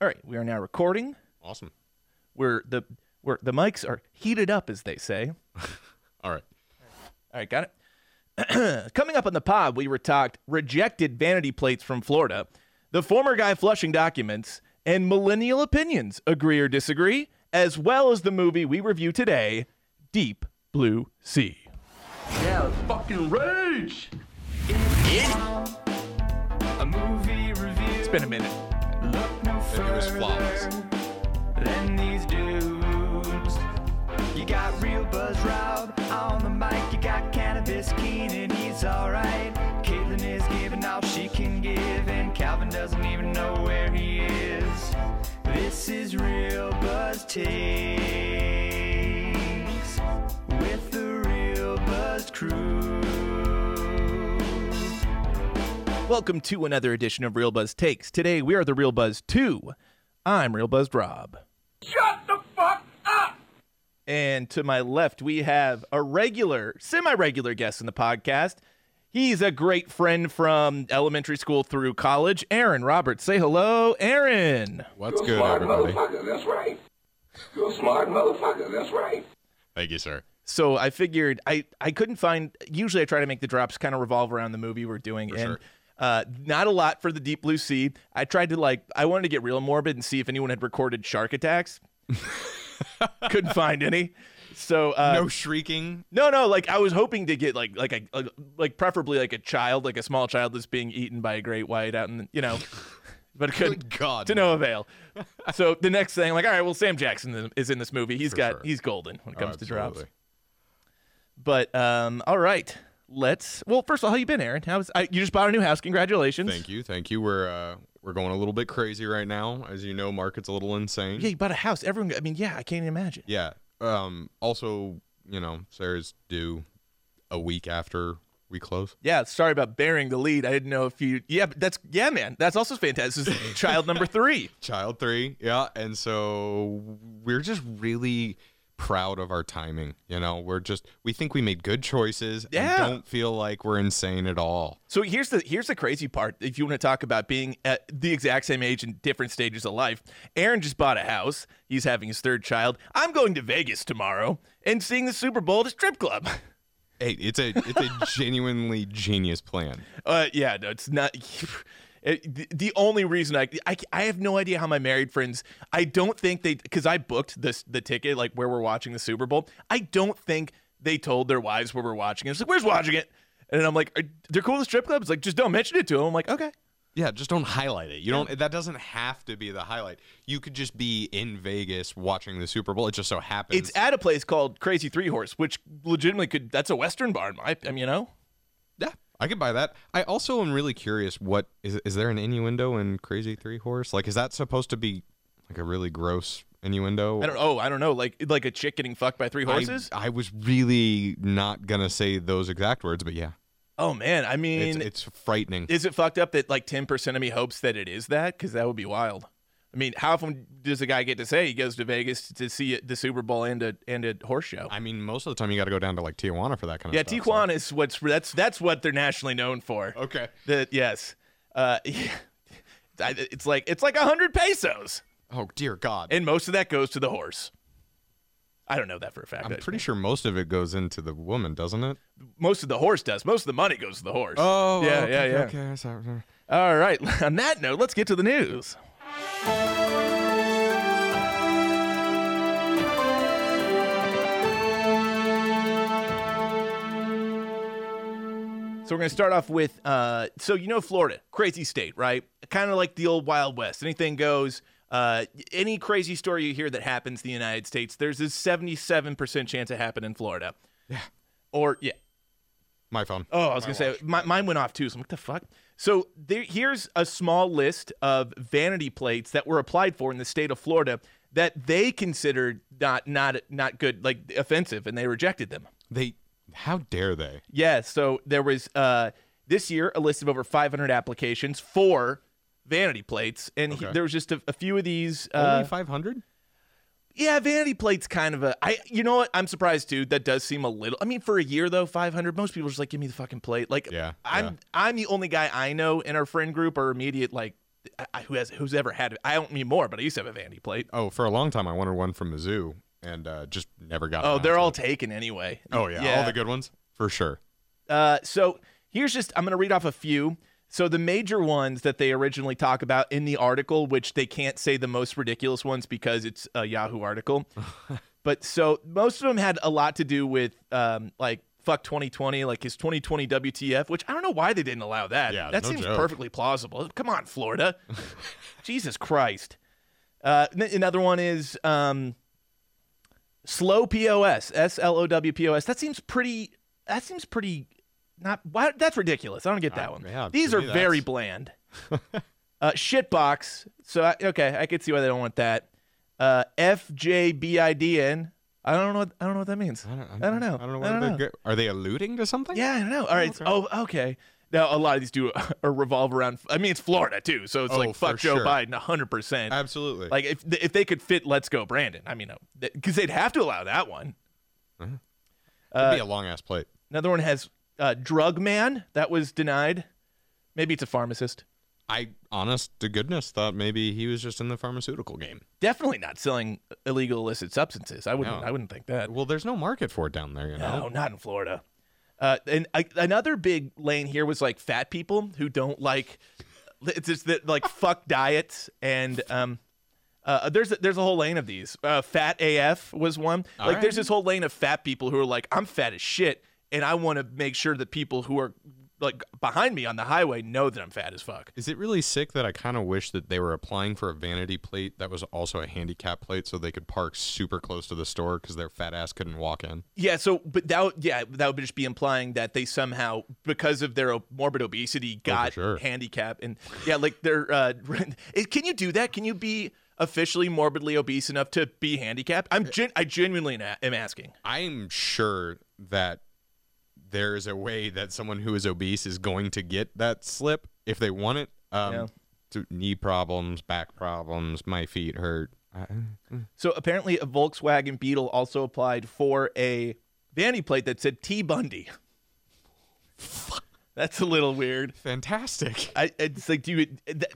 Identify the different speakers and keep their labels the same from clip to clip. Speaker 1: All right, we are now recording.
Speaker 2: Awesome.
Speaker 1: We're the we're the mics are heated up, as they say.
Speaker 2: All right.
Speaker 1: All right, got it. Coming up on the pod, we were talked rejected vanity plates from Florida, the former guy flushing documents, and millennial opinions, agree or disagree, as well as the movie we review today, Deep Blue Sea.
Speaker 3: Yeah, fucking rage! A movie review.
Speaker 1: It's been a minute.
Speaker 3: Look no
Speaker 2: It was
Speaker 3: further
Speaker 2: flawless.
Speaker 3: Than these dudes. You got real Buzz Rob on the mic. You got Cannabis Keenan, he's alright. Caitlin is giving all she can give, and Calvin doesn't even know where he is. This is real Buzz Takes with the real Buzz crew.
Speaker 1: Welcome to another edition of Real Buzz Takes. Today we are the Real Buzz 2. I'm Real Buzz Rob.
Speaker 3: Shut the fuck up!
Speaker 1: And to my left, we have a regular, semi regular guest in the podcast. He's a great friend from elementary school through college, Aaron Roberts. Say hello, Aaron.
Speaker 2: What's good, everybody?
Speaker 4: motherfucker, that's right. You're a smart motherfucker, that's right.
Speaker 2: Thank you, sir.
Speaker 1: So I figured I, I couldn't find, usually I try to make the drops kind of revolve around the movie we're doing. and
Speaker 2: sure.
Speaker 1: uh, not a lot for the Deep Blue Sea. I tried to like, I wanted to get real morbid and see if anyone had recorded shark attacks. couldn't find any. So uh,
Speaker 2: No shrieking.
Speaker 1: No, no, like I was hoping to get like like a like, like preferably like a child, like a small child that's being eaten by a great white out and you know, but couldn't
Speaker 2: Good God,
Speaker 1: to no avail. so the next thing, like all right, well Sam Jackson is in this movie. He's got
Speaker 2: sure.
Speaker 1: he's golden when it comes to drops.
Speaker 2: Absolutely.
Speaker 1: But um, all right, let's. Well, first of all, how you been, Aaron? How's I, you just bought a new house? Congratulations.
Speaker 2: Thank you, thank you. We're uh, we're going a little bit crazy right now, as you know. Market's a little insane.
Speaker 1: Yeah, you bought a house. Everyone, I mean, yeah, I can't even imagine.
Speaker 2: Yeah. Um. Also, you know, Sarah's due a week after we close.
Speaker 1: Yeah, sorry about bearing the lead. I didn't know if you. Yeah, but that's yeah, man. That's also fantastic. This is child number three.
Speaker 2: Child three. Yeah. And so we're just really proud of our timing. You know, we're just we think we made good choices.
Speaker 1: Yeah.
Speaker 2: And don't feel like we're insane at all.
Speaker 1: So here's the here's the crazy part. If you want to talk about being at the exact same age in different stages of life, Aaron just bought a house. He's having his third child. I'm going to Vegas tomorrow and seeing the Super Bowl at a strip club.
Speaker 2: Hey, it's a it's a genuinely genius plan.
Speaker 1: Uh, yeah, no, it's not. It, the- the only reason I, I I have no idea how my married friends. I don't think they because I booked this the ticket like where we're watching the Super Bowl. I don't think they told their wives where we're watching it. It's like where's watching it, and I'm like, "Are- they're cool with strip clubs. Like just don't mention it to them. I'm like, okay.
Speaker 2: Yeah, just don't highlight it. You don't. That doesn't have to be the highlight. You could just be in Vegas watching the Super Bowl. It just so happens.
Speaker 1: It's at a place called Crazy Three Horse, which legitimately could that's a Western bar. in my- I mean, you know,
Speaker 2: yeah, I could buy that. I also am really curious. What is is there an innuendo in Crazy Three Horse? Like, is that supposed to be like a really gross innuendo?
Speaker 1: I don't. Oh, I don't know. Like like a chick getting fucked by three horses.
Speaker 2: I, I was really not gonna say those exact words, but yeah,
Speaker 1: oh man, I
Speaker 2: it's,
Speaker 1: mean,
Speaker 2: it's frightening.
Speaker 1: is it fucked up that like ten percent of me hopes that it is that? Because that would be wild. I mean, how often does a guy get to say he goes to Vegas to see the Super Bowl and a and a horse show?
Speaker 2: I mean, most of the time you got to go down to like Tijuana for that kind of
Speaker 1: yeah,
Speaker 2: stuff. so-
Speaker 1: Tijuana is what's that's that's what they're nationally known for.
Speaker 2: Okay.
Speaker 1: That yes, uh, I- it's like it's like hundred pesos,
Speaker 2: Oh dear God.
Speaker 1: and most of that goes to the horse. I don't know that for a fact.
Speaker 2: I'm
Speaker 1: I-
Speaker 2: pretty sure most of it goes into the woman, doesn't it?
Speaker 1: most of the horse does. Most of the money goes to the horse.
Speaker 2: Oh,
Speaker 1: yeah,
Speaker 2: okay,
Speaker 1: yeah, yeah.
Speaker 2: Okay, sorry.
Speaker 1: All right. On that note, let's get to the news. So we're going to start off with, uh, so you know Florida, crazy state, right? Kind of like the old Wild West. Anything goes. Uh, any crazy story you hear that happens in the United States, there's a 77% chance it happened in Florida. Yeah. Or yeah,
Speaker 2: My phone.
Speaker 1: Oh, I was gonna say my, mine went off too. So I'm like, the fuck. So there, here's a small list of vanity plates that were applied for in the state of Florida that they considered not not not good, like offensive, and they rejected them.
Speaker 2: They, how dare they?
Speaker 1: Yeah. So there was uh, this year a list of over 500 applications for vanity plates, and he-
Speaker 2: Okay.
Speaker 1: there was just a, a few of these.
Speaker 2: Only
Speaker 1: Uh,
Speaker 2: 500?
Speaker 1: yeah, vanity plates kind of a. I you know what? I'm surprised too. That does seem a little. I mean, for a year though, 500. Most people are just like give me the fucking plate. Like
Speaker 2: Yeah,
Speaker 1: I'm
Speaker 2: yeah.
Speaker 1: I'm the only guy I know in our friend group or immediate like I, I- who has who's ever had it. I don't need more, but I used to have a Vandy plate.
Speaker 2: Oh, for a long time I wanted one from Mizzou and uh, just never got.
Speaker 1: Oh,
Speaker 2: around
Speaker 1: they're
Speaker 2: to
Speaker 1: all
Speaker 2: it.
Speaker 1: taken anyway.
Speaker 2: oh yeah, all the good ones for sure.
Speaker 1: Uh, so here's just I'm going to read off a few. So the major ones that they originally talk about in the article, which they can't say the most ridiculous ones because it's a Yahoo article. but so most of them had a lot to do with um, like fuck 2020, like his 2020 WTF, which I don't know why they didn't allow that.
Speaker 2: Yeah,
Speaker 1: that
Speaker 2: no
Speaker 1: seems
Speaker 2: joke.
Speaker 1: perfectly plausible. Come on, Florida. Jesus Christ. Uh, n- another one is um, slow POS, S L O W P O S. That seems pretty. That seems pretty. Not why, that's ridiculous. I don't get that one.
Speaker 2: Uh, yeah,
Speaker 1: These
Speaker 2: to
Speaker 1: are
Speaker 2: me
Speaker 1: very
Speaker 2: that's-
Speaker 1: bland. uh, shitbox. So I, okay, I could see why they don't want that. Uh, F J B I D N. I don't know. What, I don't know what that means. I don't know.
Speaker 2: I don't know. What they go- Are they alluding to something?
Speaker 1: Yeah, I don't know. All right. Oh, okay. Now a lot of these do uh, revolve around. I mean, it's Florida too, so it's
Speaker 2: Oh,
Speaker 1: like fuck
Speaker 2: for
Speaker 1: Joe
Speaker 2: sure.
Speaker 1: Biden, hundred percent.
Speaker 2: absolutely.
Speaker 1: Like if if they could fit "Let's Go Brandon," I mean, because they'd have to allow that one.
Speaker 2: It'd
Speaker 1: uh,
Speaker 2: be a long ass plate.
Speaker 1: Another one has uh, "Drug Man" that was denied. Maybe it's a pharmacist.
Speaker 2: I honest to goodness thought maybe he was just in the pharmaceutical game.
Speaker 1: Definitely not selling illegal illicit substances. I wouldn't.
Speaker 2: No.
Speaker 1: I wouldn't think that.
Speaker 2: Well, there's no market for it down there, you know.
Speaker 1: No, not in Florida. Uh, and I, another big lane here was like fat people who don't like it's just that like fuck diets and um uh, there's a, there's a whole lane of these. Uh, fat AF was one. like there's
Speaker 2: right.
Speaker 1: this whole lane of fat people who are like I'm fat as shit and I want to make sure that people who are like behind me on the highway know that I'm fat as fuck.
Speaker 2: Is it really sick that I kind of wish that they were applying for a vanity plate that was also a handicap plate so they could park super close to the store because their fat ass couldn't walk in?
Speaker 1: Yeah, so but that would- yeah, that would just be implying that they somehow because of their o- morbid obesity got
Speaker 2: sure.
Speaker 1: handicap and yeah, like they're uh it- can you do that? Can you be officially morbidly obese enough to be handicapped? I'm gen- I genuinely na- am asking.
Speaker 2: I'm sure that there is a way that someone who is obese is going to get that slip if they want it. Um,
Speaker 1: Yeah.
Speaker 2: to knee problems, back problems, my feet hurt. Uh, I,
Speaker 1: So apparently a Volkswagen Beetle also applied for a vanity plate that said T Bundy. That's a little weird.
Speaker 2: fantastic.
Speaker 1: I it's like do you that,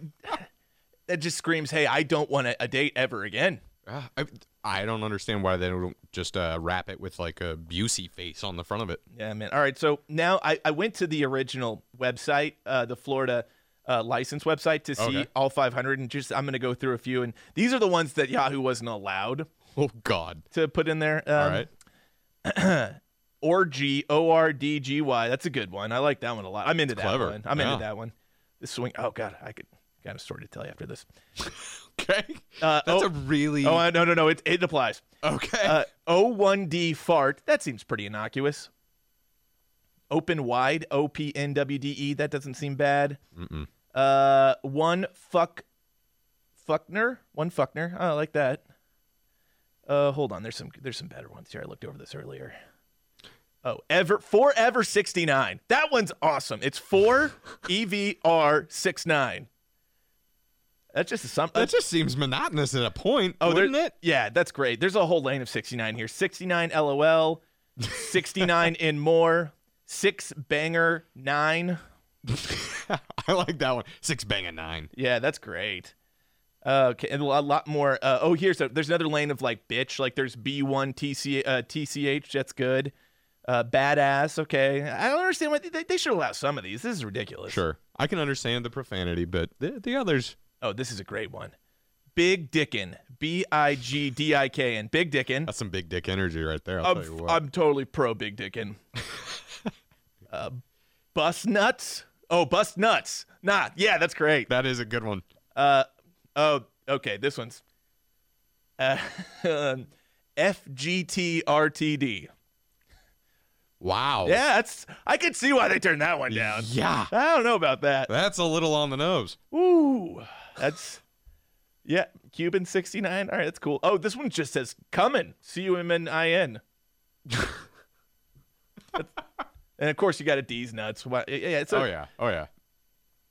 Speaker 1: that just screams, "Hey, I don't want a, a date ever again."
Speaker 2: Ah, I, I don't understand why they don't just uh, wrap it with like a Busey face on the front of it.
Speaker 1: Yeah, man. All right. So now I, I went to the original website, uh, the Florida uh, license website, to see
Speaker 2: Okay.
Speaker 1: all 500. And just, I'm going to go through a few. And these are the ones that Yahoo wasn't allowed
Speaker 2: Oh God!
Speaker 1: to put in there. Um,
Speaker 2: All right.
Speaker 1: Orgy, O R D G Y. That's a good one. I like that one a lot. I'm into that
Speaker 2: clever.
Speaker 1: one. I'm
Speaker 2: Yeah.
Speaker 1: into that one. The swing. Oh, God. I could kind of sort of tell you after this.
Speaker 2: Okay.
Speaker 1: Uh,
Speaker 2: That's
Speaker 1: oh,
Speaker 2: a really
Speaker 1: oh, I- no, no, no. It, it applies.
Speaker 2: okay.
Speaker 1: Uh, O1D fart. That seems pretty innocuous. Open wide. O P N W D E. That doesn't seem bad. Uh, one fuck, fuckner. One fuckner. Oh, I like that. Uh, hold on. There's some. There's some better ones here. I looked over this earlier. Oh, ever forever sixty nine. That one's awesome. It's four E V R six nine. That's just something.
Speaker 2: that just seems monotonous at a point, oh,
Speaker 1: there-
Speaker 2: wouldn't it?
Speaker 1: Yeah, that's great. There's a whole lane of 69 here. 69 LOL, 69 and more, six banger nine.
Speaker 2: I like that one. Six bang a nine.
Speaker 1: Yeah, that's great. Uh, okay, and a lot- lot more. Uh, oh, here's a, there's another lane of like bitch. Like there's B1 TC, uh, TCH. That's good. Uh, badass. Okay, I don't understand why they, they should allow some of these. This is ridiculous.
Speaker 2: Sure, I can understand the profanity, but the, the others.
Speaker 1: Oh, this is a great one. Big Dickin. B I G D I K N. Big Dickin.
Speaker 2: That's some big dick energy right there. I'll
Speaker 1: I'm,
Speaker 2: tell you what.
Speaker 1: I'm totally pro Big Dickin. uh, bus nuts? Oh, bus nuts. Nah, yeah, that's great.
Speaker 2: that is a good one.
Speaker 1: Uh, oh, okay, this one's uh, um, FGTRTD.
Speaker 2: Wow.
Speaker 1: Yeah, that's. I could see why they turned that one down.
Speaker 2: Yeah.
Speaker 1: I don't know about that.
Speaker 2: That's a little on the nose.
Speaker 1: Ooh, that's. Yeah, Cuban 69. All right, that's cool. Oh, this one just says "Comin." C U M N I N. And of course, you got a D's nuts. Why- Yeah, yeah, it's a-
Speaker 2: oh yeah. Oh yeah.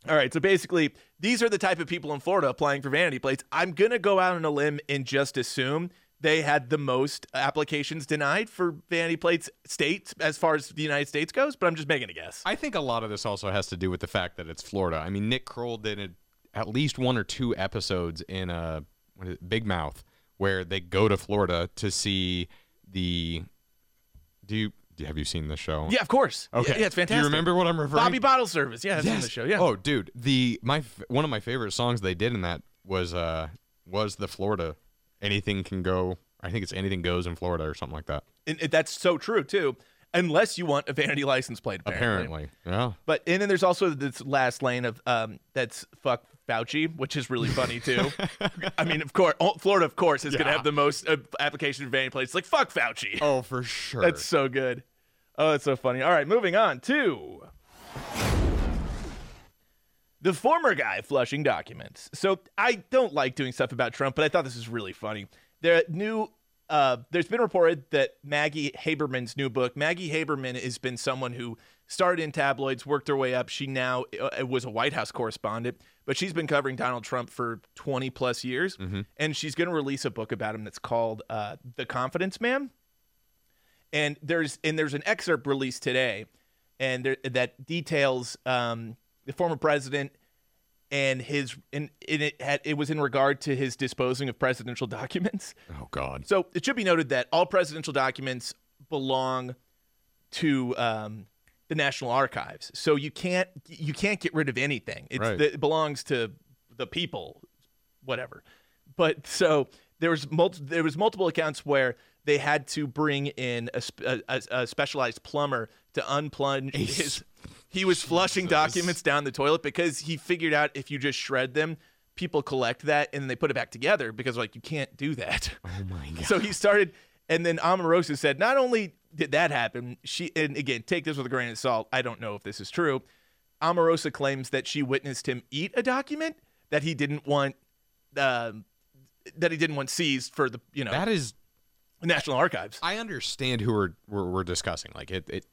Speaker 1: All right, so basically, these are the type of people in Florida applying for vanity plates. I'm gonna go out on a limb and just assume they had the most applications denied for vanity plates states as far as the United States goes. But I'm just making a guess.
Speaker 2: I think a lot of this also has to do with the fact that it's Florida. I mean, Nick Kroll did an at least one or two episodes in uh, what is it, Big Mouth where they go to Florida to see the. Do you do you- have you seen the show?
Speaker 1: Yeah, of course. Yeah,
Speaker 2: Okay.
Speaker 1: Yeah, it's fantastic.
Speaker 2: Do you remember what I'm referring?
Speaker 1: Bobby Bottle Service. Yeah, that's on the show. Yeah.
Speaker 2: Oh, dude, the my f- one of my favorite songs they did in that was uh was the Florida anything can go. I think it's anything goes in Florida or something like that.
Speaker 1: And, and that's so true too. Unless you want a vanity license plate, apparently.
Speaker 2: Apparently, yeah.
Speaker 1: But and then there's also this last lane of um that's fuck Fauci, which is really funny too. I mean, of course, oh, Florida, of course, is gonna have the most uh, application for vanity plates. Like fuck Fauci.
Speaker 2: Oh, for sure.
Speaker 1: That's so good. Oh, that's so funny. All right, moving on to the former guy flushing documents. So I don't like doing stuff about Trump, but I thought this was really funny. There new uh, there's been reported that Maggie Haberman's new book. Maggie Haberman has been someone who started in tabloids, worked her way up. She now uh, was a White House correspondent, but she's been covering Donald Trump for 20 plus years, and she's going to release a book about him that's called uh, "The Confidence Man." and there's and there's an excerpt released today, and there, that details um, the former president and his and, and it had it was in regard to his disposing of presidential documents.
Speaker 2: oh God.
Speaker 1: So it should be noted that all presidential documents belong to um, the National Archives. So you can't you can't get rid of anything. It's,
Speaker 2: Right.
Speaker 1: the, it belongs to the people, whatever. But so there was multi, there was multiple accounts where they had to bring in a, sp- a, a, a specialized plumber to unplunge his. He was flushing documents down the toilet because he figured out if you just shred them, people collect that and they put it back together because like you can't do that.
Speaker 2: Oh my God.
Speaker 1: So he started, and then Omarosa said, not only did that happen, she, and again, take this with a grain of salt. I don't know if this is true. Omarosa claims that she witnessed him eat a document that he didn't want, um that he didn't want seized for the, you know,
Speaker 2: That is
Speaker 1: National Archives.
Speaker 2: I understand who we're we're, we're discussing. Like it, it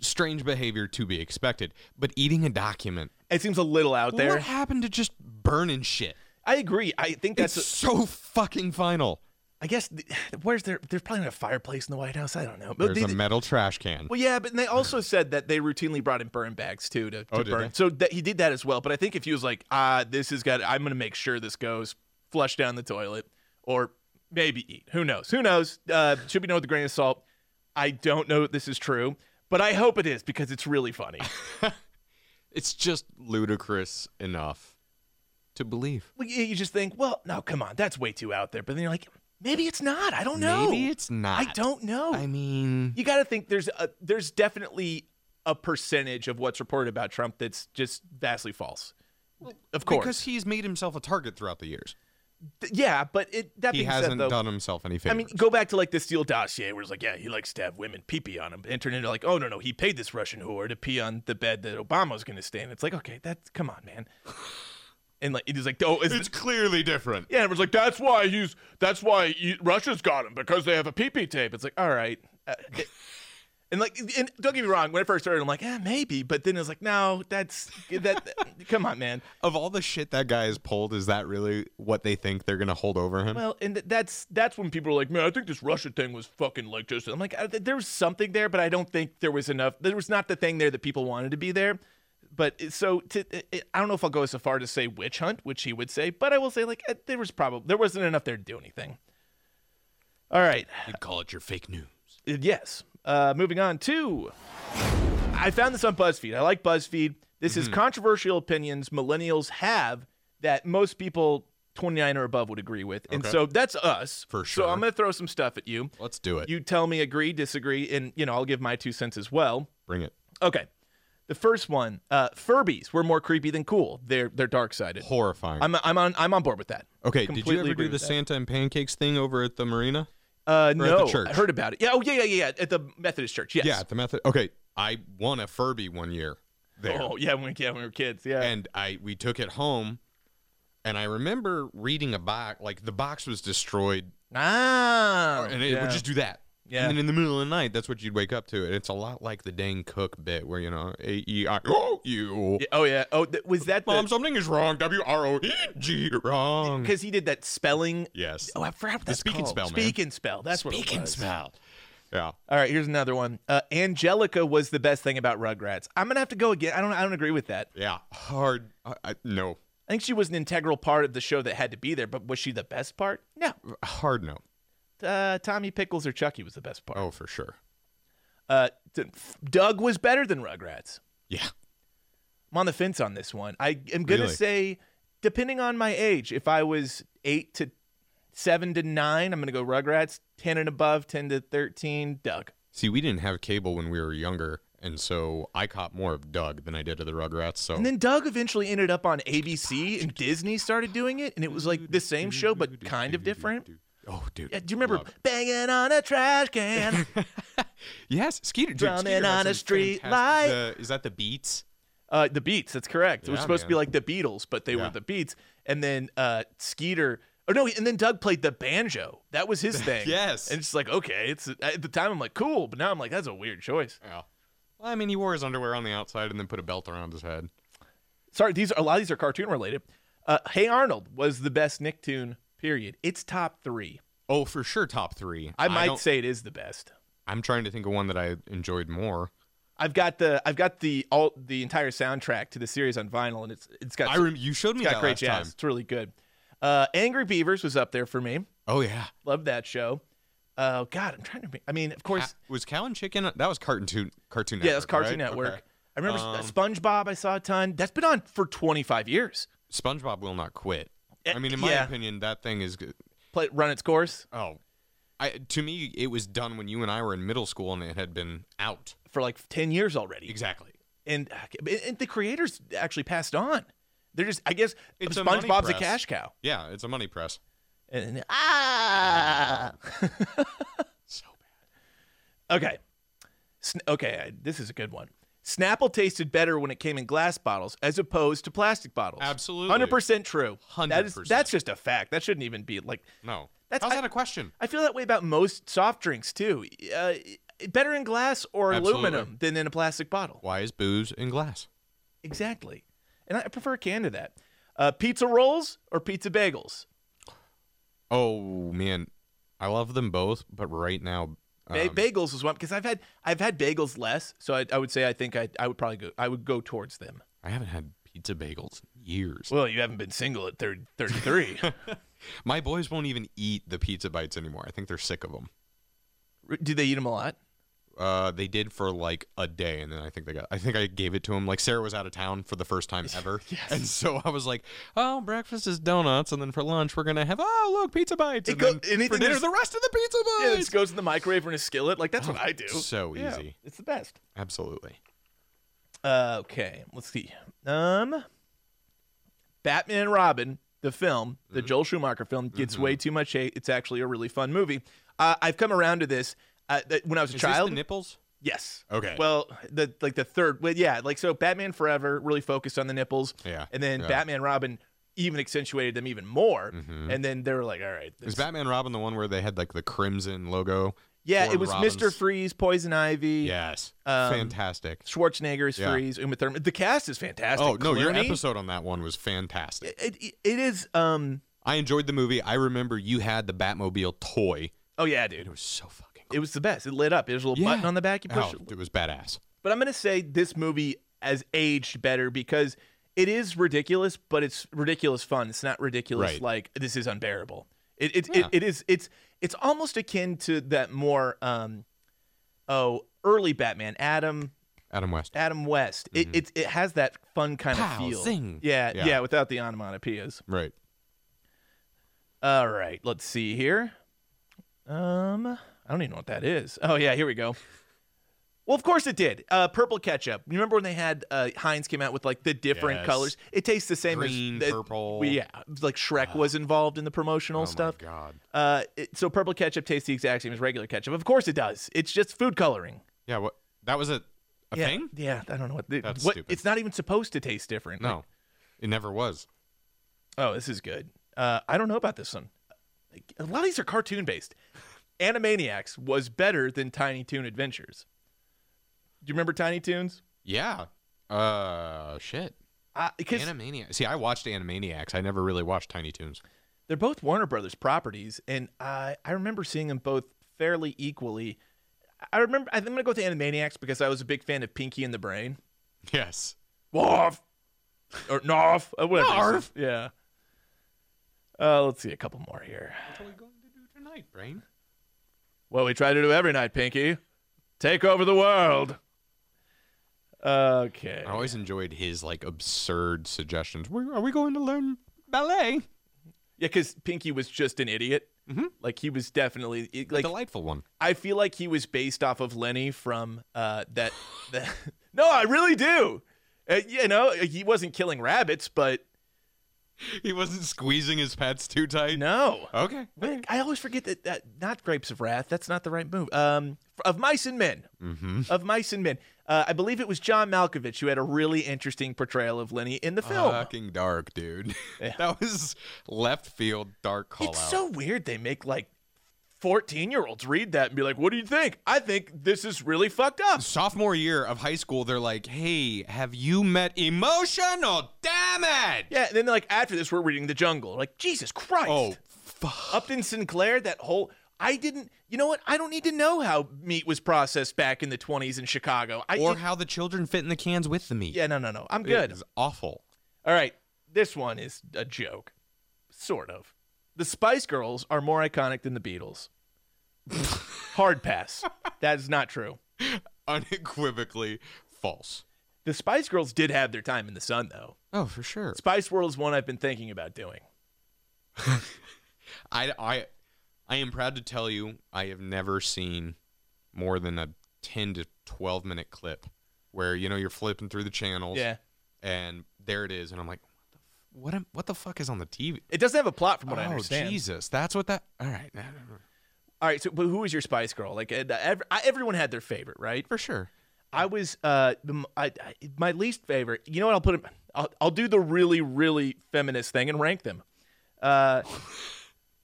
Speaker 2: strange behavior to be expected, but eating a document.
Speaker 1: It seems a little out there.
Speaker 2: What happened to just burning shit?
Speaker 1: I agree. I think
Speaker 2: That's
Speaker 1: that's,
Speaker 2: so fucking final.
Speaker 1: I guess, th- where's there, there's probably not a fireplace in the White House. I don't know. But
Speaker 2: There's a
Speaker 1: the-
Speaker 2: metal trash can.
Speaker 1: Well, yeah, but they also said that they routinely brought in burn bags too to, to
Speaker 2: Oh, did
Speaker 1: burn.
Speaker 2: they?
Speaker 1: So that he did that as well. But I think if he was like, ah, this has got, I'm going to make sure this goes flush down the toilet, or maybe eat. Who knows? Who knows? Uh, should be known with a grain of salt. I don't know if this is true, but I hope it is because it's really funny.
Speaker 2: It's just ludicrous enough to believe.
Speaker 1: Well, you you just think, well, no, come on, that's way too out there. But then you're like, maybe it's not. I don't know.
Speaker 2: Maybe it's not.
Speaker 1: I don't know.
Speaker 2: I mean,
Speaker 1: you got to think there's a, there's definitely a percentage of what's reported about Trump that's just vastly false. Of course,
Speaker 2: because he's made himself a target throughout the years.
Speaker 1: Th- yeah, but it, that
Speaker 2: He
Speaker 1: being
Speaker 2: hasn't
Speaker 1: said, though,
Speaker 2: done himself any favors.
Speaker 1: I mean, go back to like the Steele dossier, where it's like, yeah, he likes to have women pee pee on him, and turn into like, oh no, no, he paid this Russian whore to pee on the bed that Obama's going to stay in. It's like, okay, that's come on, man. And like, it is like, oh, is
Speaker 2: it's clearly different.
Speaker 1: yeah, everyone's like, that's why he's, that's why he, Russia's got him because they have a pee pee tape. It's like, all right. Uh, it- and like, and don't get me wrong. When I first started, I'm like, eh, maybe, but then I was like, no, that's that. come on, man.
Speaker 2: Of all the shit that guy has pulled, is that really what they think they're gonna hold over him?
Speaker 1: Well, and th- that's that's when people are like, man, I think this Russia thing was fucking like just. I'm like, I, th- there was something there, but I don't think there was enough. There was not the thing there that people wanted to be there. But it- so to, it- it- I don't know if I'll go so far to say witch hunt, which he would say, but I will say like eh, there was probably there wasn't enough there to do anything. All right.
Speaker 2: You'd call it your fake news.
Speaker 1: Uh, Yes. Uh, moving on to. I found this on BuzzFeed. I like BuzzFeed. This
Speaker 2: Mm-hmm.
Speaker 1: is controversial opinions millennials have that most people 29 or above would agree with. And
Speaker 2: Okay.
Speaker 1: so that's us.
Speaker 2: For
Speaker 1: So I'm
Speaker 2: sure.
Speaker 1: going to throw some stuff at you.
Speaker 2: Let's do it.
Speaker 1: You tell me agree, disagree, and you know, I'll give my two cents as well.
Speaker 2: Bring it.
Speaker 1: Okay. The first one, uh, Furbies were more creepy than cool. They're they're dark-sided.
Speaker 2: Horrifying.
Speaker 1: I'm I'm on I'm on board with that.
Speaker 2: okay, did you
Speaker 1: completely
Speaker 2: ever
Speaker 1: agree
Speaker 2: do the
Speaker 1: with that.
Speaker 2: Santa and pancakes thing over at the marina?
Speaker 1: Uh
Speaker 2: Or at the
Speaker 1: no,
Speaker 2: church.
Speaker 1: I heard about it. Yeah, oh yeah, yeah, yeah, at the Methodist church. Yes.
Speaker 2: Yeah, at the method. Okay, I won a Furby one year there,
Speaker 1: Oh, yeah, when we, yeah, when we were kids. Yeah.
Speaker 2: and I we took it home, and I remember reading a box like the box was destroyed,
Speaker 1: Ah,
Speaker 2: and it would just do that.
Speaker 1: Yeah.
Speaker 2: And then in the middle of the night, that's what you'd wake up to, and it's a lot like the dang cook bit where you know A E I O U.
Speaker 1: Yeah, oh yeah. Oh, th- was that
Speaker 2: Mom, something is wrong. W R O E G wrong.
Speaker 1: because he did that spelling?
Speaker 2: Yes.
Speaker 1: Oh, I forgot what
Speaker 2: The
Speaker 1: that's
Speaker 2: speak and
Speaker 1: called.
Speaker 2: spell, man.
Speaker 1: Speak and spell. That's what
Speaker 2: Speak
Speaker 1: it
Speaker 2: and
Speaker 1: was.
Speaker 2: spell. Yeah.
Speaker 1: All right, here's another one. Uh, Angelica was the best thing about Rugrats. I'm gonna have to go again. I don't. I don't agree with that.
Speaker 2: Yeah. Hard. I, I, no.
Speaker 1: I think she was an integral part of the show that had to be there, but was she the best part? No.
Speaker 2: Hard no.
Speaker 1: Uh, Tommy Pickles or Chucky was the best part.
Speaker 2: Oh, for sure.
Speaker 1: Uh, D- Doug was better than Rugrats.
Speaker 2: Yeah.
Speaker 1: I'm on the fence on this one. I am going to
Speaker 2: Really?
Speaker 1: say, depending on my age, if I was eight to seven to nine, I'm going to go Rugrats. 10 and above, 10 to 13, Doug.
Speaker 2: See, we didn't have cable when we were younger, and so I caught more of Doug than I did of the Rugrats. So
Speaker 1: And then Doug eventually ended up on ABC and Disney started doing it. And it was like the same show, but kind of different.
Speaker 2: Oh, dude.
Speaker 1: Yeah, do you remember
Speaker 2: Love it.
Speaker 1: banging on a trash can?
Speaker 2: Yes, Skeeter. Dude,
Speaker 1: Drumming
Speaker 2: Skeeter had
Speaker 1: on a
Speaker 2: some
Speaker 1: street
Speaker 2: fantastic- the- is that the Beats?
Speaker 1: Uh, the Beats, that's correct. it was
Speaker 2: Yeah,
Speaker 1: supposed to be
Speaker 2: man.
Speaker 1: like the Beatles, but they
Speaker 2: Yeah.
Speaker 1: were the Beats. And then uh, Skeeter, oh no, and then Doug played the banjo. That was his thing.
Speaker 2: Yes.
Speaker 1: And it's like, okay, it's at the time I'm like, cool, but now I'm like, that's a weird choice.
Speaker 2: Yeah. Well, I mean, he wore his underwear on the outside and then put a belt around his head.
Speaker 1: Sorry, these a lot of these are cartoon related. Uh, hey Arnold was the best Nicktoon. Period. It's top three.
Speaker 2: Oh, for sure, top three.
Speaker 1: I might
Speaker 2: don't-
Speaker 1: say it is the best.
Speaker 2: I'm trying to think of one that I enjoyed more.
Speaker 1: I've got the I've got the all the entire soundtrack to the series on vinyl, and it's it's got
Speaker 2: I rem- you showed me
Speaker 1: it's got
Speaker 2: that
Speaker 1: great
Speaker 2: last
Speaker 1: jazz.
Speaker 2: time.
Speaker 1: It's really good. Uh, Angry Beavers was up there for me.
Speaker 2: Oh yeah.
Speaker 1: Love that show. Uh, God, I'm trying to. Be, I mean, of course,
Speaker 2: Ca- was Cow and Chicken? That was Cartoon Cartoon Network.
Speaker 1: yeah, that's Cartoon
Speaker 2: right?
Speaker 1: Network.
Speaker 2: Okay.
Speaker 1: I remember
Speaker 2: Um,
Speaker 1: S- uh, SpongeBob. I saw a ton. That's been on for 25 years.
Speaker 2: SpongeBob will not quit.
Speaker 1: Eh,
Speaker 2: I mean, in my
Speaker 1: yeah.
Speaker 2: opinion, that thing is good.
Speaker 1: Play run its course
Speaker 2: Oh, I to me, it was done when you and I were in middle school, and it had been out.
Speaker 1: for like 10 years already.
Speaker 2: Exactly.
Speaker 1: And uh, and the creators actually passed on. They're just, I guess,
Speaker 2: It's a money
Speaker 1: SpongeBob's a,
Speaker 2: press.
Speaker 1: cash cow.
Speaker 2: Yeah, it's a money press.
Speaker 1: And ah,
Speaker 2: So bad.
Speaker 1: okay, Sn- okay, I- this is a good one. Snapple tasted better when it came in glass bottles as opposed to plastic bottles.
Speaker 2: Absolutely.
Speaker 1: hundred percent true. That is,
Speaker 2: 100%.
Speaker 1: that's just a fact. That shouldn't even be like
Speaker 2: No,
Speaker 1: That's-
Speaker 2: how's
Speaker 1: I-
Speaker 2: that a question?
Speaker 1: I feel that way about most soft drinks too. Uh, better in glass or
Speaker 2: Absolutely.
Speaker 1: aluminum than in a plastic bottle.
Speaker 2: Why is booze in glass?
Speaker 1: Exactly. And I prefer a can to that. Uh, pizza rolls or pizza bagels?
Speaker 2: Oh man, I love them both, but right now,
Speaker 1: Ba-
Speaker 2: um,
Speaker 1: bagels is one because I've had I've had bagels less, so I, I would say I think I, I would probably go I would go towards them.
Speaker 2: I haven't had pizza bagels in years.
Speaker 1: Well, you haven't been single at 30, 33.
Speaker 2: My boys won't even eat the pizza bites anymore. I think they're sick of them.
Speaker 1: Do they eat them a lot?
Speaker 2: Uh, they did for like a day, and then I think they got. I think I gave it to him. Like Sarah was out of town for the first time ever, and so I was like, "Oh, breakfast is donuts, and then for lunch we're gonna have oh look pizza bites,
Speaker 1: It
Speaker 2: and
Speaker 1: go-
Speaker 2: then
Speaker 1: anything
Speaker 2: for dinner
Speaker 1: that's-
Speaker 2: the rest of the pizza
Speaker 1: Yeah, it
Speaker 2: bites."
Speaker 1: just goes in the microwave or in a skillet. Like that's what I do.
Speaker 2: so
Speaker 1: Yeah,
Speaker 2: easy.
Speaker 1: It's the best.
Speaker 2: Absolutely.
Speaker 1: Uh, okay, let's see. Um, Batman and Robin, the film, the Joel Schumacher film, gets way too much hate. It's actually a really fun movie. Uh, I've come around to this uh, that when I was a
Speaker 2: Is this
Speaker 1: child.
Speaker 2: the nipples?
Speaker 1: yes.
Speaker 2: Okay.
Speaker 1: Well, the like the third, well, yeah, like so. Batman Forever really focused on the nipples.
Speaker 2: Yeah,
Speaker 1: And then
Speaker 2: yeah.
Speaker 1: Batman and Robin even accentuated them even more. And then they were like, all right,
Speaker 2: Mm-hmm. Is
Speaker 1: this,
Speaker 2: Batman Robin the one where they had like the crimson logo?
Speaker 1: yeah,
Speaker 2: for
Speaker 1: it was
Speaker 2: Robin's-
Speaker 1: Mister Freeze, Poison Ivy.
Speaker 2: Yes.
Speaker 1: Um,
Speaker 2: fantastic.
Speaker 1: Schwarzenegger is
Speaker 2: Yeah.
Speaker 1: Freeze, Uma Thurman. The cast is fantastic.
Speaker 2: Oh no, your
Speaker 1: Clooney.
Speaker 2: episode on that one was fantastic.
Speaker 1: It, it, it is. Um.
Speaker 2: I enjoyed the movie. I remember you had the Batmobile toy.
Speaker 1: Oh yeah, dude.
Speaker 2: It was so fucking. Cool.
Speaker 1: It was the best. It lit up. It was a little
Speaker 2: Yeah.
Speaker 1: button on the back. You push
Speaker 2: Oh,
Speaker 1: it.
Speaker 2: it was badass.
Speaker 1: But I'm gonna say this movie has aged better because it is ridiculous, but it's ridiculous fun. It's not ridiculous
Speaker 2: Right.
Speaker 1: like this is unbearable. It it,
Speaker 2: Yeah.
Speaker 1: it it is it's it's almost akin to that more um oh early Batman Adam
Speaker 2: Adam West.
Speaker 1: Adam West. It it's it has that fun kind
Speaker 2: Mm-hmm. Pow,
Speaker 1: of feel.
Speaker 2: zing.
Speaker 1: Yeah,
Speaker 2: Yeah.
Speaker 1: yeah, without the onomatopoeias.
Speaker 2: Right.
Speaker 1: All right, let's see here. Um, I don't even know what that is. Oh yeah, here we go. Well, of course it did. Uh, purple ketchup. You remember when they had uh, Heinz came out with like the different
Speaker 2: Yes.
Speaker 1: colors? It tastes the same
Speaker 2: Green,
Speaker 1: as the-
Speaker 2: purple.
Speaker 1: well, yeah, like Shrek was involved in the promotional stuff.
Speaker 2: Oh my god.
Speaker 1: Uh, it- so purple ketchup tastes the exact same as regular ketchup. Of course it does. It's just food coloring.
Speaker 2: Yeah. What? That was a, a
Speaker 1: yeah,
Speaker 2: thing?
Speaker 1: yeah. I don't know what. The,
Speaker 2: That's
Speaker 1: what
Speaker 2: stupid.
Speaker 1: it's not even supposed to taste different.
Speaker 2: No, it never was.
Speaker 1: Oh, this is good. Uh, I don't know about this one. A lot of these are cartoon based. Animaniacs was better than Tiny Toon Adventures. Do you remember Tiny Toons?
Speaker 2: Yeah. Uh, shit.
Speaker 1: Because
Speaker 2: Animaniacs. See, I watched Animaniacs. I never really watched Tiny Toons.
Speaker 1: they're both Warner Brothers properties, and I I remember seeing them both fairly equally. I remember I'm gonna go with Animaniacs because I was a big fan of Pinky and the Brain.
Speaker 2: Yes.
Speaker 1: Woof. or Narf, uh, whatever. he says.
Speaker 2: Narf.
Speaker 1: Yeah. Uh, let's see a couple more here.
Speaker 2: What are we going to do tonight, Brain?
Speaker 1: What we try to do every night, Pinky. Take over the world. Okay.
Speaker 2: I always enjoyed his like absurd suggestions. Where- Are we going to learn ballet?
Speaker 1: Yeah, because Pinky was just an idiot.
Speaker 2: Mhm.
Speaker 1: Like he was definitely it- like
Speaker 2: Delightful one.
Speaker 1: I feel like he was based off of Lenny from uh, that. that no, I really do. Uh, you know, he wasn't killing rabbits, but
Speaker 2: He wasn't squeezing his pets too tight.
Speaker 1: no.
Speaker 2: Okay.
Speaker 1: What- I always forget that, that not Grapes of Wrath. That's not the right move. Um, of Mice and Men.
Speaker 2: Mm-hmm.
Speaker 1: Of Mice and Men. Uh, I believe it was John Malkovich who had a really interesting portrayal of Lenny in the
Speaker 2: Uh,
Speaker 1: film.
Speaker 2: Fucking dark, dude.
Speaker 1: Yeah.
Speaker 2: that was left field dark call
Speaker 1: it's
Speaker 2: out.
Speaker 1: so weird they make like 14 year olds read that and be like, what do you think? I think this is really fucked up.
Speaker 2: Sophomore year of high school, they're like, "Hey, have you met emotional? Damn it!"
Speaker 1: Yeah, and then like after this, we're reading The Jungle. Like, Jesus Christ.
Speaker 2: Oh, fuck.
Speaker 1: Upton Sinclair, that whole. I didn't. You know what? I don't need to know how meat was processed back in the 20s in Chicago. I,
Speaker 2: Or
Speaker 1: it-
Speaker 2: how the children fit in the cans with the meat.
Speaker 1: yeah, no, no, no. I'm good.
Speaker 2: It's awful.
Speaker 1: All right, this one is a joke, sort of. The Spice Girls are more iconic than the Beatles. Hard pass. That is not true.
Speaker 2: Unequivocally false.
Speaker 1: The Spice Girls did have their time in the sun, though.
Speaker 2: Oh, for sure.
Speaker 1: Spice World is one I've been thinking about doing.
Speaker 2: I, I, I am proud to tell you, I have never seen more than a 10 to 12 minute clip where, you know, you're flipping through the channels
Speaker 1: Yeah,
Speaker 2: and there it is. And I'm like, what the, f- what, am, what the fuck is on the TV?
Speaker 1: it doesn't have a plot, from what I
Speaker 2: oh,
Speaker 1: understand.
Speaker 2: Jesus. That's what that, all right.
Speaker 1: All right, so but who was your Spice Girl? Like, uh, ev- I- everyone had their favorite, right?
Speaker 2: For sure.
Speaker 1: I was uh, the, m- I, I- my least favorite. You know what? I'll put it. I'll, I'll do the really, really feminist thing and rank them. Uh,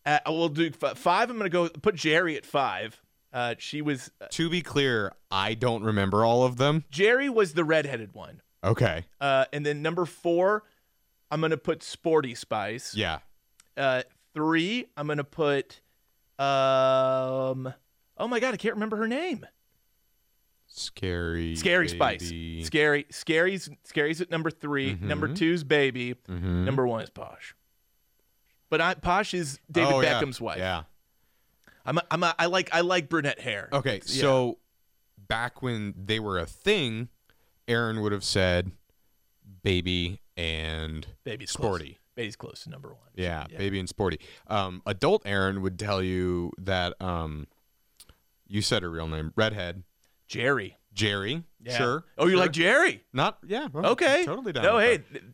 Speaker 1: uh, we'll do f- five. I'm gonna go put Jerry at five. Uh, she was uh,
Speaker 2: To be clear, I don't remember all of them.
Speaker 1: Jerry was the redheaded one.
Speaker 2: Okay.
Speaker 1: Uh, and then number four, I'm gonna put Sporty Spice.
Speaker 2: Yeah.
Speaker 1: Uh, three, I'm gonna put um. Oh my god, I can't remember her name.
Speaker 2: Scary.
Speaker 1: Scary Spice.
Speaker 2: baby.
Speaker 1: Scary. Scary's Scary's at number 3
Speaker 2: Mm-hmm.
Speaker 1: Number two's Baby.
Speaker 2: Mhm.
Speaker 1: Number one is Posh. But I, Posh is David
Speaker 2: Oh, yeah.
Speaker 1: Beckham's wife.
Speaker 2: Yeah.
Speaker 1: I'm a, I'm a, I like I like brunette hair.
Speaker 2: Okay,
Speaker 1: Yeah.
Speaker 2: so back when they were a thing, Aaron would have said baby and
Speaker 1: Baby's
Speaker 2: sporty.
Speaker 1: Close. Baby's close to number one.
Speaker 2: Yeah,
Speaker 1: Yeah.
Speaker 2: baby and sporty. Um, adult Aaron would tell you that um, you said her real name, redhead
Speaker 1: Jerry.
Speaker 2: Jerry.
Speaker 1: Yeah.
Speaker 2: Sure.
Speaker 1: Oh, you
Speaker 2: sure.
Speaker 1: like Jerry?
Speaker 2: not? Yeah. well,
Speaker 1: Okay.
Speaker 2: Totally down.
Speaker 1: No,
Speaker 2: with
Speaker 1: hey,
Speaker 2: that.
Speaker 1: th-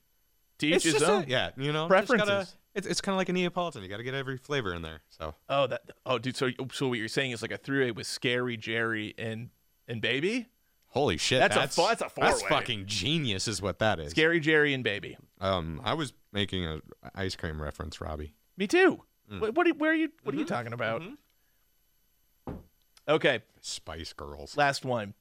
Speaker 1: to each
Speaker 2: It's
Speaker 1: his
Speaker 2: just
Speaker 1: own.
Speaker 2: a, yeah, you know, just
Speaker 1: Preferences.
Speaker 2: gotta- it's it's kind of like a Neapolitan. You got to get every flavor in there. So
Speaker 1: Oh, that. Oh, dude. So so what you're saying is like a three way with Scary Jerry and and Baby.
Speaker 2: holy shit,
Speaker 1: That's a
Speaker 2: that's
Speaker 1: fu- that's a
Speaker 2: that's
Speaker 1: four-way.
Speaker 2: fucking genius, is what that is.
Speaker 1: Scary Jerry and Baby.
Speaker 2: Um, I was making a ice cream reference, Robbie.
Speaker 1: Me too.
Speaker 2: Mm.
Speaker 1: What, what, are- where are you? What
Speaker 2: Mm-hmm.
Speaker 1: are you talking about? Okay,
Speaker 2: Spice Girls.
Speaker 1: last one.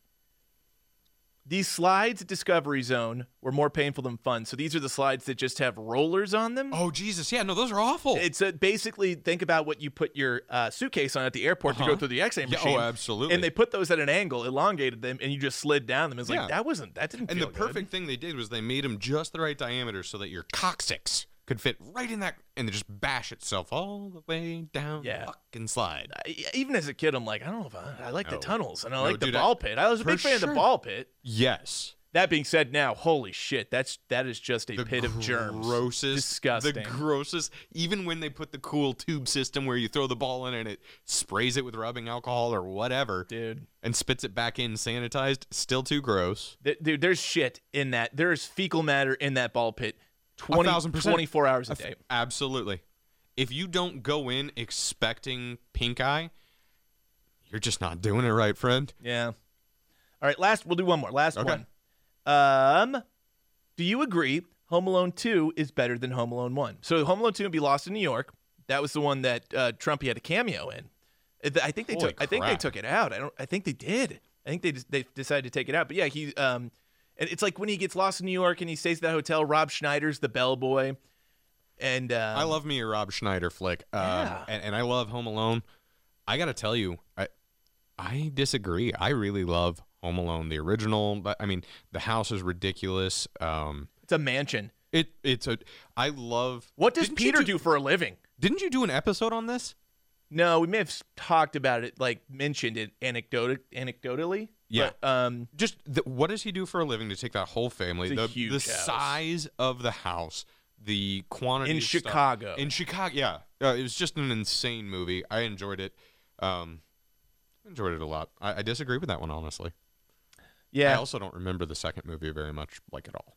Speaker 1: These slides at Discovery Zone were more painful than fun. So these are the slides that just have rollers on them.
Speaker 2: Oh Jesus! Yeah, no, those are awful.
Speaker 1: It's a, basically think about what you put your uh, suitcase on at the airport to go
Speaker 2: Uh-huh.
Speaker 1: through the X-ray
Speaker 2: Yeah, oh,
Speaker 1: machine.
Speaker 2: absolutely.
Speaker 1: And they put those at an angle, elongated them, and you just slid down them. It's like
Speaker 2: Yeah.
Speaker 1: that wasn't that didn't.
Speaker 2: and the
Speaker 1: feel good.
Speaker 2: perfect thing they did was they made them just the right diameter so that your coccyx could fit right in that, and then just bash itself all the way down
Speaker 1: Yeah.
Speaker 2: the fucking slide.
Speaker 1: I- e, even as a kid, I'm like, I don't know if I, I like the
Speaker 2: No.
Speaker 1: tunnels and I
Speaker 2: No,
Speaker 1: like
Speaker 2: dude,
Speaker 1: the
Speaker 2: I-
Speaker 1: ball pit. I was a
Speaker 2: for
Speaker 1: big fan of the
Speaker 2: sure.
Speaker 1: ball pit.
Speaker 2: Yes,
Speaker 1: That being said, now holy shit, that's that is just a
Speaker 2: the
Speaker 1: pit of germs.
Speaker 2: grossest,
Speaker 1: disgusting.
Speaker 2: the grossest. Even when they put the cool tube system where you throw the ball in and it sprays it with rubbing alcohol or whatever,
Speaker 1: dude,
Speaker 2: and spits it back in sanitized, still too gross.
Speaker 1: Th- dude, there's shit in that. There's fecal matter in that ball pit. 20,
Speaker 2: 1000%.
Speaker 1: 24 hours a day.
Speaker 2: Absolutely. If you don't go in expecting pink eye, you're just not doing it right, friend.
Speaker 1: Yeah. All right, last we'll do one more. Last
Speaker 2: Okay.
Speaker 1: one. Um, do you agree Home Alone Two is better than Home Alone One? So Home Alone Two would be Lost in New York. That was the one that uh, Trumpy had a cameo in. Uh, th- I think they
Speaker 2: Holy
Speaker 1: took. I think they
Speaker 2: crap.
Speaker 1: took it out. I don't. I think they did. I think they just, they decided to take it out. But yeah, he um, and it's like when he gets lost in New York and he stays at that hotel. Rob Schneider's the bellboy, and um,
Speaker 2: I love me a Rob Schneider flick, um,
Speaker 1: Yeah.
Speaker 2: and, and I love Home Alone. I gotta tell you, I I disagree. I really love Home Alone, the original. But I mean, the house is ridiculous. Um,
Speaker 1: It's a mansion.
Speaker 2: It it's a I love
Speaker 1: What does
Speaker 2: Didn't you
Speaker 1: Peter do for a living?
Speaker 2: Didn't you do an episode on this?
Speaker 1: No, we may have s- talked about it, like mentioned it anecdoti- anecdotally.
Speaker 2: Yeah.
Speaker 1: But, um,
Speaker 2: Just th what does he do for a living to take that whole family?
Speaker 1: It's a
Speaker 2: the
Speaker 1: huge
Speaker 2: the
Speaker 1: house.
Speaker 2: size of the house, the quantity
Speaker 1: In
Speaker 2: of stuff-
Speaker 1: Chicago.
Speaker 2: In Chicago, yeah, uh, it was just an insane movie. I enjoyed it. Um, enjoyed it a lot. I, I disagree with that one honestly. I
Speaker 1: yeah.
Speaker 2: also don't remember the second movie very much, like at all.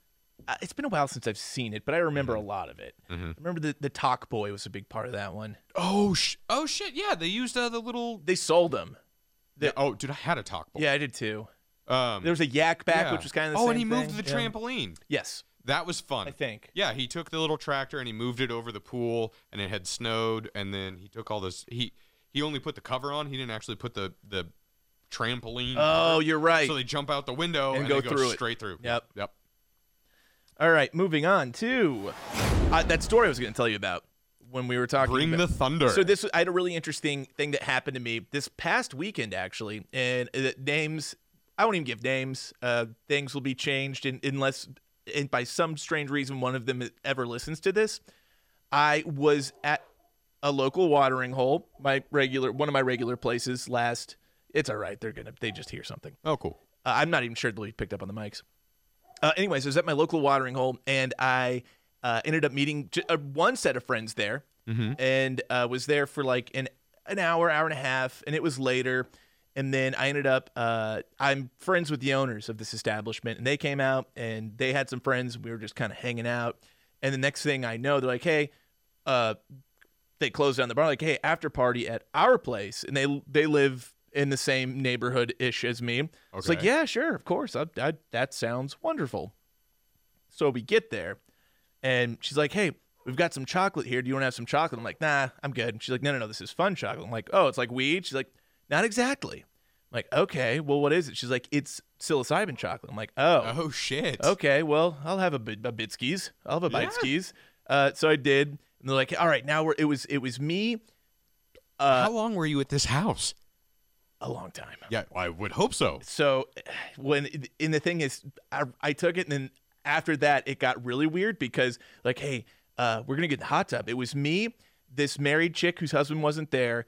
Speaker 1: Uh, it's been a while since I've seen it, but I remember
Speaker 2: Mm-hmm.
Speaker 1: a lot of it. I remember the, the Talk Boy was a big part of that one.
Speaker 2: Oh sh- oh shit! Yeah, they used uh, the little.
Speaker 1: They sold them.
Speaker 2: Yeah, oh, dude, I had a talk. bowl.
Speaker 1: Yeah, I did too.
Speaker 2: Um,
Speaker 1: There was a Yak Back,
Speaker 2: yeah.
Speaker 1: which was kind of the
Speaker 2: oh,
Speaker 1: same
Speaker 2: and he moved
Speaker 1: thing.
Speaker 2: the
Speaker 1: Yeah.
Speaker 2: trampoline.
Speaker 1: Yes,
Speaker 2: That was fun.
Speaker 1: I think.
Speaker 2: Yeah, he took the little tractor and he moved it over the pool, and it had snowed, and then he took all this. He he only put the cover on. He didn't actually put the the trampoline.
Speaker 1: Oh, you're right.
Speaker 2: Mm-hmm. so they jump out the window
Speaker 1: And
Speaker 2: and,
Speaker 1: go
Speaker 2: they
Speaker 1: through it.
Speaker 2: straight through.
Speaker 1: Yep.
Speaker 2: Yep.
Speaker 1: All right, moving on to uh, that story I was going to tell you about when we were talking.
Speaker 2: Bring
Speaker 1: about-
Speaker 2: the thunder.
Speaker 1: So this I had a really interesting thing that happened to me this past weekend actually, and uh, names I won't even give names. Uh, things will be changed in, unless and by some strange reason one of them ever listens to this. I was at a local watering hole, my regular one of my regular places last. It's all right. They're gonna they just hear something.
Speaker 2: Oh, cool.
Speaker 1: Uh, I'm not even sure they'll be picked up on the mics. Uh, anyways, I was at my local watering hole, and I uh, ended up meeting j- uh, one set of friends there, and uh, was there for like an an hour, hour and a half, and it was later. And then I ended up. Uh, I'm friends with the owners of this establishment, and they came out and they had some friends. We were just kind of hanging out, and the next thing I know, they're like, "Hey, uh, they closed down the bar like hey after party at our place and they they live in the same neighborhood ish as me it's like
Speaker 2: Okay.
Speaker 1: yeah sure of course I, I, that sounds wonderful so we get there and she's like hey we've got some chocolate here do you want to have some chocolate i'm like nah i'm good she's like no no no this is fun chocolate i'm like oh it's like weed she's like not exactly I'm like okay well what is it she's like it's psilocybin chocolate i'm like oh
Speaker 2: Oh shit.
Speaker 1: Okay, well, I'll have a bit a bit skis. I'll have a bite
Speaker 2: Yeah.
Speaker 1: skis. Uh, so I did, and they're like, "All right, now we're." It was it was me
Speaker 2: How long were you at this house?
Speaker 1: a long time.
Speaker 2: Yeah, I would hope so.
Speaker 1: So when and the thing is, I I took it, and then after that, it got really weird because like, hey, uh, we're gonna get in the hot tub. It was me, this married chick whose husband wasn't there.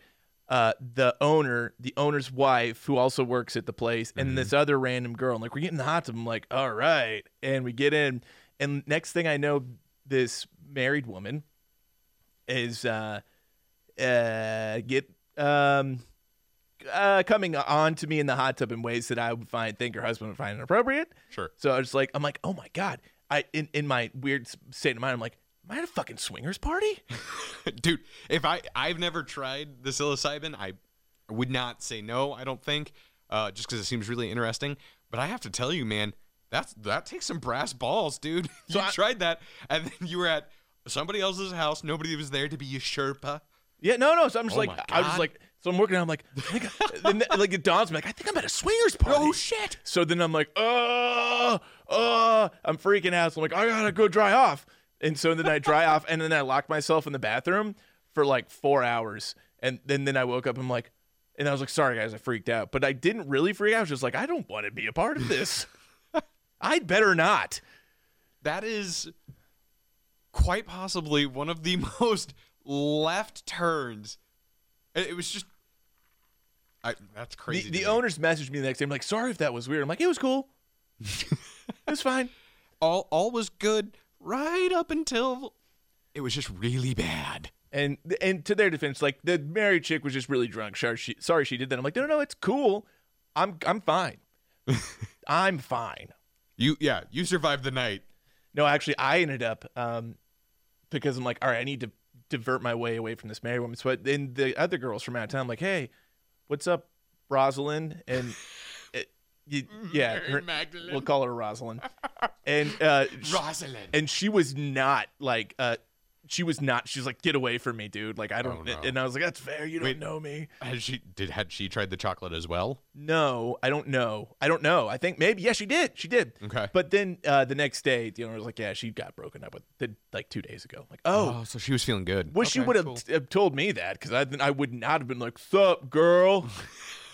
Speaker 1: Uh, the owner, the owner's wife, who also works at the place, and this other random girl. And like, we're getting in the hot tub. I'm like, all right. And we get in. And next thing I know, this married woman is uh uh get um uh coming on to me in the hot tub in ways that I would find think her husband would find inappropriate.
Speaker 2: Sure.
Speaker 1: So I was like, I'm like, oh my god. I in, in my weird s- state of mind, I'm like, am I at a fucking swingers party?
Speaker 2: dude if i i've never tried the psilocybin i would not say no i don't think uh just because it seems really interesting but i have to tell you man that's that takes some brass balls dude you
Speaker 1: I-
Speaker 2: tried that and then you were at somebody else's house nobody was there to be a sherpa
Speaker 1: Yeah, no, no. So I'm just
Speaker 2: Oh
Speaker 1: like,
Speaker 2: my
Speaker 1: I was just
Speaker 2: God.
Speaker 1: like, so I'm working. out, I'm like, I think I- and then, like it dawns me, like I think I'm at a swingers party.
Speaker 2: Oh, shit.
Speaker 1: So then I'm like, oh, oh, I'm freaking out. So I'm like, I gotta go dry off. And so then I dry off, and then I locked myself in the bathroom for like four hours, and then then I woke up. I'm like, and I was like, sorry guys, I freaked out, but I didn't really freak out. I was just like, I don't want to be a part of this. I'd better not.
Speaker 2: that is quite possibly one of the most left turns it, it was just I, that's
Speaker 1: The,
Speaker 2: crazy to
Speaker 1: the
Speaker 2: me.
Speaker 1: owners messaged me the next day. I'm like, sorry if that was weird. I'm like, it was cool. it was fine.
Speaker 2: all all was good right up until it was just really bad.
Speaker 1: And and to their defense, like the married chick was just really drunk. Sorry she, sorry she did that. I'm like, no, no, no, it's cool. I'm I'm fine. I'm fine.
Speaker 2: You yeah, you survived the night.
Speaker 1: No, actually, I ended up um, because I'm like, all right, I need to divert my way away from this married woman. So then the other girls from out of town, I'm like, hey, what's up, Rosalind? And it, y- yeah,
Speaker 2: Mary
Speaker 1: her-
Speaker 2: Magdalene.
Speaker 1: we'll call her Rosalind. And uh, she-
Speaker 2: Rosalind.
Speaker 1: and she was not like uh she was not she was like get away from me dude like i don't
Speaker 2: Oh, no.
Speaker 1: and i was like that's fair you don't
Speaker 2: Wait.
Speaker 1: know me
Speaker 2: Had she did had she tried the chocolate as well?
Speaker 1: no i don't know i don't know i think maybe yeah she did she did
Speaker 2: Okay.
Speaker 1: but then uh the next day the owner was like yeah she got broken up with the, like two days ago I'm like oh,
Speaker 2: so she was feeling good.
Speaker 1: wish you
Speaker 2: Okay,
Speaker 1: would have
Speaker 2: cool.
Speaker 1: t- have told me that because i then i would not have been like sup girl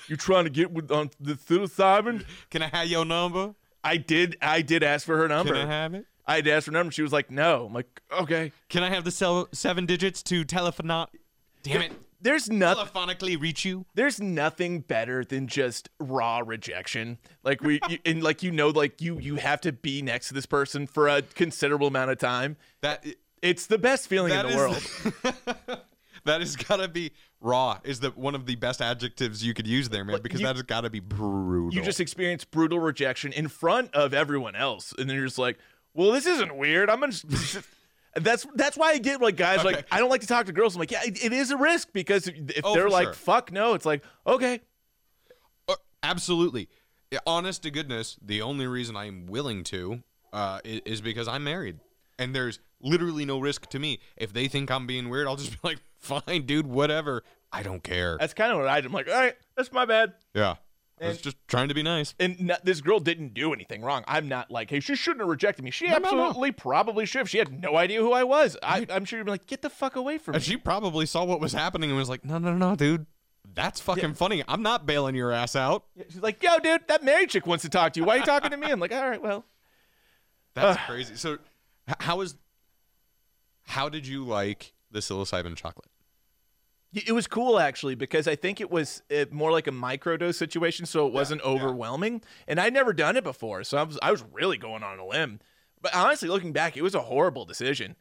Speaker 1: you trying to get with on the psilocybin
Speaker 2: Can I have your number?
Speaker 1: i did i did ask for her
Speaker 2: Can
Speaker 1: number
Speaker 2: I have it?
Speaker 1: I had to ask her number. She was like, no. I'm like, okay.
Speaker 2: Can I have the cell seven digits to telephone? Damn it!
Speaker 1: There's nothing.
Speaker 2: Telephonically reach you.
Speaker 1: There's nothing better than just raw rejection. Like we you, and like you know, like you you have to be next to this person for a considerable amount of time.
Speaker 2: That
Speaker 1: It's the best feeling
Speaker 2: that
Speaker 1: in the
Speaker 2: is-
Speaker 1: world.
Speaker 2: that has got to be raw. Is the one of the best adjectives you could use there, man? Because
Speaker 1: you-
Speaker 2: that has got to be brutal.
Speaker 1: You just experience brutal rejection in front of everyone else, and then you're just like, "Well, this isn't weird. I'm gonna." just-" that's that's why I get like guys like
Speaker 2: Okay.
Speaker 1: I don't like to talk to girls. I'm like, yeah, it, it is a risk because if
Speaker 2: Oh,
Speaker 1: they're
Speaker 2: for
Speaker 1: like,
Speaker 2: sure.
Speaker 1: "Fuck no," it's like, okay,
Speaker 2: Uh, absolutely. Yeah, Honest to goodness, the only reason I'm willing to uh, i- is, because I'm married, and there's literally no risk to me. If they think I'm being weird, I'll just be like, "Fine, dude, whatever. I don't care."
Speaker 1: that's kind of what I do. I'm like, all right, that's my bad.
Speaker 2: yeah, I was
Speaker 1: And-
Speaker 2: just trying to be nice.
Speaker 1: And no, this girl didn't do anything wrong. I'm not like, hey, she shouldn't have rejected me. She
Speaker 2: no, no.
Speaker 1: absolutely probably should. have. She had no idea who I was. I, I'm sure you'd be like, get the fuck away from me.
Speaker 2: And she probably saw what was happening and was like, "No, no, no, dude, that's fucking funny. I'm not bailing your ass out."
Speaker 1: She's like, yo, dude, that married chick wants to talk to you. Why are you talking to me? I'm like, all right, well.
Speaker 2: That's crazy. So, h- how is how did you like the psilocybin chocolate?
Speaker 1: Y- It was cool actually because I think it was uh more like a microdose situation, so it wasn't overwhelming. And I'd never done it before, so I was I was really going on a limb. But honestly, looking back, it was a horrible decision,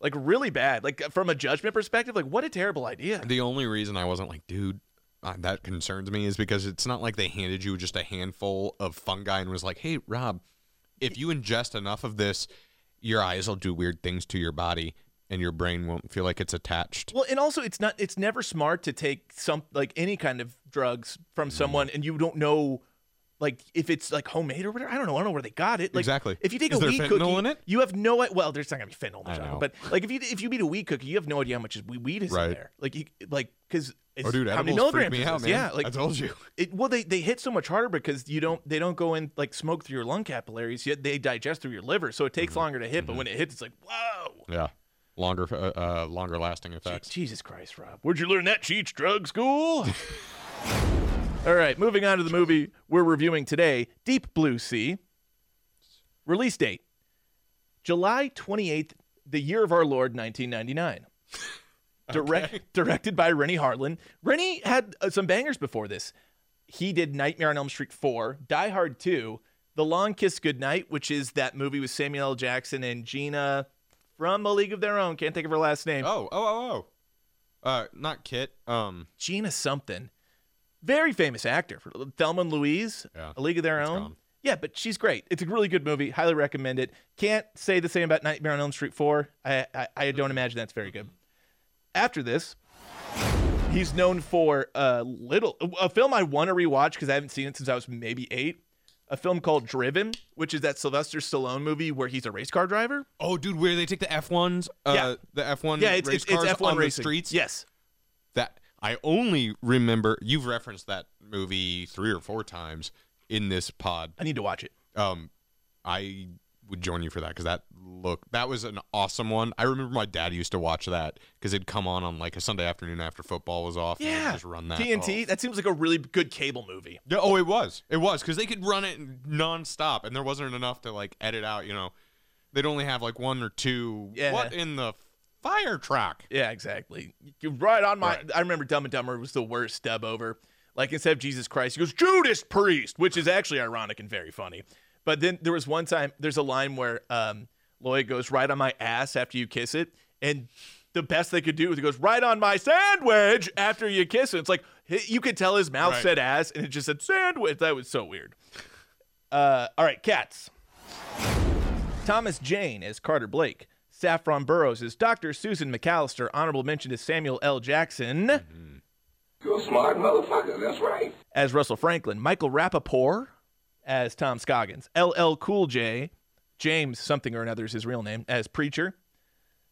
Speaker 1: like really bad. Like from a judgment perspective, like what a terrible idea.
Speaker 2: The only reason I wasn't like, dude, uh, that concerns me is because it's not like they handed you just a handful of fungi and was like, hey, Rob, if you ingest enough of this, your eyes will do weird things to your body and your brain won't feel like it's attached.
Speaker 1: Well, and also it's not it's never smart to take some like any kind of drugs from
Speaker 2: Mm-hmm.
Speaker 1: someone, and you don't know. Like if it's like homemade or whatever, I don't know. I don't know where they got it. Like,
Speaker 2: Exactly.
Speaker 1: If you take
Speaker 2: Is
Speaker 1: a
Speaker 2: there
Speaker 1: weed
Speaker 2: fentanyl
Speaker 1: cookie,
Speaker 2: in it?
Speaker 1: you have no. i- Well, there's not gonna be fentanyl, in
Speaker 2: I
Speaker 1: the chocolate,
Speaker 2: know.
Speaker 1: but like if you if you eat a weed cookie, you have no idea how much is we- weed is
Speaker 2: Right.
Speaker 1: in there. Like you like because
Speaker 2: Oh, dude,
Speaker 1: how many
Speaker 2: edibles freak
Speaker 1: milligrams?
Speaker 2: me
Speaker 1: is
Speaker 2: out,
Speaker 1: this?
Speaker 2: man.
Speaker 1: Yeah, like
Speaker 2: I told you.
Speaker 1: it, well, they, they hit so much harder because you don't they don't go in like smoke through your lung capillaries yet they digest through your liver, so it
Speaker 2: Mm-hmm.
Speaker 1: takes longer to hit. But when it hits, it's like whoa,
Speaker 2: Yeah. Longer, uh, uh, longer lasting effects.
Speaker 1: Jesus Christ, Rob, where'd you learn that cheats drug school? All right, moving on to the movie we're reviewing today, Deep Blue Sea. Release date July 28th, the year of our Lord, 1999. Direct, Directed by Rennie Harlan. Rennie had uh, some bangers before this. He did Nightmare on Elm Street 4, Die Hard 2, The Long Kiss Goodnight, which is that movie with Samuel L. Jackson and Gina from A League of Their Own. Can't think of her last name.
Speaker 2: Oh, oh, oh, oh. Uh, not Kit. Um,
Speaker 1: Gina something. Very famous actor. for Thelma and Louise,
Speaker 2: Yeah,
Speaker 1: A League of Their
Speaker 2: it's
Speaker 1: Own.
Speaker 2: gone.
Speaker 1: Yeah, but she's great. It's a really good movie. Highly recommend it. Can't say the same about Nightmare on Elm Street 4. I, I, I don't imagine that's very good. After this, he's known for a little a film I want to rewatch because I haven't seen it since I was maybe eight. A film called Driven, which is that Sylvester Stallone movie where he's a race car driver.
Speaker 2: oh, dude, where they take the F ones, uh,
Speaker 1: Yeah.
Speaker 2: the F one,
Speaker 1: Yeah, it's
Speaker 2: race
Speaker 1: it's, it's
Speaker 2: cars
Speaker 1: F1
Speaker 2: on
Speaker 1: racing.
Speaker 2: the streets.
Speaker 1: Yes.
Speaker 2: that I only remember you've referenced that movie three or four times in this pod.
Speaker 1: I need to watch it.
Speaker 2: Um, I would join you for that because that look that was an awesome one. I remember my dad used to watch that because it'd come on on like a Sunday afternoon after football was off. and they'd
Speaker 1: Yeah.
Speaker 2: just run that
Speaker 1: TNT.
Speaker 2: Oh.
Speaker 1: That seems like a really good cable movie.
Speaker 2: Yeah, oh, it was, it was because they could run it nonstop, and there wasn't enough to like edit out. You know, they'd only have like one or two.
Speaker 1: Yeah.
Speaker 2: What in the fire truck?
Speaker 1: Yeah, exactly. You- Right on my.
Speaker 2: Right.
Speaker 1: I remember Dumb and Dumber was the worst dub over. Like instead of Jesus Christ, he goes Judas Priest, which is actually ironic and very funny. But then there was one time. There's a line where um, Lloyd goes right on my ass after you kiss it, and the best they could do was he goes right on my sandwich after you kiss it. It's like hi- you could tell his mouth
Speaker 2: Right.
Speaker 1: said ass, and it just said sandwich. That was so weird. Uh, all right, cats. Thomas Jane as Carter Blake. Saffron Burrows as Dr. Susan McAllister. Honorable mention is Samuel L. Jackson
Speaker 2: Mm-hmm.
Speaker 4: You a smart motherfucker, that's right.
Speaker 1: as Russell Franklin. Michael Rappaport as Tom Scoggins. LL Cool J. James something or another is his real name as Preacher.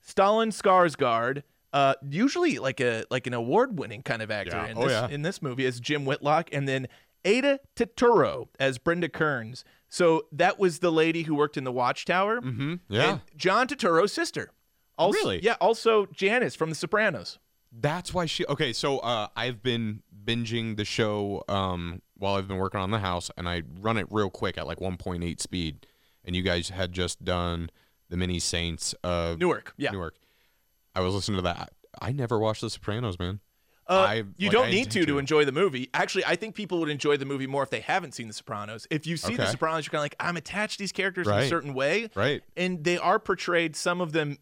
Speaker 1: Stalin Skarsgård. Uh, usually like a like an award winning kind of actor
Speaker 2: Yeah.
Speaker 1: in,
Speaker 2: Oh,
Speaker 1: this,
Speaker 2: yeah.
Speaker 1: in this movie as Jim Whitlock, and then Ada Taturo as Brenda Kearns. So that was the lady who worked in the Watchtower.
Speaker 2: Hmm? Yeah,
Speaker 1: and John Turturro's sister. Also,
Speaker 2: Really?
Speaker 1: Yeah. Also, Janice from The Sopranos.
Speaker 2: That's why she. Okay, so uh, I've been binging the show um, while I've been working on the house, and I run it real quick at like 1.8 speed, and you guys had just done the Mini Saints uh,
Speaker 1: Newark. Yeah.
Speaker 2: Newark. I was listening to that. I never watched The Sopranos, man.
Speaker 1: Uh,
Speaker 2: I-
Speaker 1: you
Speaker 2: like,
Speaker 1: don't
Speaker 2: I
Speaker 1: need to
Speaker 2: did
Speaker 1: to
Speaker 2: too.
Speaker 1: enjoy the movie. Actually, I think people would enjoy the movie more if they haven't seen The Sopranos. If you see The
Speaker 2: Okay.
Speaker 1: Sopranos, you're kind of like, I'm attached to these characters in a
Speaker 2: Right.
Speaker 1: certain way,
Speaker 2: Right.
Speaker 1: and they are portrayed. Some of them,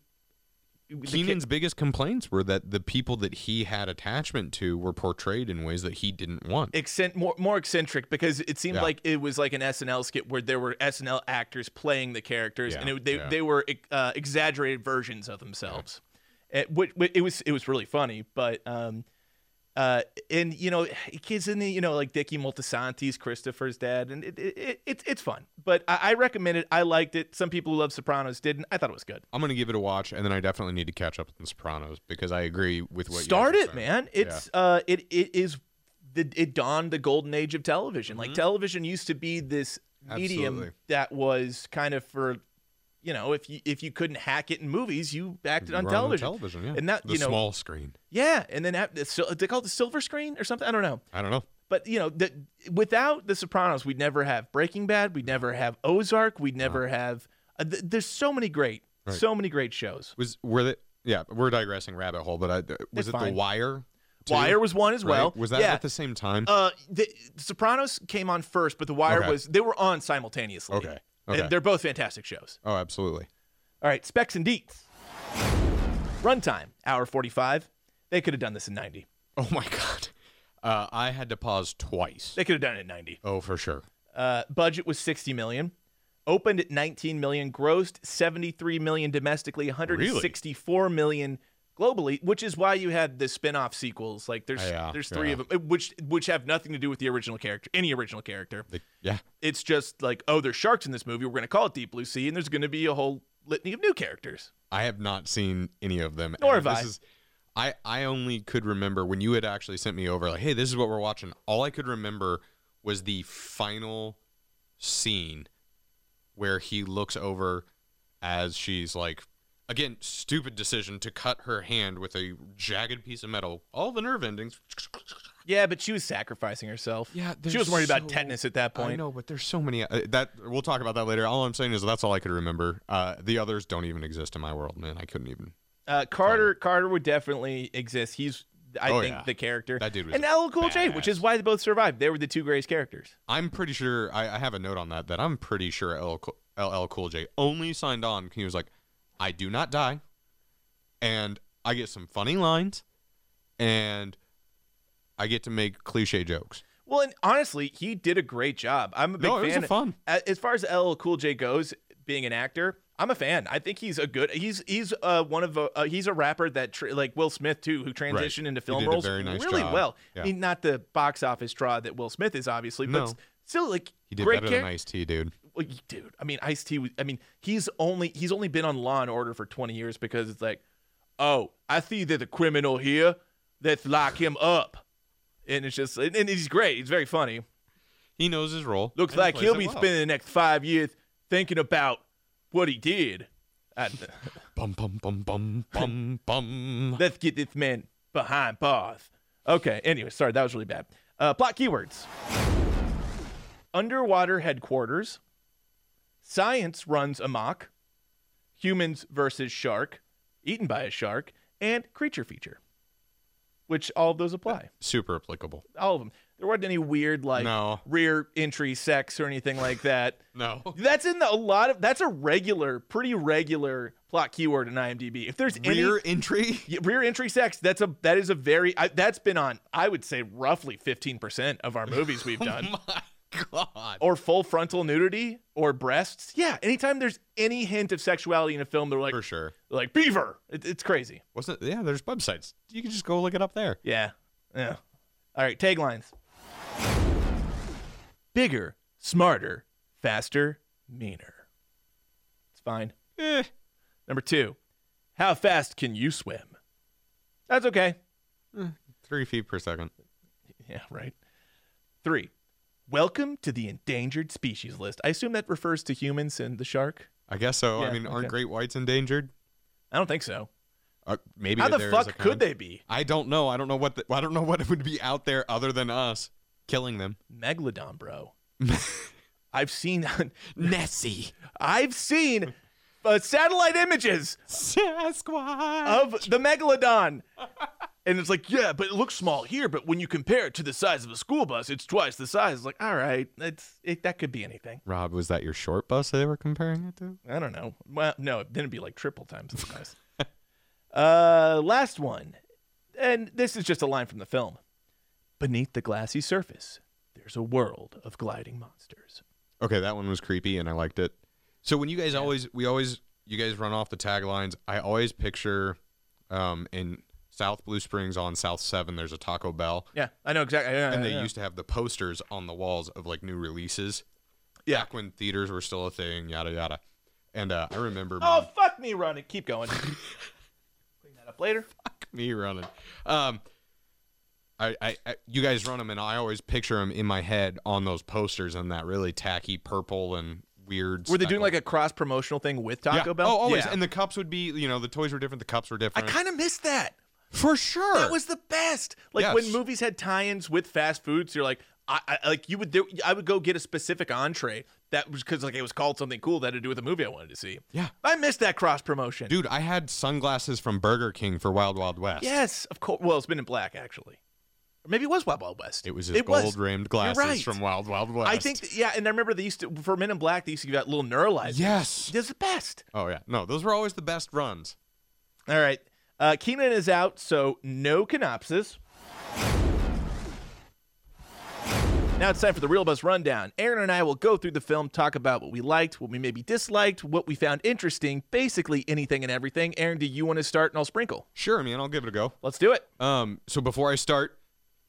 Speaker 1: the ki-
Speaker 2: Keenan's biggest complaints were that the people that he had attachment to were portrayed in ways that he didn't want.
Speaker 1: Accent more more eccentric because it seemed
Speaker 2: Yeah.
Speaker 1: like it was like an SNL skit where there were SNL actors playing the characters
Speaker 2: Yeah,
Speaker 1: and it, they
Speaker 2: yeah.
Speaker 1: they were uh, exaggerated versions of themselves. It, which, which- it was it was really funny, but um, uh, and you know kids in the you know like Dickie Multisanti's Christopher's dad, and it, it, it, it's it's fun. But I, I recommend it. I liked it. Some people who love Sopranos didn't. I thought it was good.
Speaker 2: I'm gonna give it a watch, and then I definitely need to catch up on The Sopranos because I agree with what. you
Speaker 1: start
Speaker 2: guys are
Speaker 1: it
Speaker 2: saying.
Speaker 1: man
Speaker 2: Yeah.
Speaker 1: it's uh it it is the, it dawned the golden age of television like television used to be this medium
Speaker 2: Mm-hmm. Absolutely.
Speaker 1: that was kind of for you know if you if you couldn't hack it in movies you backed it
Speaker 2: You
Speaker 1: on
Speaker 2: were the
Speaker 1: television
Speaker 2: television, yeah,
Speaker 1: And that,
Speaker 2: the
Speaker 1: you know-
Speaker 2: small screen.
Speaker 1: yeah and then at, it's still- they call it the silver screen or something i don't know
Speaker 2: I don't know.
Speaker 1: but you know the, without the sopranos we'd never have breaking bad we'd never
Speaker 2: Mm-hmm.
Speaker 1: have ozark we'd never have uh, th- there's so many great
Speaker 2: Right.
Speaker 1: so many great shows
Speaker 2: Was were they? Yeah, we're digressing rabbit hole, but I, was
Speaker 1: It's
Speaker 2: it The
Speaker 1: fine.
Speaker 2: Wire? too?
Speaker 1: wire was one as
Speaker 2: Right?
Speaker 1: well
Speaker 2: Was that
Speaker 1: yeah.
Speaker 2: at the same time?
Speaker 1: Uh, the Sopranos came on first, but The Wire
Speaker 2: Okay.
Speaker 1: was they were on simultaneously.
Speaker 2: Okay. Okay.
Speaker 1: And they're both fantastic shows.
Speaker 2: oh, absolutely.
Speaker 1: All right, Specs and Deets. Runtime hour forty five. They could have done this in ninety.
Speaker 2: Oh my god, uh, I had to pause twice.
Speaker 1: They could have done it in ninety.
Speaker 2: Oh, for sure.
Speaker 1: Uh, budget was sixty million. Opened at nineteen million. Grossed seventy three million domestically. One hundred sixty four million globally, which is why you had the spin off sequels. Like there's
Speaker 2: Yeah,
Speaker 1: there's three
Speaker 2: yeah.
Speaker 1: of them, which which have nothing to do with the original character, any original character.
Speaker 2: They- yeah,
Speaker 1: it's just like, oh, there's sharks in this movie. We're going to call it Deep Blue Sea, and there's going to be a whole litany of new characters.
Speaker 2: I have not seen any of them.
Speaker 1: Nor
Speaker 2: and
Speaker 1: have I.
Speaker 2: I I only could remember when you had actually sent me over like, hey, this is what we're watching. All I could remember was the final scene where he looks over as she's like again stupid decision to cut her hand with a jagged piece of metal all the nerve endings
Speaker 1: Yeah, but she was sacrificing herself.
Speaker 2: Yeah,
Speaker 1: she
Speaker 2: there's
Speaker 1: was worried about
Speaker 2: so-
Speaker 1: tetanus at that
Speaker 2: i
Speaker 1: point.
Speaker 2: know but there's so many uh, that we'll talk about that later all i'm saying is that's all i could remember uh the others don't even exist in my world man i couldn't even
Speaker 1: Uh, Carter, Carter would definitely exist. He's, I
Speaker 2: Oh,
Speaker 1: think,
Speaker 2: yeah.
Speaker 1: the character.
Speaker 2: That dude was
Speaker 1: and LL Cool J, which
Speaker 2: badass.
Speaker 1: is why they both survived. They were the two greatest characters.
Speaker 2: I'm pretty sure I, I have a note on that that I'm pretty sure LL, Cool- LL Cool J only signed on. He was like, I do not die, and I get some funny lines, and I get to make cliche jokes.
Speaker 1: Well, and honestly, he did a great job. I'm a big
Speaker 2: No, it was
Speaker 1: fan.
Speaker 2: a fun.
Speaker 1: a- As far as LL Cool J goes, being an actor, I'm a fan. I think he's a good. He's he's uh, one of a, uh, he's a rapper that tra- like Will Smith too, who transitioned into film
Speaker 2: did a
Speaker 1: roles
Speaker 2: very nice
Speaker 1: really
Speaker 2: job.
Speaker 1: well. I
Speaker 2: Yeah.
Speaker 1: mean, not the box office draw that Will Smith is obviously,
Speaker 2: No.
Speaker 1: but s- still like
Speaker 2: He did
Speaker 1: great
Speaker 2: better
Speaker 1: character.
Speaker 2: than Ice T, dude.
Speaker 1: Well, you- dude, I mean, Ice T. I mean, he's only he's only been on Law and Order for twenty years because it's like, oh, I see there's a criminal here. Let's lock him up. And it's just, and, and he's great. He's very funny.
Speaker 2: He knows his role.
Speaker 1: Looks
Speaker 2: and he
Speaker 1: like
Speaker 2: plays
Speaker 1: he'll
Speaker 2: it
Speaker 1: be
Speaker 2: well.
Speaker 1: spending the next five years thinking about what he did. I-
Speaker 2: Bum bum bum bum bum bum.
Speaker 1: let's get this man behind bars. Okay. Anyway, sorry, that was really bad. Uh, plot keywords: underwater headquarters, science runs amok, humans versus shark, eaten by a shark, and creature feature. Which all of those apply.
Speaker 2: Super applicable.
Speaker 1: All of them. There wasn't any weird like
Speaker 2: No.
Speaker 1: rear entry sex or anything like that.
Speaker 2: No.
Speaker 1: That's in the, a lot of. That's a regular, pretty regular plot keyword in IMDb. If there's
Speaker 2: Rear
Speaker 1: any
Speaker 2: entry.
Speaker 1: yeah, rear entry sex, that's a that is a very I, that's been on. I would say roughly fifteen percent of our movies we've done,
Speaker 2: Oh My God.
Speaker 1: or full frontal nudity, or breasts. Yeah, anytime there's any hint of sexuality in a film, they're like
Speaker 2: For sure.
Speaker 1: like beaver. It, it's crazy.
Speaker 2: Wasn't yeah? There's websites. You can just go look it up there.
Speaker 1: Yeah, yeah. All right, taglines: bigger, smarter, faster, meaner. It's fine.
Speaker 2: Eh.
Speaker 1: Number two, how fast can you swim? That's okay.
Speaker 2: Three feet per second.
Speaker 1: Yeah, right. Three, welcome to the endangered species list. I assume that refers to humans and the shark.
Speaker 2: I guess so.
Speaker 1: Yeah,
Speaker 2: I mean, aren't
Speaker 1: okay.
Speaker 2: great whites endangered?
Speaker 1: I don't think so.
Speaker 2: Uh, maybe
Speaker 1: how the
Speaker 2: there is a
Speaker 1: fuck could
Speaker 2: kind.
Speaker 1: they be?
Speaker 2: I don't know. I don't know what the, I don't know what would be out there other than us killing them.
Speaker 1: Megalodon, bro. I've seen
Speaker 2: Nessie.
Speaker 1: I've seen uh, satellite images
Speaker 2: Sasquatch.
Speaker 1: of the megalodon. And it's like, yeah, but it looks small here. But when you compare it to the size of a school bus, it's twice the size. It's like, all right, it's it, that could be anything.
Speaker 2: Rob, was that your short bus they were comparing it to?
Speaker 1: I don't know. Well, no, then it'd be like triple times the size. uh, last one, and this is just a line from the film. Beneath the glassy surface, there's a world of gliding monsters.
Speaker 2: Okay, that one was creepy and I liked it. So when you guys always we always you guys run off the taglines, I always picture um in South Blue Springs on South 7 there's a Taco Bell
Speaker 1: Yeah, I know exactly. I, I-
Speaker 2: and
Speaker 1: I
Speaker 2: they
Speaker 1: know.
Speaker 2: used to have the posters on the walls of like new releases.
Speaker 1: Yeah.
Speaker 2: Back when theaters were still a thing, yada yada. And uh, I remember
Speaker 1: Oh
Speaker 2: Mom-
Speaker 1: fuck me, running. Keep going. Clean that up later.
Speaker 2: me running. Um, I, I, I, you guys run them, and I always picture them in my head on those posters and that really tacky purple and weird.
Speaker 1: Were they doing like a cross promotional thing with
Speaker 2: yeah.
Speaker 1: Taco Bell?
Speaker 2: Oh, always.
Speaker 1: Yeah.
Speaker 2: And the cups would be, you know, the toys were different, the cups were
Speaker 1: I
Speaker 2: different.
Speaker 1: kind of missed that.
Speaker 2: for sure.
Speaker 1: That was the best. Like when
Speaker 2: Yes.
Speaker 1: movies had tie-ins with fast foods, you're like, I, I like you would. There, I would go get a specific entree that was because like it was called something cool that had to do with a movie I wanted to see.
Speaker 2: Yeah.
Speaker 1: I missed that cross promotion.
Speaker 2: dude. I had sunglasses from Burger King for Wild Wild West.
Speaker 1: Yes, of course. Well, it's been in black actually. Or maybe it was Wild Wild West.
Speaker 2: it was his gold rimmed glasses
Speaker 1: right.
Speaker 2: from Wild Wild West.
Speaker 1: I think. That, yeah, and I remember they used to for Men in Black. They used to give out little neuralizer.
Speaker 2: yes.
Speaker 1: It was the best.
Speaker 2: Oh yeah, no, those were always the best runs.
Speaker 1: All right. Uh, Keenan is out, so no canopsis. Now it's time for the Real Buzz Rundown. Aaron and I will go through the film, talk about what we liked, what we maybe disliked, what we found interesting, basically anything and everything. Aaron, do you want to start and I'll sprinkle?
Speaker 2: Sure, man, I'll give it a go.
Speaker 1: Let's do it.
Speaker 2: Um, so before I start,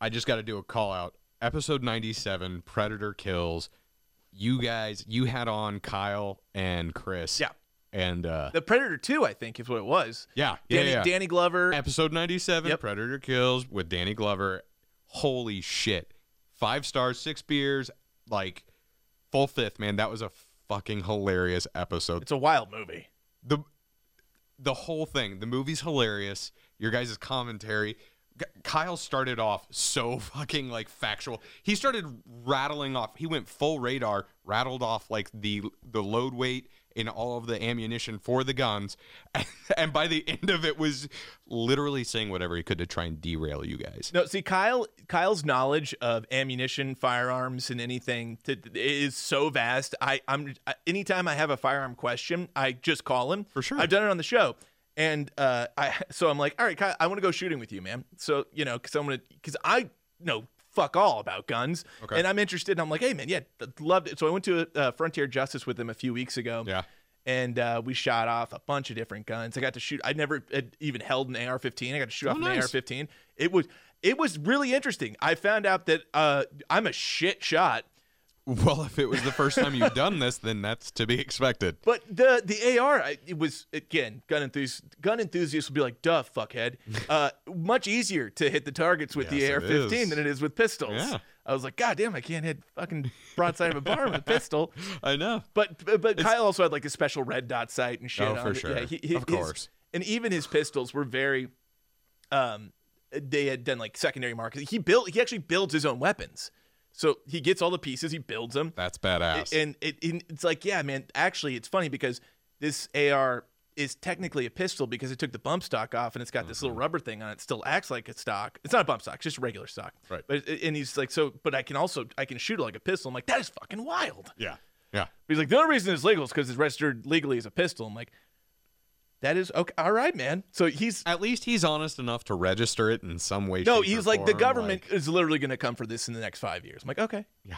Speaker 2: I just got to do a call out. Episode 97, Predator Kills. You guys, you had on Kyle and Chris.
Speaker 1: Yeah.
Speaker 2: And uh
Speaker 1: The Predator 2, I think, is what it was.
Speaker 2: yeah, yeah,
Speaker 1: Danny,
Speaker 2: yeah.
Speaker 1: Danny Glover.
Speaker 2: Episode 97,
Speaker 1: Yep.
Speaker 2: Predator Kills with Danny Glover. Holy shit. 5 stars, 6 beers, like full fifth, man. That was a fucking hilarious episode.
Speaker 1: It's a wild movie.
Speaker 2: the the whole thing. The movie's hilarious. Your guys' commentary. G- Kyle started off so fucking like factual. He started rattling off. He went full radar, rattled off like the the load weight and all of the ammunition for the guns, and, and by the end of it was literally saying whatever he could to try and derail you guys.
Speaker 1: No, see, Kyle, Kyle's knowledge of ammunition, firearms, and anything to, is so vast. I, I'm I, anytime I have a firearm question, I just call him.
Speaker 2: For sure.
Speaker 1: I've done it on the show, and uh, I so I'm like, all right, Kyle, I want to go shooting with you, man. So you know, because I'm gonna, because I know fuck all about guns,
Speaker 2: Okay.
Speaker 1: and I'm interested. And I'm like, hey, man, yeah, th- loved it. So I went to uh, Frontier Justice with him a few weeks ago
Speaker 2: Yeah.
Speaker 1: and uh, we shot off a bunch of different guns. I got to shoot. I never had even held an AR-15. I got to shoot off an
Speaker 2: Oh, nice.
Speaker 1: AR-15. It was it was really interesting. I found out that uh, I'm a shit shot,
Speaker 2: Well, if it was the first time you've done this, then that's to be expected.
Speaker 1: but the the AR I- it was again gun enthusiast gun enthusiasts will be like duh fuckhead. Uh, much easier to hit the targets with
Speaker 2: Yes,
Speaker 1: the
Speaker 2: it
Speaker 1: AR-15
Speaker 2: is.
Speaker 1: than it is with pistols.
Speaker 2: Yeah.
Speaker 1: I was like, God damn, I can't hit fucking broadside of a barn with a pistol.
Speaker 2: I know.
Speaker 1: But but, but Kyle also had like a special red dot sight and shit.
Speaker 2: Oh,
Speaker 1: on
Speaker 2: for
Speaker 1: it.
Speaker 2: sure.
Speaker 1: Yeah, he, he-
Speaker 2: Of
Speaker 1: his-
Speaker 2: course.
Speaker 1: and even his pistols were very, um, they had done like secondary marketing. He built. He actually builds his own weapons. So he gets all the pieces. He builds them.
Speaker 2: That's badass.
Speaker 1: And it, it- it's like, yeah, man. Actually, it's funny because this AR is technically a pistol because it took the bump stock off and it's got this little
Speaker 2: Mm-hmm.
Speaker 1: rubber thing on it. Still acts like a stock. It's not a bump stock, it's just regular stock.
Speaker 2: Right.
Speaker 1: But and he's like, so, but I can also I can shoot it like a pistol. I'm like, that is fucking wild.
Speaker 2: yeah. Yeah.
Speaker 1: He's like, the only reason it's legal is because it's registered legally as a pistol. I'm like, that is okay. All right, man. So he's
Speaker 2: At least he's honest enough to register it in some way.
Speaker 1: no,
Speaker 2: shape, or
Speaker 1: he's like, the
Speaker 2: form,
Speaker 1: government
Speaker 2: like-
Speaker 1: is literally going to come for this in the next five years. I'm like, okay,
Speaker 2: Yeah.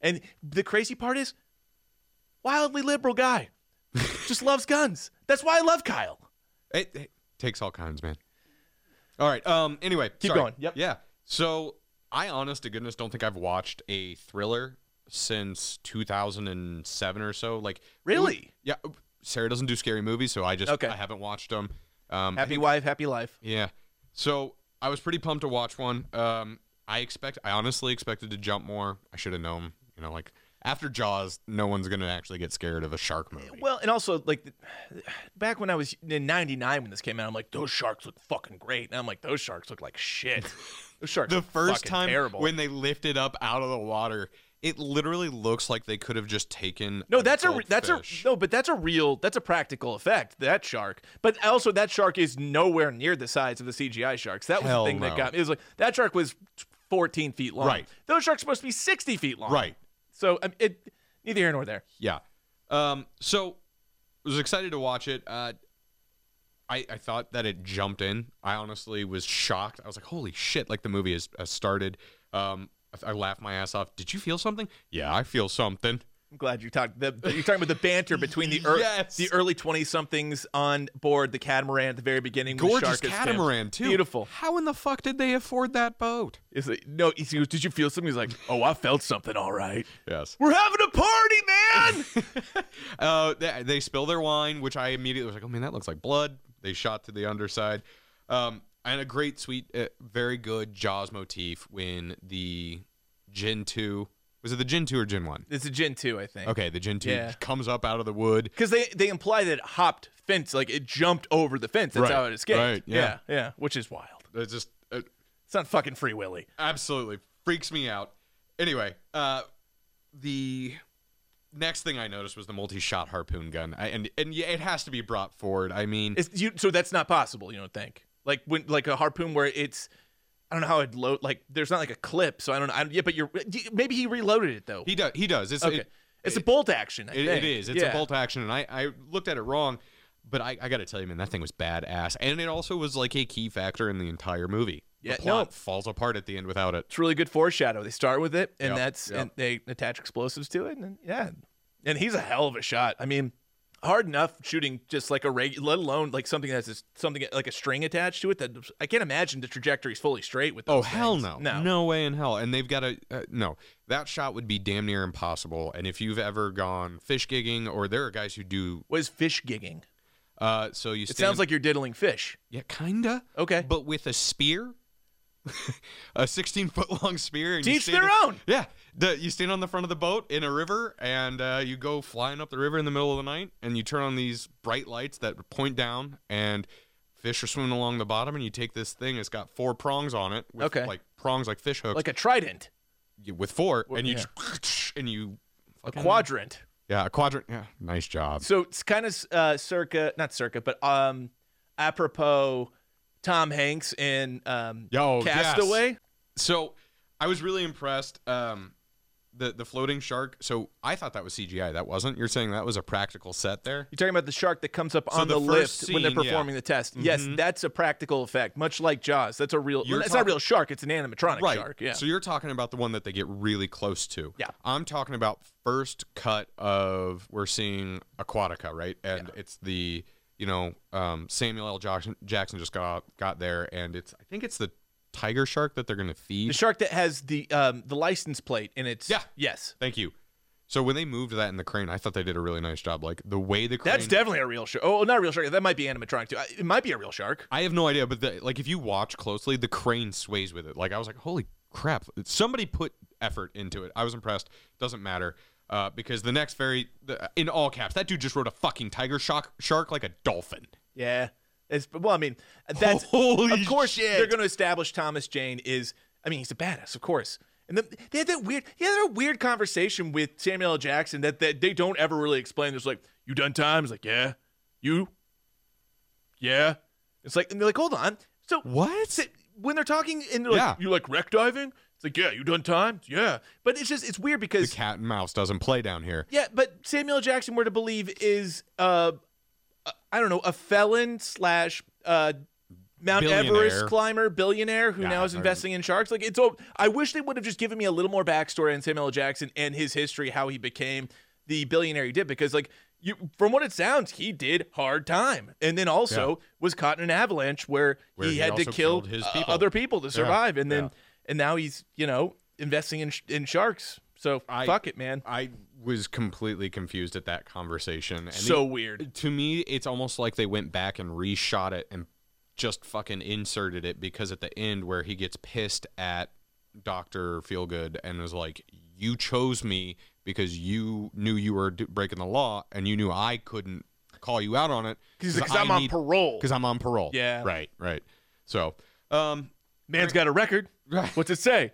Speaker 1: And the crazy part is, wildly liberal guy, just loves guns. That's why I love Kyle.
Speaker 2: It, it takes all kinds, man. All right. Um. Anyway,
Speaker 1: Keep
Speaker 2: sorry.
Speaker 1: going. Yep.
Speaker 2: Yeah. So I, honest to goodness, don't think I've watched a thriller since 2007 or so. Like,
Speaker 1: Really?
Speaker 2: yeah. Sarah doesn't do scary movies, so I just
Speaker 1: Okay.
Speaker 2: I haven't watched them. Um,
Speaker 1: Happy wife, happy life.
Speaker 2: Yeah. So I was pretty pumped to watch one. Um, I expect, I honestly expected to jump more. I should have known. You know, like after Jaws, no one's gonna actually get scared of a shark movie.
Speaker 1: Well, and also like the- back when I was in '99 when this came out, I'm like, those sharks look fucking great, and I'm like, those sharks look like shit. Those sharks
Speaker 2: the
Speaker 1: look
Speaker 2: first
Speaker 1: fucking
Speaker 2: time
Speaker 1: terrible.
Speaker 2: when they lifted up out of the water It literally looks like they could have just taken.
Speaker 1: No, that's a that's
Speaker 2: goldfish.
Speaker 1: a no, but that's a real that's a practical effect. That shark, but also that shark is nowhere near the size of the CGI sharks. That was
Speaker 2: Hell
Speaker 1: the thing
Speaker 2: no.
Speaker 1: that got me. It was like that shark was 14 feet long.
Speaker 2: Right.
Speaker 1: Those sharks supposed to be 60 feet long.
Speaker 2: right.
Speaker 1: So um, it neither here nor there.
Speaker 2: Yeah. Um. So was excited to watch it. Uh, I I thought that it jumped in. I honestly was shocked. I was like, holy shit! Like the movie has, has started. Um. I, I laughed my ass off. Did you feel something? Yeah, I feel something.
Speaker 1: I'm glad you talked. The, the- you're talking about the banter between the ear
Speaker 2: Yes.
Speaker 1: the early 20 somethings on board the catamaran at the very beginning. when the
Speaker 2: Gorgeous
Speaker 1: shark is stamped.
Speaker 2: catamaran too.
Speaker 1: Beautiful.
Speaker 2: How in the fuck did they afford that boat?
Speaker 1: It's like, no, he goes, "Did you feel something?" He's like, "Oh, I felt something. All right,
Speaker 2: Yes.
Speaker 1: we're having a party, man."
Speaker 2: Uh, they, they spill their wine, which I immediately was like, oh man, that looks like blood. They shot to the underside. Um, and a great, sweet, uh, very good Jaws motif when the Gen 2 was it the Gen 2 or Gen 1?
Speaker 1: it's a gin too, I think.
Speaker 2: Okay, the Gen 2
Speaker 1: Yeah.
Speaker 2: comes up out of the wood.
Speaker 1: because they they imply that it hopped fence, like it jumped over the fence. That's
Speaker 2: Right,
Speaker 1: how it escaped.
Speaker 2: right, yeah.
Speaker 1: yeah, which is wild.
Speaker 2: It just it
Speaker 1: It's not fucking Free Willy.
Speaker 2: absolutely freaks me out. Anyway, uh, the next thing I noticed was the multi-shot harpoon gun, I, and and yeah, it has to be brought forward. I mean,
Speaker 1: It's, you, so that's not possible. You don't think like when like a harpoon where it's I don't know how it load like there's not like a clip, so I don't know. I, yeah, but you're maybe he reloaded it though.
Speaker 2: he does. He does. It's
Speaker 1: okay,
Speaker 2: it-
Speaker 1: it's a bolt action. I
Speaker 2: It, it
Speaker 1: think.
Speaker 2: is. It's
Speaker 1: Yeah.
Speaker 2: a bolt action, and I, I looked at it wrong, but I, I got to tell you, man, that thing was badass, and it also was like a key factor in the entire movie.
Speaker 1: Yeah,
Speaker 2: the
Speaker 1: no.
Speaker 2: plot falls apart at the end without it.
Speaker 1: It's really good foreshadow. They start with it, and
Speaker 2: Yep,
Speaker 1: that's
Speaker 2: yep.
Speaker 1: and they attach explosives to it, and then- yeah, and he's a hell of a shot. I mean, hard enough shooting just like a regular, let alone like something that's just something like a string attached to it. That I can't imagine the trajectory's fully straight with. Those
Speaker 2: Oh hell
Speaker 1: things.
Speaker 2: no.
Speaker 1: no,
Speaker 2: way in hell. And they've got to uh, no. That shot would be damn near impossible. And if you've ever gone fish gigging, or there are guys who do,
Speaker 1: Was fish gigging?
Speaker 2: uh, so you.
Speaker 1: It sounds like you're diddling fish.
Speaker 2: yeah, kinda.
Speaker 1: Okay.
Speaker 2: but with a spear. a 16 foot long spear. And you
Speaker 1: Teach
Speaker 2: stand
Speaker 1: their
Speaker 2: at-
Speaker 1: own.
Speaker 2: Yeah. The, you stand on the front of the boat in a river and uh, you go flying up the river in the middle of the night and you turn on these bright lights that point down and fish are swimming along the bottom and you take this thing. It's got four prongs on it. With,
Speaker 1: Okay.
Speaker 2: Like prongs like fish hooks
Speaker 1: Like a trident,
Speaker 2: you- with four and you
Speaker 1: yeah.
Speaker 2: just- and you.
Speaker 1: a
Speaker 2: fucking-
Speaker 1: quadrant.
Speaker 2: Yeah. A quadrant. Yeah. Nice job.
Speaker 1: So it's kind of uh, circa, not circa, but um, apropos Tom Hanks in um,
Speaker 2: Yo, yes.
Speaker 1: Castaway.
Speaker 2: So I was really impressed. Um, the the floating shark. So I thought that was CGI. That wasn't. You're saying that was a practical set there.
Speaker 1: You're talking about the shark that comes up
Speaker 2: So
Speaker 1: on
Speaker 2: the
Speaker 1: the, lift
Speaker 2: first
Speaker 1: when they're
Speaker 2: scene, yeah. Mm-hmm.
Speaker 1: performing the test. Yes, that's a practical effect, much like Jaws. That's a real.
Speaker 2: You're
Speaker 1: it's not a
Speaker 2: talking-
Speaker 1: real shark. It's an animatronic
Speaker 2: Right.
Speaker 1: shark. Yeah.
Speaker 2: So you're talking about the one that they get really close to.
Speaker 1: Yeah.
Speaker 2: I'm talking about first cut of we're seeing Aquatica, right? And it's the you know um, Samuel L. Jackson Jackson just got got there, and it's I think it's the tiger shark that they're gonna feed.
Speaker 1: the shark that has the um the license plate and it's
Speaker 2: Yeah.
Speaker 1: yes.
Speaker 2: Thank you. So when they moved that in the crane, I thought they did a really nice job. Like the way the crane.
Speaker 1: That's definitely a real shark. Oh, not a real shark. That might be animatronic too. I- It might be a real shark.
Speaker 2: I have no idea, but the, like if you watch closely, the crane sways with it. Like I was like, holy crap! Somebody put effort into it. I was impressed. Doesn't matter uh, because the next very the, in all caps, that dude just wrote a fucking tiger shark shark like a dolphin.
Speaker 1: Yeah. It's well, I mean, that's
Speaker 2: Holy
Speaker 1: of course
Speaker 2: shit.
Speaker 1: they're going to establish Thomas Jane is. I mean, he's a badass, of course. And then they had that weird, yeah, they had a weird conversation with Samuel L. Jackson that, that they don't ever really explain. There's like, you done time? He's like, yeah, you, yeah. It's like, and they're like, hold on. So
Speaker 2: What?
Speaker 1: so when they're talking and they're like,
Speaker 2: Yeah.
Speaker 1: you like wreck diving? It's like, yeah, you done time? Yeah. But it's just, it's weird
Speaker 2: The
Speaker 1: because
Speaker 2: cat and mouse doesn't play down here.
Speaker 1: yeah, but Samuel L. Jackson, we're to believe, is uh, a- I don't know, a felon slash uh, Mount
Speaker 2: Billionaire.
Speaker 1: Everest climber billionaire who
Speaker 2: Yeah,
Speaker 1: now is
Speaker 2: I-
Speaker 1: investing in sharks. Like it's, all- I wish they would have just given me a little more backstory on Samuel L. Jackson and his history, how he became the billionaire he did, because like. You, from what it sounds, he did hard time, and then also was caught in an avalanche where,
Speaker 2: Where he
Speaker 1: had to
Speaker 2: also
Speaker 1: kill
Speaker 2: killed his
Speaker 1: uh,
Speaker 2: people.
Speaker 1: other people to survive, and then
Speaker 2: yeah.
Speaker 1: and now he's you know investing in sh- in sharks. So
Speaker 2: I-
Speaker 1: fuck it, man.
Speaker 2: I was completely confused at that conversation. And
Speaker 1: so
Speaker 2: the-
Speaker 1: weird.
Speaker 2: to me, it's almost like they went back and reshot it and just fucking inserted it because at the end where he gets pissed at Doctor Feelgood and is like, "You chose me because you knew you were d- breaking the law and you knew I couldn't call you out on it
Speaker 1: Because I'm on parole.
Speaker 2: because I'm on parole."
Speaker 1: Yeah.
Speaker 2: right, right. So, um,
Speaker 1: Man's got a record.
Speaker 2: Right.
Speaker 1: What's it say?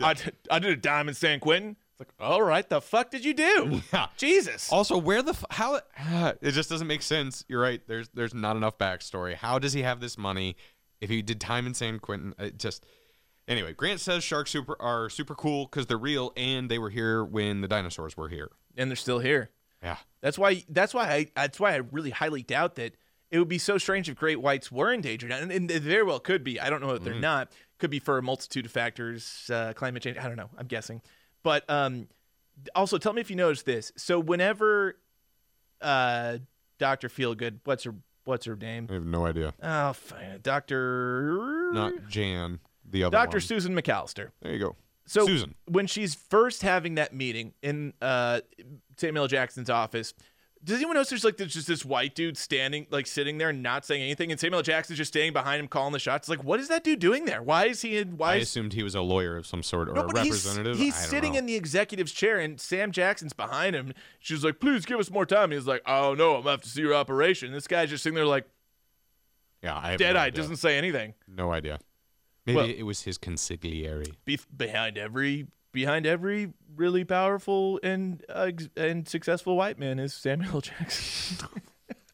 Speaker 1: I I did a dime in San Quentin. It's like, all right, the fuck did you do?
Speaker 2: Yeah.
Speaker 1: Jesus.
Speaker 2: Also, where the f- how it just doesn't make sense. You're right. There's there's not enough backstory. How does he have this money? If he did time in San Quentin, it just anyway. Grant says sharks super are super cool because they're real and they were here when the dinosaurs were here.
Speaker 1: and they're still here.
Speaker 2: Yeah,
Speaker 1: That's why. That's why. I, that's why I really highly doubt that it would be so strange if great whites were endangered, and, and they very well could be. I don't know if they're not. Could be for a multitude of factors, uh, climate change. I don't know. I'm guessing. But um, also, tell me if you noticed this. So whenever uh, Doctor Feelgood, what's her what's her name?
Speaker 2: I have no idea.
Speaker 1: Oh, fine. Doctor.
Speaker 2: Not Jan, the other
Speaker 1: Doctor
Speaker 2: one.
Speaker 1: Susan McAllister.
Speaker 2: there you go.
Speaker 1: So
Speaker 2: Susan.
Speaker 1: when she's first having that meeting in uh, Samuel L. Jackson's office, does anyone notice there's like there's just this white dude standing, like sitting there, and not saying anything, and Samuel L. Jackson's just standing behind him, calling the shots. Like, what is that dude doing there? Why is he? In, why
Speaker 2: I
Speaker 1: is
Speaker 2: assumed he was a lawyer of some sort or
Speaker 1: no,
Speaker 2: a
Speaker 1: but he's-
Speaker 2: representative.
Speaker 1: He's,
Speaker 2: I don't
Speaker 1: sitting
Speaker 2: know.
Speaker 1: in the executive's chair, and Sam Jackson's behind him. She's like, "Please give us more time." He's like, "Oh no, I'm gonna have to see your operation." This guy's just sitting there like
Speaker 2: yeah, I have
Speaker 1: dead
Speaker 2: no
Speaker 1: eye,
Speaker 2: idea.
Speaker 1: doesn't say anything.
Speaker 2: no idea. Maybe
Speaker 1: Well-
Speaker 2: it was his consigliere.
Speaker 1: Be- behind every behind every really powerful and uh, ex- and successful white man is Samuel L. Jackson.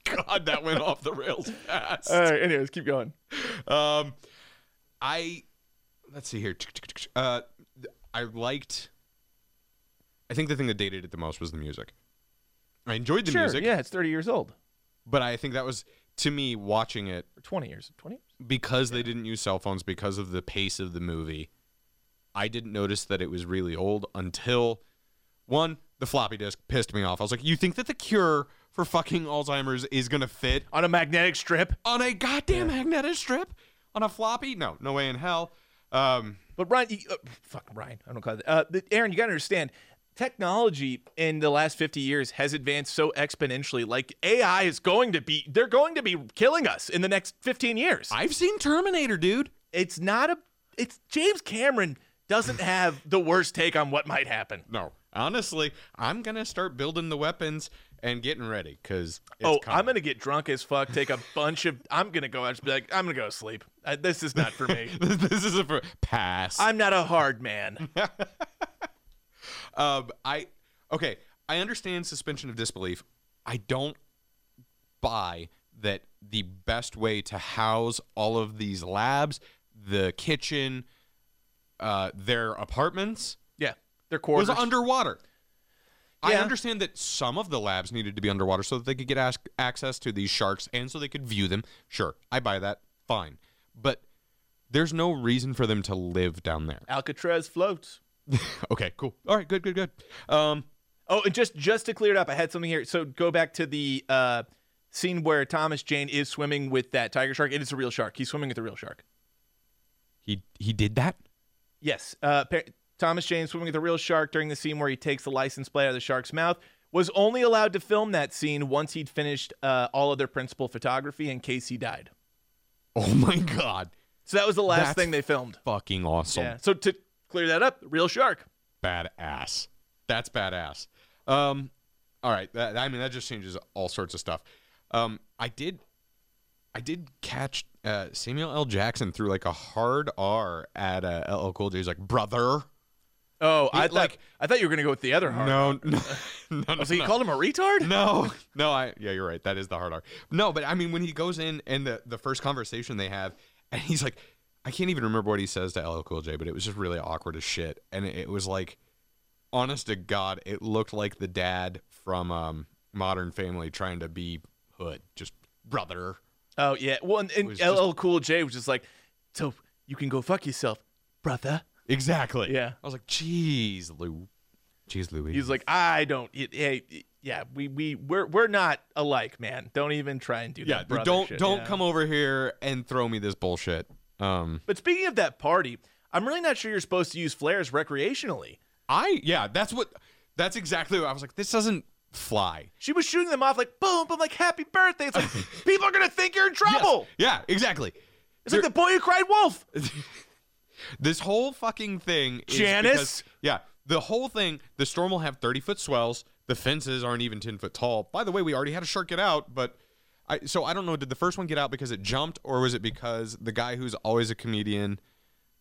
Speaker 2: God, that went off the rails fast.
Speaker 1: All right. Anyways, keep going.
Speaker 2: Um, I let's see here. Uh, I liked. I think the thing that dated it the most was the music. I enjoyed the
Speaker 1: sure.
Speaker 2: music,
Speaker 1: Yeah, it's thirty years old.
Speaker 2: but I think that was to me watching it
Speaker 1: Or twenty years. Twenty.
Speaker 2: because they didn't use cell phones because of the pace of the movie. I didn't notice that it was really old until one the floppy disk pissed me off. I was like, "You think that the cure for fucking Alzheimer's is gonna fit
Speaker 1: On a magnetic strip.
Speaker 2: on a goddamn magnetic strip on a floppy? No, no way in hell." Um,
Speaker 1: But Ryan, you, uh, fuck Ryan, I don't call it. Uh, but Aaron, you gotta understand, technology in the last fifty years has advanced so exponentially. Like AI is going to be, they're going to be killing us in the next fifteen years.
Speaker 2: I've seen Terminator, dude.
Speaker 1: it's not a. It's James Cameron doesn't have the worst take on what might happen.
Speaker 2: No, honestly, I'm gonna start building the weapons and getting ready because
Speaker 1: oh, I'm gonna get drunk as fuck. Take a bunch of. I'm gonna go out. Just be like, I'm gonna go to sleep. Uh, this is not for me.
Speaker 2: gonna. this is a for- pass.
Speaker 1: I'm not a hard man.
Speaker 2: um, I okay. I understand suspension of disbelief. I don't buy that the best way to house all of these labs, the kitchen, uh, their apartments
Speaker 1: Yeah, they're
Speaker 2: was
Speaker 1: quarters.
Speaker 2: underwater. I
Speaker 1: Yeah.
Speaker 2: understand that some of the labs needed to be underwater so that they could get ask, access to these sharks and so they could view them. Sure, I buy that. Fine. But there's no reason for them to live down there.
Speaker 1: Alcatraz floats.
Speaker 2: Okay, cool. All right, good, good, good. Um,
Speaker 1: Oh, and just just to clear it up, I had something here. So go back to the uh, scene where Thomas Jane is swimming with that tiger shark. It is a real shark. He's swimming with a real shark.
Speaker 2: he he did that?
Speaker 1: Yes. Uh, pa- Thomas Jane swimming with a real shark during the scene where he takes the license plate out of the shark's mouth was only allowed to film that scene once he'd finished uh, all other principal photography in case he died.
Speaker 2: Oh my god.
Speaker 1: So that was the last
Speaker 2: That's
Speaker 1: thing they filmed.
Speaker 2: Fucking awesome.
Speaker 1: Yeah. So to clear that up, real shark.
Speaker 2: Badass. That's badass. Um, all right. That, I mean, that just changes all sorts of stuff. Um, I did, I did catch uh, Samuel L. Jackson through like a hard R at uh, LL Cool J. He's like, brother.
Speaker 1: Oh, I thought,
Speaker 2: like-
Speaker 1: I thought you were gonna go with the other heart.
Speaker 2: No, no, no, no,
Speaker 1: So you
Speaker 2: no.
Speaker 1: called him a retard?
Speaker 2: no, no, I yeah, you're right. That is the hard R. No, but I mean, when he goes in and the the first conversation they have, and he's like, I can't even remember what he says to LL Cool J, but it was just really awkward as shit, and it, it was like, honest to God, it looked like the dad from um, Modern Family trying to be hood, just brother.
Speaker 1: Oh yeah. Well, and, and LL
Speaker 2: was just-
Speaker 1: Cool J was just like, so you can go fuck yourself, brother.
Speaker 2: Exactly.
Speaker 1: Yeah.
Speaker 2: I was like, jeez, Lou, jeez, Louis.
Speaker 1: He's like, I don't. It, hey, it- yeah, we we we're we're not alike, man. Don't even try and do
Speaker 2: yeah,
Speaker 1: that. brother
Speaker 2: don't
Speaker 1: shit,
Speaker 2: don't
Speaker 1: yeah.
Speaker 2: come over here and throw me this bullshit. Um.
Speaker 1: But speaking of that party, I'm really not sure you're supposed to use flares recreationally.
Speaker 2: I yeah, that's what that's exactly what I was like. This doesn't fly.
Speaker 1: She was shooting them off like boom, boom, like happy birthday. It's like people are gonna think you're in trouble.
Speaker 2: Yeah, exactly.
Speaker 1: It's like the boy who cried wolf.
Speaker 2: This whole fucking thing is
Speaker 1: Janice?
Speaker 2: because- yeah. The whole thing, the storm will have thirty foot swells. The fences aren't even ten foot tall. By the way, we already had a shark get out, but I so I don't know, did the first one get out because it jumped or was it because the guy who's always a comedian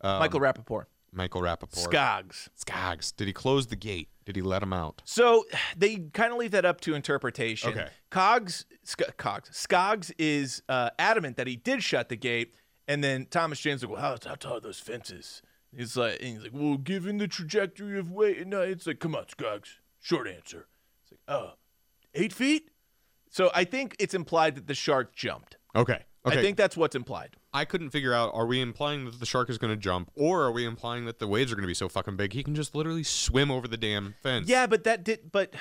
Speaker 1: Michael Um, Rappaport.
Speaker 2: Michael Rappaport.
Speaker 1: Skoggs.
Speaker 2: Skaggs. Did he close the gate? Did he let him out?
Speaker 1: So they kind of leave that up to interpretation.
Speaker 2: Okay.
Speaker 1: Cogs, Sk- Cogs, Skoggs is uh, adamant that he did shut the gate, and then Thomas James like, well, how, how tall are those fences? He's like, and he's like, well, given the trajectory of weight, and uh, it's like, come on, Skoggs, short answer. It's like, oh, eight feet. So I think it's implied that the shark jumped.
Speaker 2: Okay.
Speaker 1: I think that's what's implied.
Speaker 2: I couldn't figure out are we implying that the shark is going to jump or are we implying that the waves are going to be so fucking big he can just literally swim over the damn fence?
Speaker 1: Yeah, but that did, but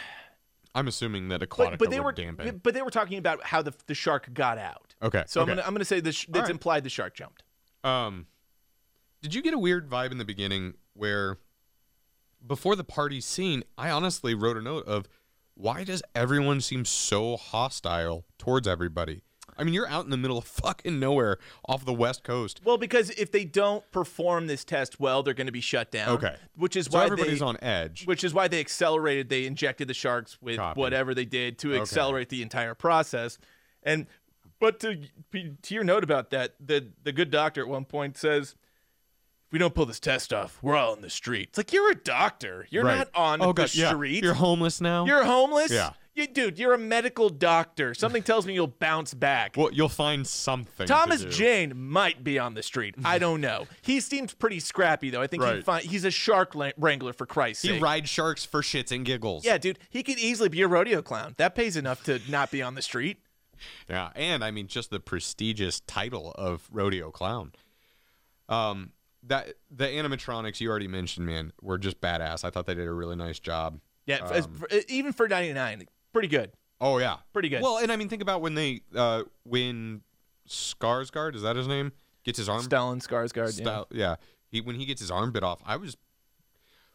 Speaker 2: I'm assuming that aquatic
Speaker 1: but, but they were
Speaker 2: damn big.
Speaker 1: but they were talking about how the the shark got out.
Speaker 2: Okay.
Speaker 1: So
Speaker 2: okay.
Speaker 1: I'm gonna I'm gonna say this. That's
Speaker 2: right.
Speaker 1: implied. The shark jumped.
Speaker 2: Um, did you get a weird vibe in the beginning where, before the party scene, I honestly wrote a note of why does everyone seem so hostile towards everybody? I mean, you're out in the middle of fucking nowhere off the west coast.
Speaker 1: Well, because if they don't perform this test well, they're going to be shut down.
Speaker 2: Okay.
Speaker 1: Which is
Speaker 2: So
Speaker 1: why
Speaker 2: everybody's
Speaker 1: they,
Speaker 2: on edge.
Speaker 1: Which is why they accelerated. They injected the sharks with
Speaker 2: Copy.
Speaker 1: whatever they did to accelerate the entire process. And but to to your note about that, the the good doctor at one point says. If we don't pull this test off, we're all in the street. It's like you're a doctor. You're
Speaker 2: Right.
Speaker 1: not on
Speaker 2: Oh,
Speaker 1: the
Speaker 2: God, yeah.
Speaker 1: street.
Speaker 2: You're homeless now.
Speaker 1: You're homeless?
Speaker 2: Yeah.
Speaker 1: You, dude, you're a medical doctor. Something tells me you'll bounce back.
Speaker 2: well, you'll find something. to
Speaker 1: Thomas
Speaker 2: do.
Speaker 1: Jane might be on the street. I don't know. He seems pretty scrappy, though. I think he
Speaker 2: Right.
Speaker 1: find, he's a shark la- wrangler, for Christ's
Speaker 2: He
Speaker 1: sake.
Speaker 2: rides sharks for shits and giggles.
Speaker 1: Yeah, dude, he could easily be a rodeo clown. That pays enough to not be on the street.
Speaker 2: Yeah, and I mean just the prestigious title of rodeo clown. Um, that the animatronics you already mentioned, man, were just badass. I thought they did a really nice job.
Speaker 1: Yeah, as-
Speaker 2: Um,
Speaker 1: for- e, even for 99, pretty good.
Speaker 2: Oh yeah,
Speaker 1: Pretty good.
Speaker 2: Well, and I mean think about when they uh when Skarsgård is that his name gets his arm
Speaker 1: Stalin, Skarsgård. yeah.
Speaker 2: Stal- yeah. He when he gets his arm bit off, I was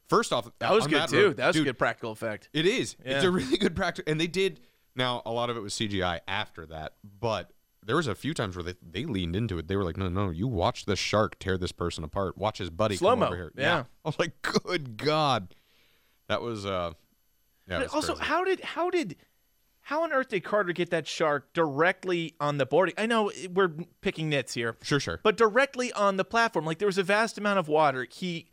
Speaker 2: first off
Speaker 1: That was
Speaker 2: on
Speaker 1: good,
Speaker 2: that
Speaker 1: too.
Speaker 2: road-
Speaker 1: That was a
Speaker 2: dude,
Speaker 1: good practical effect.
Speaker 2: It is. It's
Speaker 1: Yeah.
Speaker 2: a really good practice. And they did. Now, a lot of it was CGI after that, but there was a few times where they, they leaned into it. They were like, no, no, you watch the shark tear this person apart. Watch his buddy
Speaker 1: Slow-mo.
Speaker 2: come over here.
Speaker 1: Yeah.
Speaker 2: I was like, good God. That was, uh, yeah. it
Speaker 1: But
Speaker 2: was
Speaker 1: also,
Speaker 2: crazy.
Speaker 1: how did how did how on earth did Carter get that shark directly on the boarding? I know we're picking nits here,
Speaker 2: Sure, sure.
Speaker 1: but directly on the platform, like there was a vast amount of water. He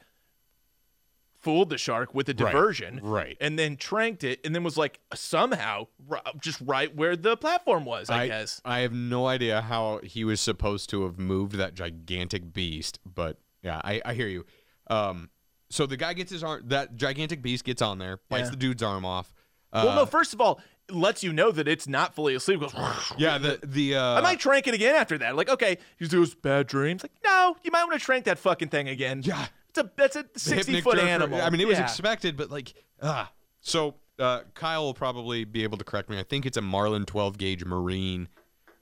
Speaker 1: fooled the shark with a diversion,
Speaker 2: right.
Speaker 1: and then tranked it, and then was like somehow ri- just right where the platform was. I, guess
Speaker 2: I have no idea how he was supposed to have moved that gigantic beast, but yeah, I, I hear you. Um, so the guy gets his arm, that gigantic beast gets on there, bites
Speaker 1: Yeah.
Speaker 2: the dude's arm off. Uh,
Speaker 1: well, no. First of all, it lets you know that it's not fully asleep. It Goes,
Speaker 2: Yeah, the the uh,
Speaker 1: I might trank it again after that. Like, okay, he's those bad dreams. Like, no, you might want to trank that fucking thing again.
Speaker 2: Yeah.
Speaker 1: It's a that's a
Speaker 2: the
Speaker 1: sixty
Speaker 2: Hypnic
Speaker 1: foot
Speaker 2: Jerker-
Speaker 1: animal.
Speaker 2: I mean, it was
Speaker 1: Yeah.
Speaker 2: expected, but like, ah. So uh, Kyle will probably be able to correct me. I think it's a Marlin 12 gauge Marine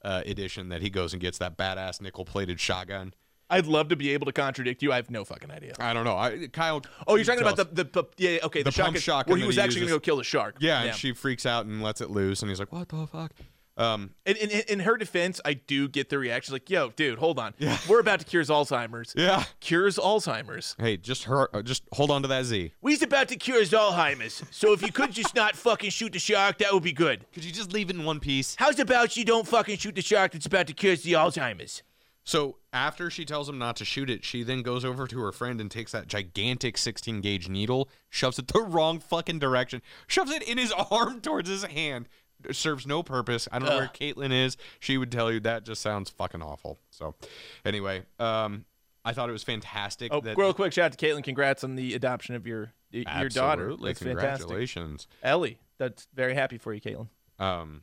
Speaker 2: uh, edition that he goes and gets that badass nickel plated shotgun.
Speaker 1: I'd love to be able to contradict you. I have no fucking idea.
Speaker 2: I don't know. I, Kyle.
Speaker 1: Oh, you're talking about
Speaker 2: tells-
Speaker 1: the, the pu- yeah yeah, okay the,
Speaker 2: The pump
Speaker 1: shotgun,
Speaker 2: shotgun
Speaker 1: where he
Speaker 2: that
Speaker 1: was
Speaker 2: he
Speaker 1: actually
Speaker 2: uses.
Speaker 1: gonna go kill the shark.
Speaker 2: Yeah, and she freaks out and lets it loose, and he's like, "What the fuck?" Um,
Speaker 1: In, in, in- in her defense, I do get the reaction like, "Yo, dude, hold on. We're about to cures Alzheimer's.
Speaker 2: yeah.
Speaker 1: Cures Alzheimer's.
Speaker 2: Hey, just her. uh, Just hold on to that Z.
Speaker 1: We's about to cure Alzheimer's. So if you could just not fucking shoot the shark, that would be good.
Speaker 2: Could you just leave it in one piece?
Speaker 1: How's about you don't fucking shoot the shark that's about to cure the Alzheimer's?
Speaker 2: So after she tells him not to shoot it, she then goes over to her friend and takes that gigantic 16 gauge needle, shoves it the wrong fucking direction, shoves it in his arm towards his hand. It serves no purpose. I don't know where Caitlin is. She would tell you that just sounds fucking awful. So anyway, um, I thought it was fantastic.
Speaker 1: Oh,
Speaker 2: that
Speaker 1: real quick shout out to Caitlin. Congrats on the adoption of your your daughter.
Speaker 2: Absolutely.
Speaker 1: That's fantastic.
Speaker 2: Congratulations.
Speaker 1: Ellie, that's very happy for you, Caitlin.
Speaker 2: Um,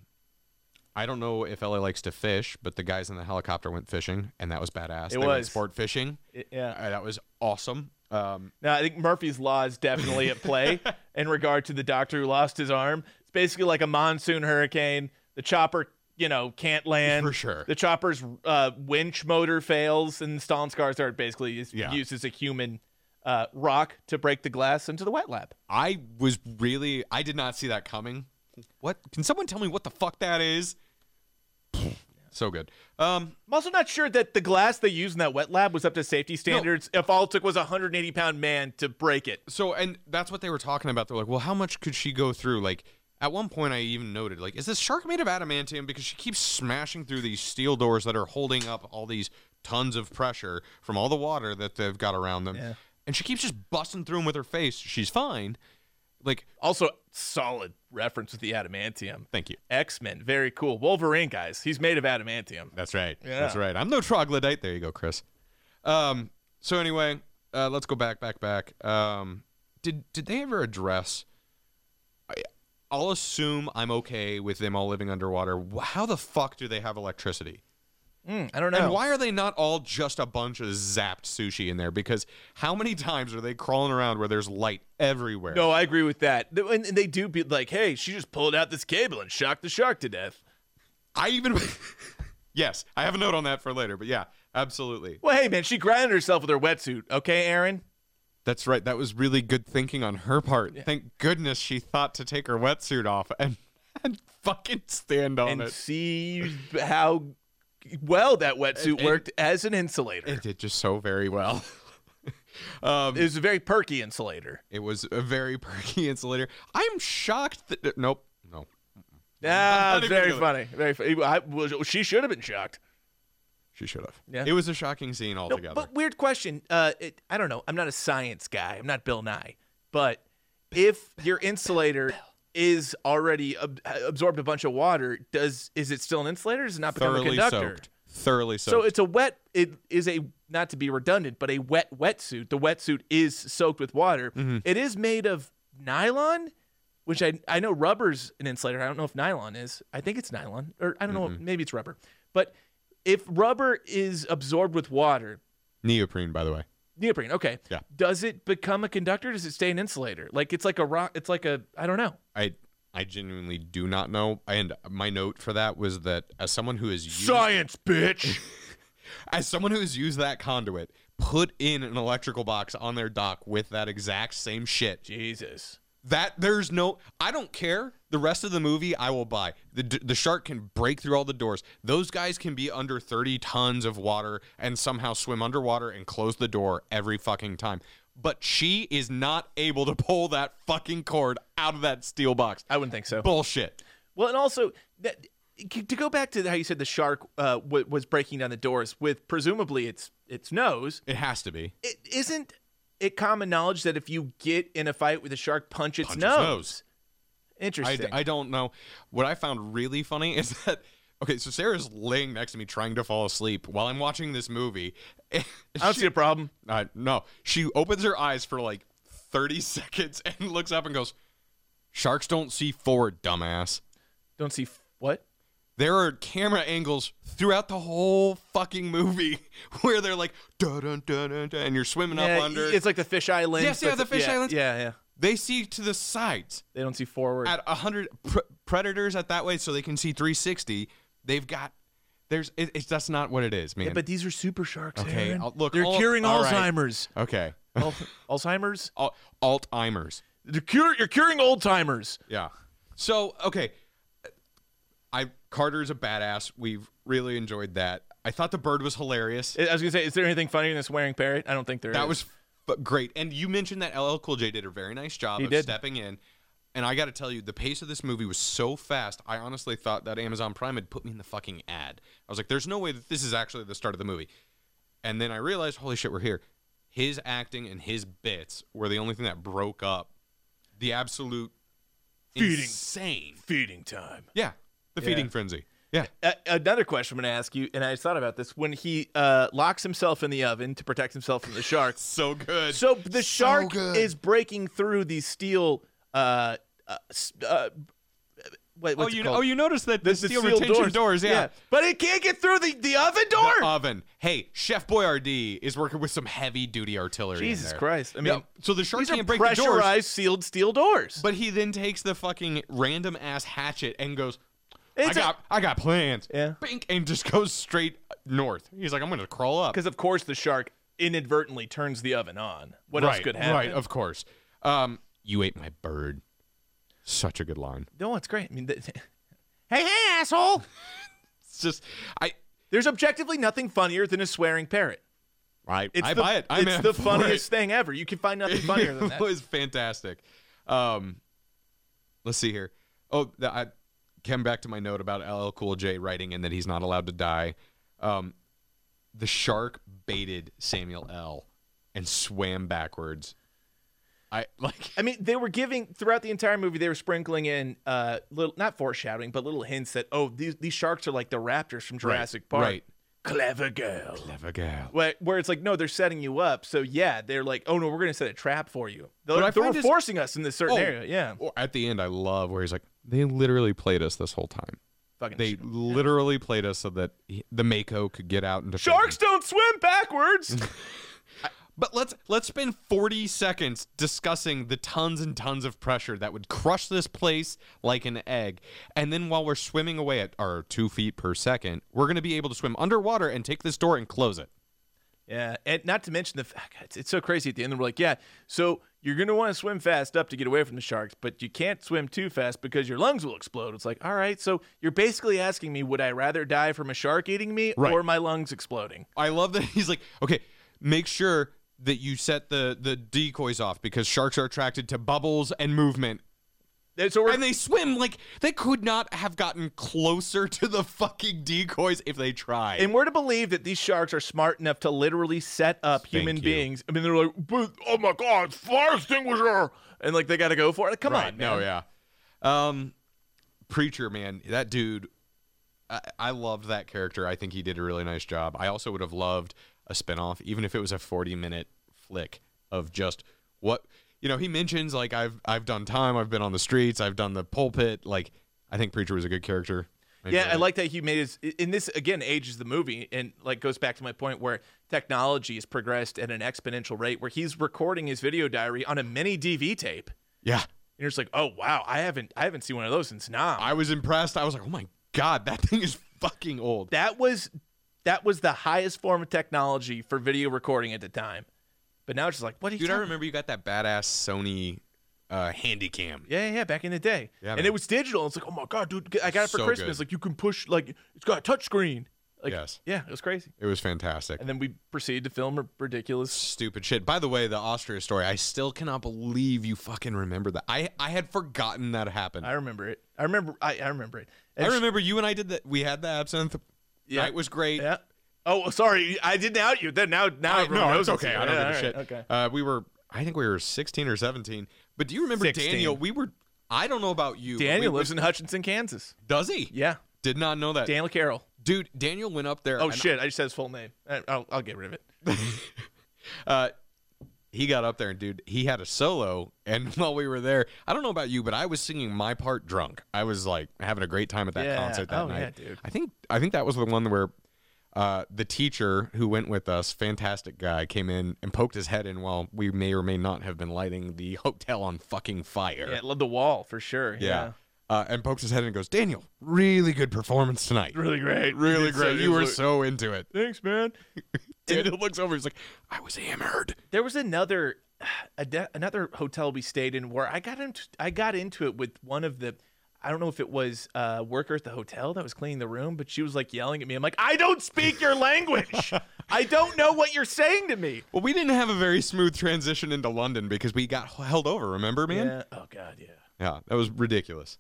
Speaker 2: I don't know if LA likes to fish, but the guys in the helicopter went fishing, and that was badass. they went
Speaker 1: was.
Speaker 2: sport fishing.
Speaker 1: It- yeah.
Speaker 2: Uh, that was awesome. Um,
Speaker 1: Now, I think Murphy's Law is definitely at play in regard to the doctor who lost his arm. It's basically like a monsoon hurricane. The chopper, you know, can't land.
Speaker 2: For sure.
Speaker 1: The chopper's uh, winch motor fails, and Stalin Skarsgård basically is
Speaker 2: Yeah.
Speaker 1: uses a human uh, rock to break the glass into the wet lab.
Speaker 2: I was really I did not see that coming. What can someone tell me what the fuck that is? So good. Um
Speaker 1: I'm also not sure that the glass they used in that wet lab was up to safety standards if all it took was a 180 pound man to break it.
Speaker 2: so and that's what they were talking about. They're like, "Well, how much could she go through?" Like at one point I even noted like, "Is this shark made of adamantium because she keeps smashing through these steel doors that are holding up all these tons of pressure from all the water that they've got around them?" and she keeps just busting through him with her face. She's fine. Like,
Speaker 1: Also, solid reference with the adamantium.
Speaker 2: thank you.
Speaker 1: X Men, very cool. Wolverine, guys, he's made of adamantium.
Speaker 2: That's right.
Speaker 1: Yeah.
Speaker 2: That's right. I'm no troglodyte. There you go, Chris. Um. So anyway, uh, let's go back, back, back. Um. Did did they ever address? I, I'll assume I'm okay with them all living underwater. Wh- How the fuck do they have electricity?
Speaker 1: Hmm, I don't know.
Speaker 2: And why are they not all just a bunch of zapped sushi in there? Because how many times are they crawling around where there's light everywhere?
Speaker 1: No, I agree with that. Th- And and they do be like, hey, she just pulled out this cable and shocked the shark to death.
Speaker 2: I even. yes, I have a note on that for later. But yeah, absolutely.
Speaker 1: Well, hey, man, she grounded herself with her wetsuit. Okay, Aaron?
Speaker 2: That's right. That was really good thinking on her part. Thank goodness she thought to take her wetsuit off and, and fucking stand on
Speaker 1: and
Speaker 2: it.
Speaker 1: see how well that wetsuit
Speaker 2: And-
Speaker 1: worked as an insulator.
Speaker 2: It
Speaker 1: It,
Speaker 2: did just so very well. um,
Speaker 1: was a very perky insulator.
Speaker 2: it was a very perky insulator. I'm shocked that. Nope. No.
Speaker 1: Ah,
Speaker 2: not even
Speaker 1: very
Speaker 2: gonna-
Speaker 1: funny. Very funny. I was, she should have been shocked.
Speaker 2: She should have.
Speaker 1: Yeah.
Speaker 2: It was a shocking scene
Speaker 1: No,
Speaker 2: altogether.
Speaker 1: but weird question. Uh, it, I don't know. I'm not a science guy. I'm not Bill Nye. But if your insulator is already ab- absorbed a bunch of water, does is it still an insulator? Or does it not become
Speaker 2: Thoroughly
Speaker 1: a conductor?
Speaker 2: soaked. Thoroughly
Speaker 1: So
Speaker 2: soaked.
Speaker 1: it's a wet. It is a not to be redundant, but a wet wetsuit. The wetsuit is soaked with water.
Speaker 2: Mm-hmm.
Speaker 1: It is made of nylon, which I I know rubber's an insulator. I don't know if nylon is. I think it's nylon, or I don't
Speaker 2: Mm-hmm.
Speaker 1: know. Maybe it's rubber. But if rubber is absorbed with water,
Speaker 2: Neoprene, by the way.
Speaker 1: neoprene. Okay.
Speaker 2: Yeah.
Speaker 1: Does it become a conductor? Does it stay an insulator? Like it's like a rock. It's like a I don't know.
Speaker 2: I I genuinely do not know. And my note for that was that as someone who is used,
Speaker 1: Science, bitch.
Speaker 2: as someone who has used that conduit, put in an electrical box on their dock with that exact same shit.
Speaker 1: Jesus.
Speaker 2: That there's no I don't care. The rest of the movie I will buy. The d- the shark can break through all the doors. Those guys can be under 30 tons of water and somehow swim underwater and close the door every fucking time. But she is not able to pull that fucking cord out of that steel box.
Speaker 1: I wouldn't think so.
Speaker 2: Bullshit.
Speaker 1: Well, and also that, to go back to how you said the shark uh, w- was breaking down the doors with presumably its its nose.
Speaker 2: It has to be.
Speaker 1: It isn't it common knowledge that if you get in a fight with a shark, punch its
Speaker 2: Punch its
Speaker 1: nose.
Speaker 2: nose. I,
Speaker 1: Interesting.
Speaker 2: I don't know. What I found really funny is that okay, so Sarah's laying next to me trying to fall asleep while I'm watching this movie.
Speaker 1: I don't
Speaker 2: She-
Speaker 1: see a problem.
Speaker 2: uh, no, she opens her eyes for like 30 seconds and looks up and goes, "Sharks don't see forward, dumbass."
Speaker 1: Don't see f- what.
Speaker 2: There are camera angles throughout the whole fucking movie where they're like, dun, dun, dun, dun, dun, and you're swimming
Speaker 1: Yeah,
Speaker 2: up under.
Speaker 1: Eh, It's like the fisheye lens.
Speaker 2: Yes, yeah,
Speaker 1: but-
Speaker 2: the fisheye
Speaker 1: yeah,
Speaker 2: lens.
Speaker 1: Yeah, yeah.
Speaker 2: they see to the sides.
Speaker 1: They don't see forward.
Speaker 2: at 100 pr- predators at that way so they can see 360 they've got there's it, it's that's not what it is man
Speaker 1: Yeah, but these are super sharks.
Speaker 2: Okay,
Speaker 1: Aaron.
Speaker 2: I'll- look,
Speaker 1: they're
Speaker 2: all-
Speaker 1: curing
Speaker 2: all right.
Speaker 1: Alzheimer's.
Speaker 2: okay
Speaker 1: Al- Alzheimer's.
Speaker 2: Al- alzheimer's
Speaker 1: They're cure. You're curing old timers.
Speaker 2: yeah so okay i carter's a badass we've really enjoyed that i thought the bird was hilarious
Speaker 1: I I was gonna say, is there anything funnier than this wearing parrot? I don't think there is.
Speaker 2: that was f- great and you mentioned that ll cool j did a very nice job
Speaker 1: He
Speaker 2: of
Speaker 1: did.
Speaker 2: stepping in and i gotta tell you the pace of this movie was so fast i honestly thought that amazon prime had put me in the fucking ad i was like there's no way that this is actually the start of the movie And then I realized, holy shit, we're here. His acting and his bits were the only thing that broke up the absolute
Speaker 1: Feeding.
Speaker 2: insane.
Speaker 1: feeding time.
Speaker 2: Yeah, the
Speaker 1: Yeah.
Speaker 2: feeding frenzy. Yeah,
Speaker 1: Uh, another question I'm going to ask you, and I thought about this when he uh, locks himself in the oven to protect himself from the shark.
Speaker 2: so good.
Speaker 1: so the shark
Speaker 2: good.
Speaker 1: is breaking through the steel. Uh, uh, s- uh, wait,
Speaker 2: oh,
Speaker 1: what's
Speaker 2: you
Speaker 1: it called?
Speaker 2: oh you noticed that the,
Speaker 1: The- the
Speaker 2: steel
Speaker 1: sealed
Speaker 2: retention doors, yeah. oh,
Speaker 1: but it can't get through the, the oven door.
Speaker 2: The oven. Hey, Chef Boyardee is working with some heavy duty artillery. in
Speaker 1: Jesus
Speaker 2: there.
Speaker 1: Christ! I mean,
Speaker 2: Yeah, so the shark
Speaker 1: these are
Speaker 2: can't break the doors,
Speaker 1: pressurized sealed steel doors.
Speaker 2: but he then takes the fucking random ass hatchet and goes, I
Speaker 1: It's a-
Speaker 2: got, I got plans.
Speaker 1: Yeah.
Speaker 2: Bink, and just goes straight north. He's like, I'm gonna crawl up.
Speaker 1: because of course the shark inadvertently turns the oven on. What
Speaker 2: right,
Speaker 1: else could happen?
Speaker 2: Right, of course. Um, you ate my bird. Such a good line.
Speaker 1: no, it's great. I mean, th- hey, hey, asshole!
Speaker 2: It's just I
Speaker 1: There's objectively nothing funnier than a swearing parrot.
Speaker 2: I,
Speaker 1: It's
Speaker 2: I
Speaker 1: the,
Speaker 2: buy it. I'm
Speaker 1: it's
Speaker 2: in
Speaker 1: the
Speaker 2: for
Speaker 1: funniest
Speaker 2: it.
Speaker 1: thing ever. You can find nothing funnier than
Speaker 2: It
Speaker 1: that.
Speaker 2: was fantastic. Um, let's see here. Oh, the, I came back to my note about LL Cool J writing and that he's not allowed to die. Um, the shark baited Samuel L. and swam backwards. I like
Speaker 1: I mean, they were giving throughout the entire movie. They were sprinkling in uh, little, not foreshadowing, but little hints that oh, these these sharks are like the raptors from Jurassic Park.
Speaker 2: right.
Speaker 1: Clever girl.
Speaker 2: Clever girl.
Speaker 1: Where, where it's like, no, they're setting you up. So yeah, they're like, oh no, we're gonna set a trap for you. They're,
Speaker 2: What I
Speaker 1: they were
Speaker 2: find is-
Speaker 1: forcing us in this certain
Speaker 2: Oh.
Speaker 1: area. Yeah.
Speaker 2: Or at the end, I love where he's like, they literally played us this whole time.
Speaker 1: Fucking
Speaker 2: They
Speaker 1: sh-
Speaker 2: literally played us so that he, the Mako could get out into
Speaker 1: sharks don't swim backwards.
Speaker 2: But let's let's spend 40 seconds discussing the tons and tons of pressure that would crush this place like an egg. And then while we're swimming away at our two feet per second, we're gonna be able to swim underwater and take this door and close it.
Speaker 1: Yeah, and not to mention the fact it's, it's so crazy at the end. They're like, yeah, so you're gonna want to swim fast up to get away from the sharks, but you can't swim too fast because your lungs will explode. It's like, all right, so you're basically asking me, would I rather die from a shark eating me
Speaker 2: Right.
Speaker 1: or my lungs exploding?
Speaker 2: I love that he's like, okay, make sure that you set the the decoys off because sharks are attracted to bubbles and movement.
Speaker 1: And so we're
Speaker 2: And they swim like they could not have gotten closer to the fucking decoys if they tried.
Speaker 1: and we're to believe that these sharks are smart enough to literally set up human
Speaker 2: you.
Speaker 1: beings. I mean, they're like, but, oh my god, fire extinguisher, and like they got to go for it. Come on, man.
Speaker 2: No, yeah. Um, Preacher, man, that dude. I, I loved that character. I think he did a really nice job. I also would have loved a spinoff, even if it was a forty-minute flick of just what you know. He mentions like I've I've done time. I've been on the streets. I've done the pulpit. Like I think Preacher was a good character.
Speaker 1: Yeah,
Speaker 2: enjoyed
Speaker 1: I
Speaker 2: it.
Speaker 1: like that he made his. In this again, ages the movie, and like goes back to my point where technology has progressed at an exponential rate. Where he's recording his video diary on a mini DV tape,
Speaker 2: Yeah,
Speaker 1: and you're just like, oh wow, I haven't, I haven't seen one of those since now.
Speaker 2: I was impressed. I was like, oh my god, that thing is fucking old.
Speaker 1: that was, that was the highest form of technology for video recording at the time. But now it's just like, what do you?
Speaker 2: Dude, I remember you got that badass Sony uh, Handycam.
Speaker 1: Yeah, yeah, yeah, back in the day.
Speaker 2: Yeah,
Speaker 1: and
Speaker 2: man.
Speaker 1: it was digital. It's like, oh my god, dude, I got it for
Speaker 2: So
Speaker 1: Christmas.
Speaker 2: good.
Speaker 1: Like you can push, like it's got a touch screen. Like,
Speaker 2: Yes.
Speaker 1: Yeah, it was crazy.
Speaker 2: It was fantastic.
Speaker 1: And then we proceeded to film r- ridiculous
Speaker 2: stupid shit. By the way, the Austria story, I still cannot believe you fucking remember that. I I had forgotten that happened.
Speaker 1: I
Speaker 2: I,
Speaker 1: remember it. I remember. I, I remember it. And
Speaker 2: remember you and I did that. We had the absinthe.
Speaker 1: Yeah.
Speaker 2: Night was great.
Speaker 1: sh- Yeah. Oh, sorry. I didn't out you. Then now, now
Speaker 2: I,
Speaker 1: everyone
Speaker 2: no,
Speaker 1: knows
Speaker 2: it's okay.
Speaker 1: you.
Speaker 2: I don't
Speaker 1: Yeah,
Speaker 2: give a shit.
Speaker 1: all right, Okay.
Speaker 2: Uh, we were, I think we were 16 or 17. But do you remember
Speaker 1: 16.
Speaker 2: Daniel? We were. I don't know about you. but
Speaker 1: Daniel
Speaker 2: we,
Speaker 1: lives in Hutchinson, Kansas.
Speaker 2: Does he?
Speaker 1: Yeah.
Speaker 2: Did not know that.
Speaker 1: Daniel Carroll.
Speaker 2: Dude, Daniel went up there.
Speaker 1: Oh
Speaker 2: and
Speaker 1: shit! I just said his full name. I- I'll, I'll get rid of it.
Speaker 2: uh, he got up there and dude, he had a solo. And while we were there, I don't know about you, but I was singing my part drunk. I was like having a great time at that
Speaker 1: Yeah.
Speaker 2: concert that
Speaker 1: Oh, yeah,
Speaker 2: night.
Speaker 1: dude.
Speaker 2: I think I think that was the one where uh, the teacher who went with us, fantastic guy, came in and poked his head in while we may or may not have been lighting the hotel on fucking fire.
Speaker 1: Yeah, love the wall for sure.
Speaker 2: Yeah. Uh, and pokes his head in and goes, Daniel, really good performance tonight.
Speaker 1: Really great.
Speaker 2: Really
Speaker 1: It's
Speaker 2: great.
Speaker 1: so-
Speaker 2: you were
Speaker 1: it's like-
Speaker 2: so into it.
Speaker 1: Thanks, man.
Speaker 2: Daniel looks over. He's like, I was hammered.
Speaker 1: There was another a de- another hotel we stayed in where I got into I got into it with one of the I don't know if it was a worker at the hotel that was cleaning the room, but she was like yelling at me. I'm like, I don't speak your language. I don't know what you're saying to me.
Speaker 2: Well, we didn't have a very smooth transition into London because we got h- held over. Remember, man?
Speaker 1: Yeah. Oh God. Yeah.
Speaker 2: Yeah, that was ridiculous.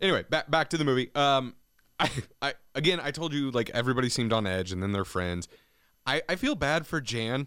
Speaker 2: Anyway, back back to the movie. Um, I, I again, I told you like everybody seemed on edge, and then their friends. I I feel bad for Jan,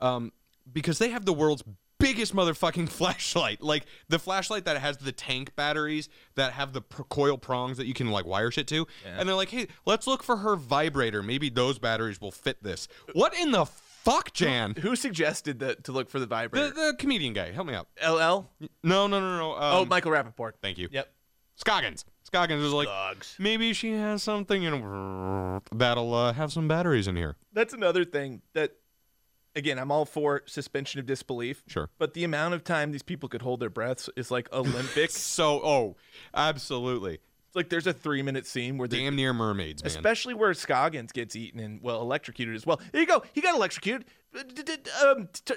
Speaker 2: um, because they have the world's biggest motherfucking flashlight, like the flashlight that has the tank batteries that have the pr- coil prongs that you can like wire shit to, and they're like, hey, let's look for her vibrator. Maybe those batteries will fit this. What in the fuck, Jan?
Speaker 1: Who suggested that to look for the
Speaker 2: The,
Speaker 1: vibrator?
Speaker 2: the comedian guy, help me out.
Speaker 1: LL.
Speaker 2: No, no, no, no. Um,
Speaker 1: oh, Michael Rappaport.
Speaker 2: Thank you.
Speaker 1: Yep.
Speaker 2: Scoggins. Scoggins is like,
Speaker 1: Dogs.
Speaker 2: maybe she has something and that'll uh, have some batteries in here.
Speaker 1: That's another thing that, again, I'm all for suspension of disbelief.
Speaker 2: Sure.
Speaker 1: But the amount of time these people could hold their breaths is like Olympic. it's
Speaker 2: So, oh, absolutely.
Speaker 1: like there's a three minute scene where they're
Speaker 2: Damn near mermaids, man.
Speaker 1: especially where Scoggins gets eaten and well electrocuted as well. There you go. He got electrocuted. Uh, d- d- d- Um, t- t-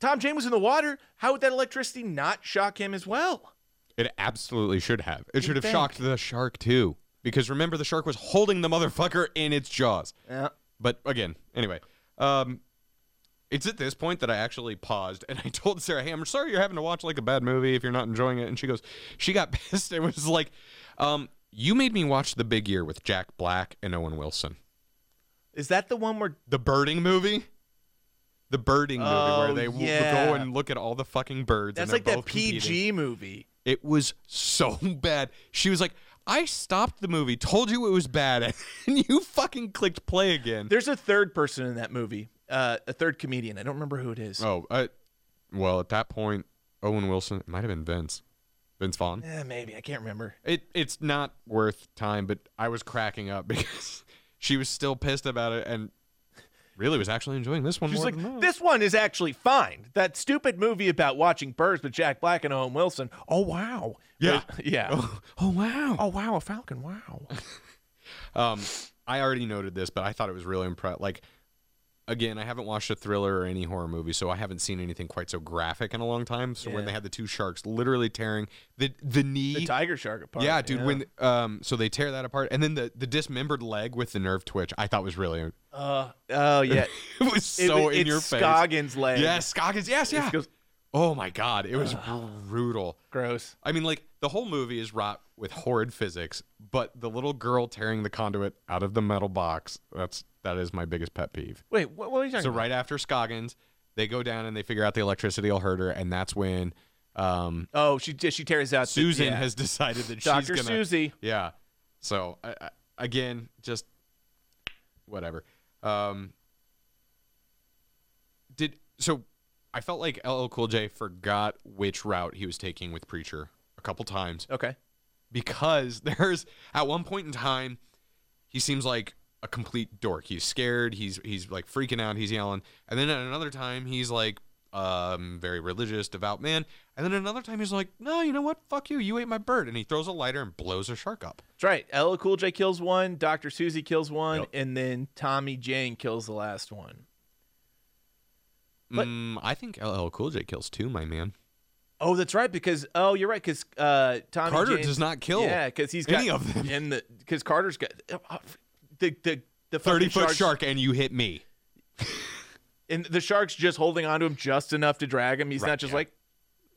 Speaker 1: Tom Jane was in the water. How would that electricity not shock him as well?
Speaker 2: it absolutely should have. It should have
Speaker 1: think?
Speaker 2: shocked the shark, too. Because remember, the shark was holding the motherfucker in its jaws.
Speaker 1: Yeah.
Speaker 2: But again, anyway, um, it's at this point that I actually paused and I told Sarah, "Hey, I'm sorry you're having to watch like a bad movie if you're not enjoying it." And she goes, she got pissed and was like, um, "You made me watch The Big Year with Jack Black and Owen Wilson,
Speaker 1: Is that the one where
Speaker 2: the birding movie." the birding movie
Speaker 1: Oh,
Speaker 2: where they w-
Speaker 1: yeah.
Speaker 2: go and look at all the fucking birds.
Speaker 1: That's
Speaker 2: and
Speaker 1: like
Speaker 2: they're
Speaker 1: that
Speaker 2: both competing.
Speaker 1: PG movie.
Speaker 2: It was so bad. She was like, I stopped the movie, told you it was bad, and you fucking clicked play again.
Speaker 1: There's a third person in that movie, uh, a third comedian. I don't remember who it is.
Speaker 2: oh, uh, well, at that point, Owen Wilson, it might have been Vince. Vince Vaughn.
Speaker 1: Eh, maybe I can't remember.
Speaker 2: It it's not worth time, but I was cracking up because she was still pissed about it and really was actually enjoying this one
Speaker 1: She's
Speaker 2: more
Speaker 1: like,
Speaker 2: than that.
Speaker 1: this one is actually fine. That stupid movie about watching birds with Jack Black and Owen Wilson. Oh wow.
Speaker 2: Yeah.
Speaker 1: Uh, yeah.
Speaker 2: Oh, oh, wow.
Speaker 1: oh wow, a falcon. Wow. Oh.
Speaker 2: Um, I already noted this, but I thought it was really impressive. Like, again, I haven't watched a thriller or any horror movie, so I haven't seen anything quite so graphic in a long time. So when
Speaker 1: Yeah.
Speaker 2: they had the two sharks literally tearing the the knee,
Speaker 1: The tiger shark apart.
Speaker 2: yeah, dude. When um, so they tear that apart, and then the the dismembered leg with the nerve twitch. I thought was really it
Speaker 1: uh, oh yeah.
Speaker 2: was so
Speaker 1: it,
Speaker 2: in
Speaker 1: it's
Speaker 2: your face.
Speaker 1: Scoggins leg.
Speaker 2: Yes, Scoggins. Yes, yeah.
Speaker 1: goes-
Speaker 2: oh my god, it was brutal.
Speaker 1: Gross.
Speaker 2: I mean, like the whole movie is wrought with horrid physics, but the little girl tearing the conduit out of the metal box—that's that is my biggest pet peeve.
Speaker 1: Wait, what, what are you talking
Speaker 2: So
Speaker 1: about?
Speaker 2: right after Scoggins, they go down and they figure out the electricity will hurt her, and that's when um,
Speaker 1: Oh, she just she tears out the-
Speaker 2: Susan
Speaker 1: yeah.
Speaker 2: has decided that she's
Speaker 1: Dr.
Speaker 2: gonna.
Speaker 1: Susie.
Speaker 2: Yeah. So I, I, again, just whatever. Um, did so? I felt like LL Cool J forgot which route he was taking with Preacher a couple times
Speaker 1: Okay.
Speaker 2: because there's at one point in time he seems like a complete dork. He's scared. He's he's like freaking out. He's yelling. And then at another time he's like um very religious, devout man. And then another time he's like, "No, you know what? Fuck you. You ate my bird." And he throws a lighter and blows a shark up.
Speaker 1: That's right. LL Cool J kills one, Dr. Susie kills one,
Speaker 2: Yep.
Speaker 1: and then Tommy Jane kills the last one. But-
Speaker 2: Mm, I think LL Cool J kills two, my man.
Speaker 1: Oh, that's right. Because oh, you're right. Because uh, Tommy
Speaker 2: Carter
Speaker 1: Jane-
Speaker 2: does not kill.
Speaker 1: Yeah, because he's got
Speaker 2: any of them.
Speaker 1: and the because Carter's got uh, the the the fucking
Speaker 2: 30 foot
Speaker 1: sharks-
Speaker 2: shark and you hit me.
Speaker 1: and the shark's just holding onto him just enough to drag him. He's
Speaker 2: Right,
Speaker 1: not just
Speaker 2: yeah.
Speaker 1: like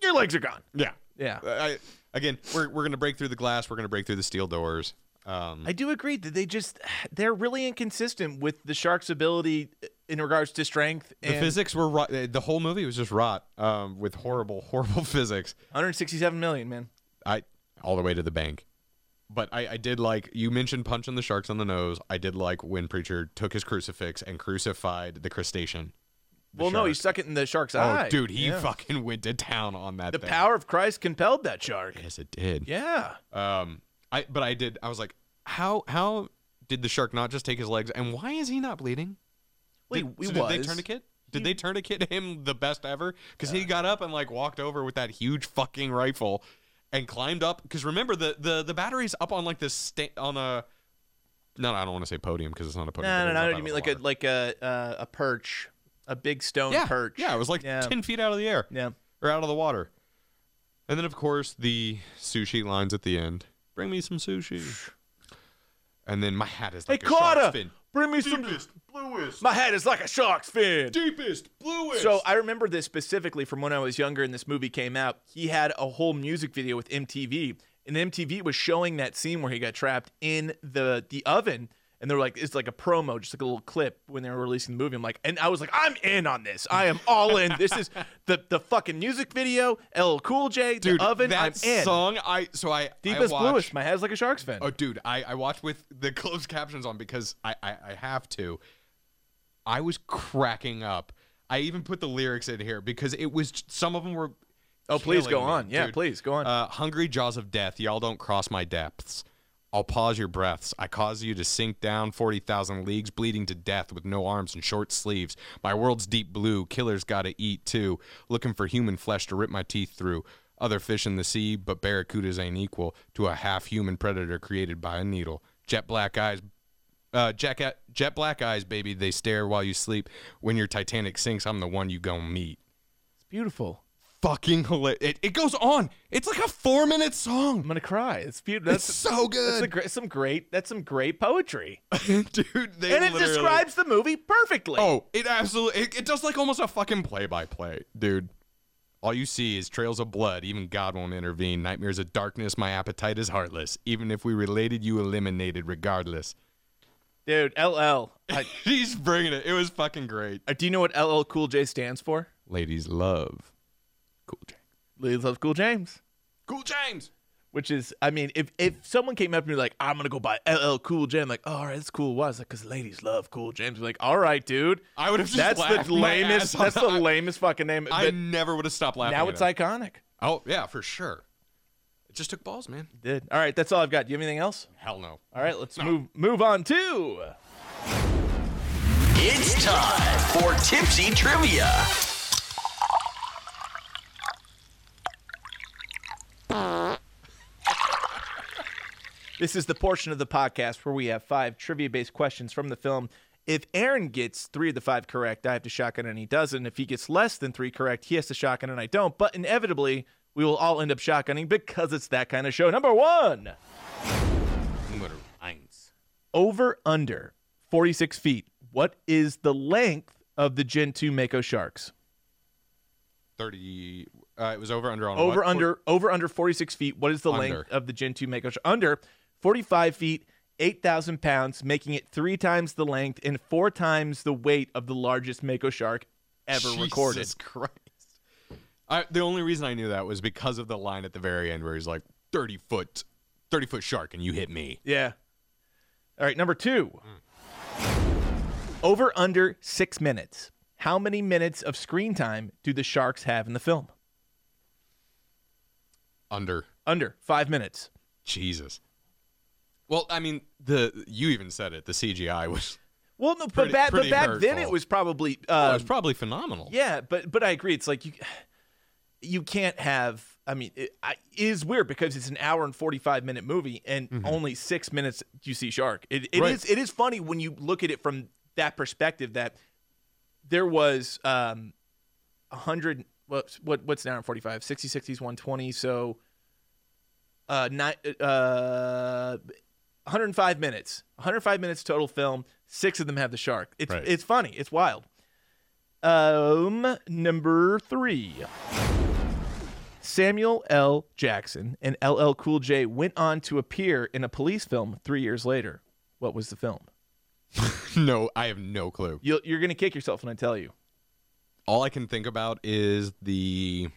Speaker 1: your legs are gone.
Speaker 2: Yeah.
Speaker 1: Yeah,
Speaker 2: I, again, we're, we're going to break through the glass. We're going to break through the steel doors. Um,
Speaker 1: I do agree that they just they're really inconsistent with the shark's ability uh, in regards to strength
Speaker 2: The
Speaker 1: and
Speaker 2: physics were rot. uh, The whole movie was just rot um, with horrible, horrible physics.
Speaker 1: 167 million man.
Speaker 2: I all the way to the bank. But I, I did like you mentioned punching the sharks on the nose. I did like when preacher took his crucifix and crucified the crustacean. The
Speaker 1: well, no, he
Speaker 2: shark.
Speaker 1: stuck it in the shark's
Speaker 2: Oh,
Speaker 1: eye.
Speaker 2: dude, he
Speaker 1: Yeah.
Speaker 2: fucking went to town on that.
Speaker 1: The
Speaker 2: thing.
Speaker 1: power of Christ compelled that shark.
Speaker 2: Yes, it did.
Speaker 1: Yeah.
Speaker 2: Um, I but I did. I was like, how how did the shark not just take his legs? And why is he not bleeding?
Speaker 1: Wait,
Speaker 2: did,
Speaker 1: we
Speaker 2: so
Speaker 1: was.
Speaker 2: did they tourniquet? Did they tourniquet him the best ever? Because he got up and like walked over with that huge fucking rifle, and climbed up. Because remember the the the battery's up on like this sta- on a. No, no, I don't want to say podium because it's not a podium.
Speaker 1: No,
Speaker 2: but
Speaker 1: no, no.
Speaker 2: it
Speaker 1: I
Speaker 2: was up
Speaker 1: know
Speaker 2: out
Speaker 1: what You
Speaker 2: of
Speaker 1: mean
Speaker 2: the
Speaker 1: like
Speaker 2: water.
Speaker 1: a like a uh, a perch, a big stone
Speaker 2: yeah,
Speaker 1: perch.
Speaker 2: Yeah, it was like
Speaker 1: Yeah.
Speaker 2: ten feet out of the air
Speaker 1: Yeah.
Speaker 2: or out of the water. And then, of course, the sushi lines at the end. Bring me some sushi. And then my hat is like
Speaker 1: hey,
Speaker 2: a shark's
Speaker 1: Carter,
Speaker 2: fin.
Speaker 1: bring me some.
Speaker 2: bluest,
Speaker 1: My head is like a shark's fin.
Speaker 2: deepest, bluest.
Speaker 1: So I remember this specifically from when I was younger and this movie came out. He had a whole music video with MTV, and MTV was showing that scene where he got trapped in the the oven. And they were like, it's like a promo, just like a little clip when they were releasing the movie. I'm like, and I was like, I'm in on this. I am all in. This is the the fucking music video, LL Cool J,
Speaker 2: dude,
Speaker 1: the oven.
Speaker 2: that
Speaker 1: I'm in.
Speaker 2: song, I so I
Speaker 1: Deepest
Speaker 2: I watched,
Speaker 1: bluest. My head's like a shark's fin.
Speaker 2: Oh, dude, I I watched with the closed captions on because I I, I have to. I was cracking up. I even put the lyrics in here because it was some of them were.
Speaker 1: Oh, please
Speaker 2: killing
Speaker 1: go
Speaker 2: me,
Speaker 1: on. Yeah,
Speaker 2: dude.
Speaker 1: please go on.
Speaker 2: Uh, hungry jaws of death, y'all don't cross my depths. I'll pause your breaths. I cause you to sink down 40,000 leagues, bleeding to death with no arms and short sleeves. My world's deep blue. Killers gotta eat too. Looking for human flesh to rip my teeth through. Other fish in the sea, but barracudas ain't equal to a half human predator created by a needle. Jet black eyes. Uh, jet, jet black eyes, baby. They stare while you sleep. When your Titanic sinks, I'm the one you gon' meet
Speaker 1: it's beautiful.
Speaker 2: fucking hilarious. It, it goes on. It's like a four minute
Speaker 1: I'm
Speaker 2: song.
Speaker 1: gonna cry. It's beautiful. That's
Speaker 2: it's so
Speaker 1: that's a
Speaker 2: good,
Speaker 1: great, some great. That's some great poetry,
Speaker 2: dude. They
Speaker 1: and it
Speaker 2: literally-
Speaker 1: describes the movie perfectly.
Speaker 2: Oh, it absolutely. It, it does like almost a fucking play by play, dude. All you see is trails of blood. Even God won't intervene. Nightmares of darkness. My appetite is heartless. Even if we related, you eliminated regardless.
Speaker 1: Dude, LL. I,
Speaker 2: He's bringing it. It was fucking great.
Speaker 1: uh, do you know what LL Cool J stands for?
Speaker 2: Ladies love Cool James.
Speaker 1: Ladies Love Cool James.
Speaker 2: Cool James.
Speaker 1: Which is, I mean, if, if someone came up to me like, I'm going to go buy LL Cool J, I'm like, oh, all right, that's cool. Why? It's like, because ladies love Cool James. I'm like, all right, dude.
Speaker 2: I would have just
Speaker 1: That's
Speaker 2: laughed
Speaker 1: the
Speaker 2: my
Speaker 1: lamest.
Speaker 2: ass off.
Speaker 1: That's the lamest fucking name.
Speaker 2: I
Speaker 1: But
Speaker 2: never would have stopped laughing.
Speaker 1: now
Speaker 2: at
Speaker 1: it's
Speaker 2: it.
Speaker 1: iconic.
Speaker 2: oh yeah, for sure. It just took balls, man.
Speaker 1: Did all right. That's all I've got. Do you have anything else?
Speaker 2: Hell no.
Speaker 1: All right, let's move move on to.
Speaker 5: It's time for Tipsy Trivia.
Speaker 1: This is the portion of the podcast where we have five trivia based questions from the film. If Aaron gets three of the five correct, I have to shotgun and he doesn't. If he gets less than three correct, he has to shotgun and I don't. But inevitably, we will all end up shotgunning because it's that kind of show. Number one
Speaker 2: Literally. Eins.
Speaker 1: over under 46 feet. What is the length of the Gen 2 Mako Sharks?
Speaker 2: Thirty. Uh, it was over under on
Speaker 1: Over
Speaker 2: what?
Speaker 1: under over under 46 feet. What is the length
Speaker 2: Under.
Speaker 1: of the Gen 2 Mako Shark? Under 45 feet, 8,000 pounds, making it three times the length and four times the weight of the largest Mako Shark ever
Speaker 2: Jesus
Speaker 1: recorded.
Speaker 2: Christ. I, the only reason I knew that was because of the line at the very end where he's like, 30 foot, 30 foot shark, and you hit me.
Speaker 1: Yeah. All right, number two. Over under six minutes. How many minutes of screen time do the sharks have in the film?
Speaker 2: Under.
Speaker 1: Under five minutes.
Speaker 2: Jesus. Well, I mean, the you even said it. The CGI was,
Speaker 1: Well, no,
Speaker 2: Pretty-
Speaker 1: but back, but
Speaker 2: pretty
Speaker 1: back then
Speaker 2: hurtful.
Speaker 1: it was probably
Speaker 2: it
Speaker 1: uh,
Speaker 2: was probably phenomenal.
Speaker 1: Yeah, but but I agree. It's like you you can't have. I mean, it, I, it is weird because it's an hour and forty five minute movie, and only six minutes you see shark. It, it is
Speaker 2: Right.
Speaker 1: it is funny when you look at it from that perspective that there was um a hundred. What, what what's an hour and 45 60 60s 120 so uh nine uh 105 minutes 105 minutes total film six of them have the shark it's
Speaker 2: Right.
Speaker 1: it's funny it's wild um, number three. Samuel L. Jackson and LL Cool J went on to appear in a police film three years later. What was the film?
Speaker 2: No, I have no clue.
Speaker 1: You'll, you're going to kick yourself when I tell you.
Speaker 2: All I can think about is the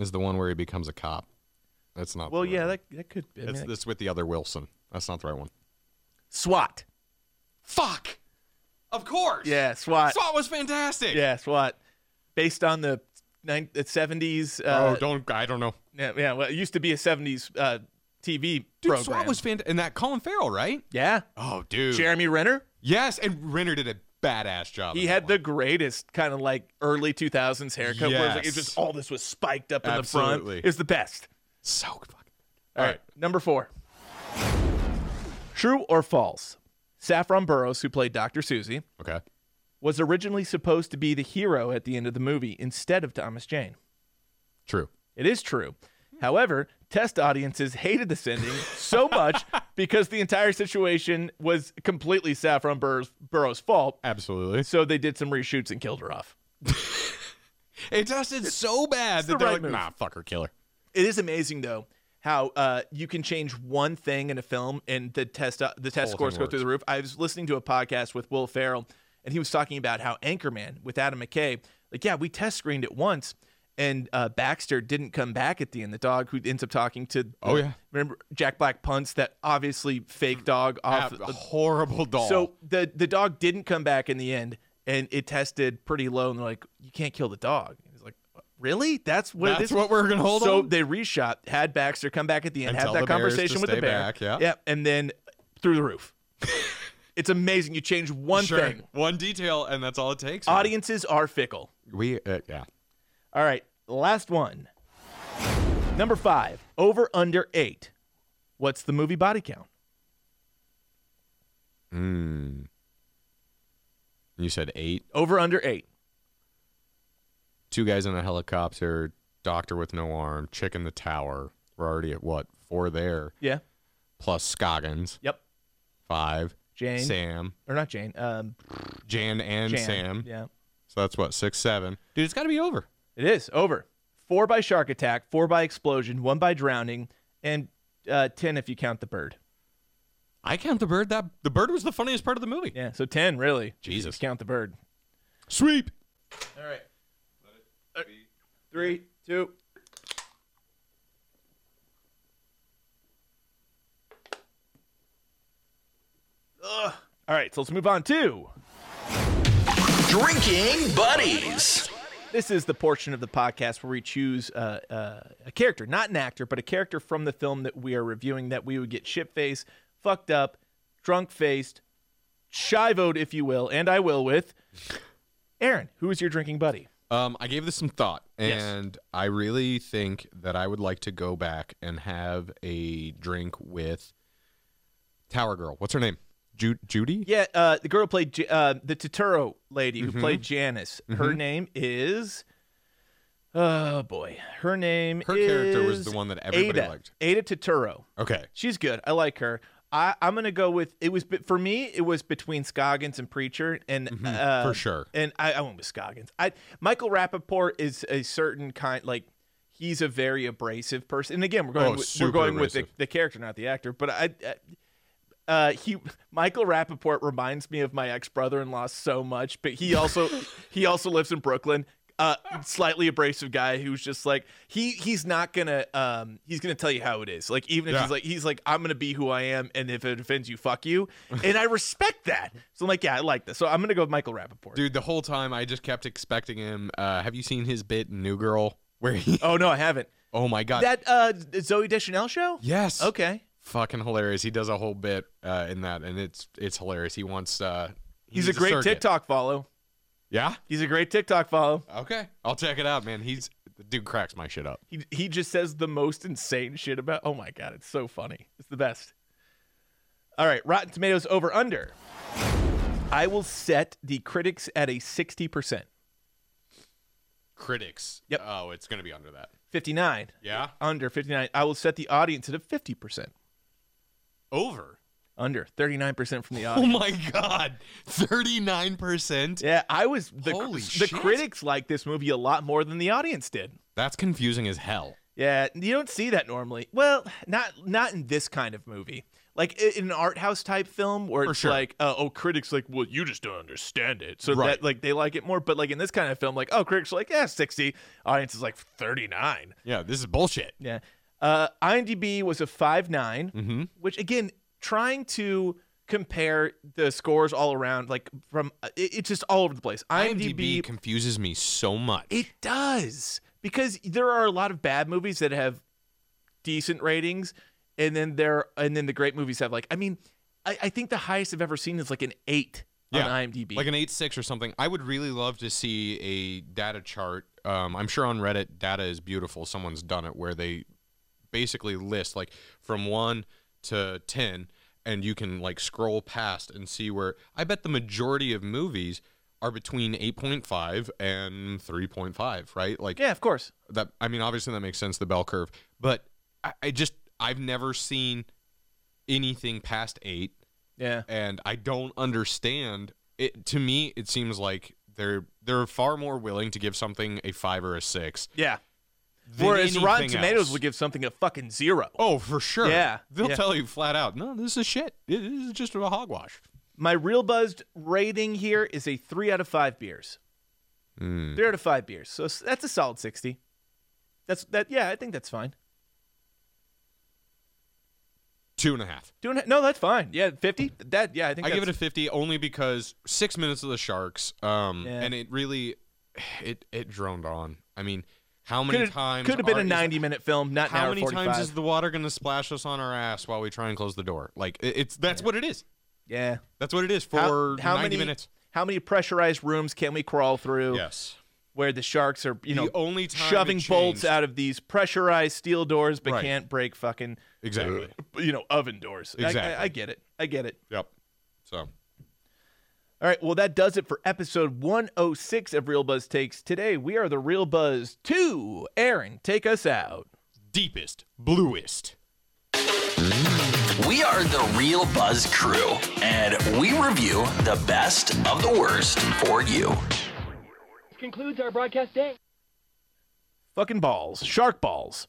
Speaker 2: is the one where he becomes a cop. That's not.
Speaker 1: Well,
Speaker 2: the right
Speaker 1: yeah,
Speaker 2: one.
Speaker 1: that, that could be. I
Speaker 2: that's,
Speaker 1: mean,
Speaker 2: that's with the other Wilson. That's not the right one.
Speaker 1: SWAT.
Speaker 2: Fuck. Of course.
Speaker 1: Yeah, SWAT.
Speaker 2: SWAT was fantastic.
Speaker 1: Yeah, SWAT. Based on the nine, the 70s.
Speaker 2: Oh,
Speaker 1: Uh,
Speaker 2: don't. I don't know.
Speaker 1: yeah, yeah, well, it used to be a 70s uh, TV
Speaker 2: Dude,
Speaker 1: program.
Speaker 2: SWAT was fantastic. And that Colin Farrell, right?
Speaker 1: yeah.
Speaker 2: Oh, dude.
Speaker 1: Jeremy Renner.
Speaker 2: yes, and Renner did a badass job.
Speaker 1: He
Speaker 2: in
Speaker 1: had
Speaker 2: that
Speaker 1: the great kind of like early 2000s haircut where it was like, it
Speaker 2: Yes.
Speaker 1: just all this was spiked up in the
Speaker 2: Absolutely.
Speaker 1: front. It's the best.
Speaker 2: one. so fucking.
Speaker 1: all right. Number four. True or false? Saffron Burrows, who played Dr. Susie,
Speaker 2: Okay.
Speaker 1: was originally supposed to be the hero at the end of the movie instead of Thomas Jane.
Speaker 2: True.
Speaker 1: It is true. However, test audiences hated this ending so much because the entire situation was completely Saffron Burrows, Burrows' fault.
Speaker 2: Absolutely.
Speaker 1: So they did some reshoots and killed her off.
Speaker 2: It tested so bad
Speaker 1: the
Speaker 2: that they're
Speaker 1: right
Speaker 2: like,
Speaker 1: move.
Speaker 2: nah, fuck her, killer.
Speaker 1: it is amazing though how uh, you can change one thing in a film and the test uh, the test
Speaker 2: Whole
Speaker 1: scores
Speaker 2: thing
Speaker 1: go through the roof. I was listening to a podcast with Will Farrell, and he was talking about how Anchorman with Adam McKay, like yeah, we test screened it once, and uh, Baxter didn't come back at the end. The dog who ends up talking to
Speaker 2: Oh, yeah. Mm.
Speaker 1: remember Jack Black punts that obviously fake dog off.
Speaker 2: Ab- horrible doll.
Speaker 1: so the the dog didn't come back in the end, and it tested pretty low, and they're like, you can't kill the dog. He's like. Really? That's what
Speaker 2: That's
Speaker 1: this-
Speaker 2: what we're gonna hold
Speaker 1: so
Speaker 2: on?
Speaker 1: they reshot, had Baxter come back at the end,
Speaker 2: And
Speaker 1: have
Speaker 2: tell
Speaker 1: that
Speaker 2: the bears to
Speaker 1: conversation with the
Speaker 2: stay
Speaker 1: bear.
Speaker 2: back, yeah.
Speaker 1: and then through the roof. it's amazing. You change one
Speaker 2: Sure.
Speaker 1: thing.
Speaker 2: One detail, and that's all it takes. man.
Speaker 1: Audiences are fickle.
Speaker 2: We, uh, yeah.
Speaker 1: All right, last one. Number five, over under eight. What's the movie body count?
Speaker 2: Mm. You said eight.
Speaker 1: Over under eight.
Speaker 2: Two guys in a helicopter, doctor with no arm, chick in the tower. We're already at what? Four there.
Speaker 1: Yeah.
Speaker 2: Plus Scoggins.
Speaker 1: Yep.
Speaker 2: Five.
Speaker 1: Jane
Speaker 2: Sam.
Speaker 1: or not Jane. Um,
Speaker 2: Jan and
Speaker 1: Jan.
Speaker 2: Sam.
Speaker 1: Yeah.
Speaker 2: So that's what, six, seven. Dude, it's got to be over.
Speaker 1: It is over. Four by shark attack, four by explosion, one by drowning, and uh, ten if you count the bird.
Speaker 2: I count the bird. That the bird was the funniest part of the movie.
Speaker 1: Yeah, so 10, really.
Speaker 2: Jesus.
Speaker 1: Count the bird.
Speaker 2: Sweep.
Speaker 1: All right. Uh, Three, two. Ugh. All right, so let's move on to
Speaker 5: Drinking Buddies.
Speaker 1: this is the portion of the podcast where we choose uh, uh, a character, not an actor, but a character from the film that we are reviewing that we would get shit faced, fucked up, drunk faced, shivoed, if you will, and I will with Aaron. Who is your drinking buddy?
Speaker 2: Um, I gave this some thought,
Speaker 1: Yes.
Speaker 2: and I really think that I would like to go back and have a drink with Tower Girl. What's her name? Ju- Judy.
Speaker 1: Yeah, uh, the girl who played J- uh, the Totoro lady who played Janice. Her name is. Oh boy, her name.
Speaker 2: Her character was
Speaker 1: is
Speaker 2: the one that everybody
Speaker 1: Ada.
Speaker 2: liked.
Speaker 1: Ada Totoro.
Speaker 2: Okay.
Speaker 1: She's good. I like her. I, I'm gonna go with it was be- for me. It was between Scoggins and Preacher, and uh,
Speaker 2: Mm-hmm. for sure.
Speaker 1: And I, I went with Scoggins. I Michael Rappaport is a certain kind, like he's a very abrasive person. And again, we're going
Speaker 2: Oh,
Speaker 1: with, we're
Speaker 2: super
Speaker 1: going with the,
Speaker 2: abrasive.
Speaker 1: the character, not the actor. But I, I uh, he Michael Rappaport reminds me of my ex brother in law so much, but he also he also lives in Brooklyn. Uh, slightly abrasive guy who's just like he he's not gonna um he's gonna tell you how it is like even if
Speaker 2: Yeah.
Speaker 1: he's like he's like I'm gonna be who I am and if it offends you fuck you and I respect that so I'm like yeah I like this so I'm gonna go with Michael Rappaport
Speaker 2: Dude, the whole time I just kept expecting him. Uh, have you seen his bit in New Girl where he?
Speaker 1: oh no I haven't
Speaker 2: Oh my god.
Speaker 1: that uh Zoe Deschanel show
Speaker 2: yes.
Speaker 1: okay
Speaker 2: Fucking hilarious. He does a whole bit uh, in that, and it's it's hilarious. He wants. Uh, he
Speaker 1: he's a
Speaker 2: needs
Speaker 1: great
Speaker 2: surrogate.
Speaker 1: TikTok follow
Speaker 2: Yeah.
Speaker 1: he's a great TikTok follow
Speaker 2: Okay. I'll check it out, man. He's the dude cracks my shit up.
Speaker 1: He he just says the most insane shit about. Oh my god, it's so funny. It's the best. All right, Rotten Tomatoes over under. I will set the critics at a 60%.
Speaker 2: Critics.
Speaker 1: Yep.
Speaker 2: Oh, it's gonna be under that.
Speaker 1: 59.
Speaker 2: Yeah.
Speaker 1: Under 59. I will set the audience at a 50%.
Speaker 2: Over.
Speaker 1: Under 39% from the
Speaker 2: Oh
Speaker 1: audience.
Speaker 2: my god. Thirty nine percent.
Speaker 1: Yeah, I was the the
Speaker 2: Holy shit.
Speaker 1: critics liked this movie a lot more than the audience did.
Speaker 2: That's confusing as hell.
Speaker 1: Yeah, you don't see that normally. Well, not not in this kind of movie. Like i- in an art house type film where
Speaker 2: For
Speaker 1: it's
Speaker 2: sure.
Speaker 1: like, uh, oh, critics like, well, you just don't understand it. So
Speaker 2: Right.
Speaker 1: that like they like it more. But like in this kind of film, like, oh, critics are like, yeah, sixty. Audience is like thirty nine.
Speaker 2: Yeah, this is bullshit.
Speaker 1: Yeah. Uh, IMDb was a five nine,
Speaker 2: Mhm.
Speaker 1: which again, trying to compare the scores all around, like from uh, it, it's just all over the place.
Speaker 2: IMDb confuses me so much.
Speaker 1: It does because there are a lot of bad movies that have decent ratings, and then there and then the great movies have like I mean, I, I think the highest I've ever seen is like an eight
Speaker 2: Yeah,
Speaker 1: on IMDb.
Speaker 2: like an eight six or something. I would really love to see a data chart. Um, I'm sure on Reddit, data is beautiful. Someone's done it where they basically list like from one to ten, and you can like scroll past and see where. I bet the majority of movies are between eight point five and three point five. Right? Like
Speaker 1: yeah, of course.
Speaker 2: that. I mean, obviously that makes sense. The bell curve, but I, I just I've never seen anything past eight
Speaker 1: Yeah,
Speaker 2: and I don't understand it. To me, it seems like they're they're far more willing to give something a five or a six.
Speaker 1: yeah.
Speaker 2: than
Speaker 1: Whereas Rotten
Speaker 2: anything
Speaker 1: Tomatoes
Speaker 2: else.
Speaker 1: will give something a fucking zero.
Speaker 2: Oh, for sure.
Speaker 1: Yeah,
Speaker 2: they'll
Speaker 1: yeah.
Speaker 2: tell you flat out, no, this is shit. It is just a hogwash.
Speaker 1: My real buzzed rating here is a three out of five beers. Three out of five beers. So s- that's a solid sixty. That's that. Yeah, I think that's fine.
Speaker 2: Two and a half.
Speaker 1: Doing no, that's fine. Yeah, fifty. That yeah, I think
Speaker 2: I give it
Speaker 1: that's-
Speaker 2: a fifty only because six minutes of the sharks, um,
Speaker 1: Yeah.
Speaker 2: and it really, it it droned on. I mean, how many
Speaker 1: Could've-
Speaker 2: times
Speaker 1: Could have been
Speaker 2: are-
Speaker 1: a
Speaker 2: is-
Speaker 1: ninety-minute film, not an
Speaker 2: How
Speaker 1: hour
Speaker 2: many
Speaker 1: 45.
Speaker 2: times is the water going to splash us on our ass while we try and close the door? Like it, it's that's what it is.
Speaker 1: yeah.
Speaker 2: That's what it is for
Speaker 1: How- how
Speaker 2: 90
Speaker 1: many
Speaker 2: minutes.
Speaker 1: How many pressurized rooms can we crawl through?
Speaker 2: Yes.
Speaker 1: Where the sharks are, you
Speaker 2: The
Speaker 1: know,
Speaker 2: only time it
Speaker 1: shoving bolts
Speaker 2: changed-
Speaker 1: out of these pressurized steel doors, but
Speaker 2: Right.
Speaker 1: can't break fucking,
Speaker 2: Exactly.
Speaker 1: you know, oven doors. I- I- I,
Speaker 2: Exactly.
Speaker 1: get it. I get it.
Speaker 2: Yep. So
Speaker 1: All right. Well, that does it for episode 106 of Real Buzz Takes. Today we are the Real Buzz Two. Aaron, take us out.
Speaker 2: deepest, bluest.
Speaker 5: We are the Real Buzz crew, and we review the best of the worst for you.
Speaker 6: concludes our broadcast day.
Speaker 1: Fucking balls, shark balls.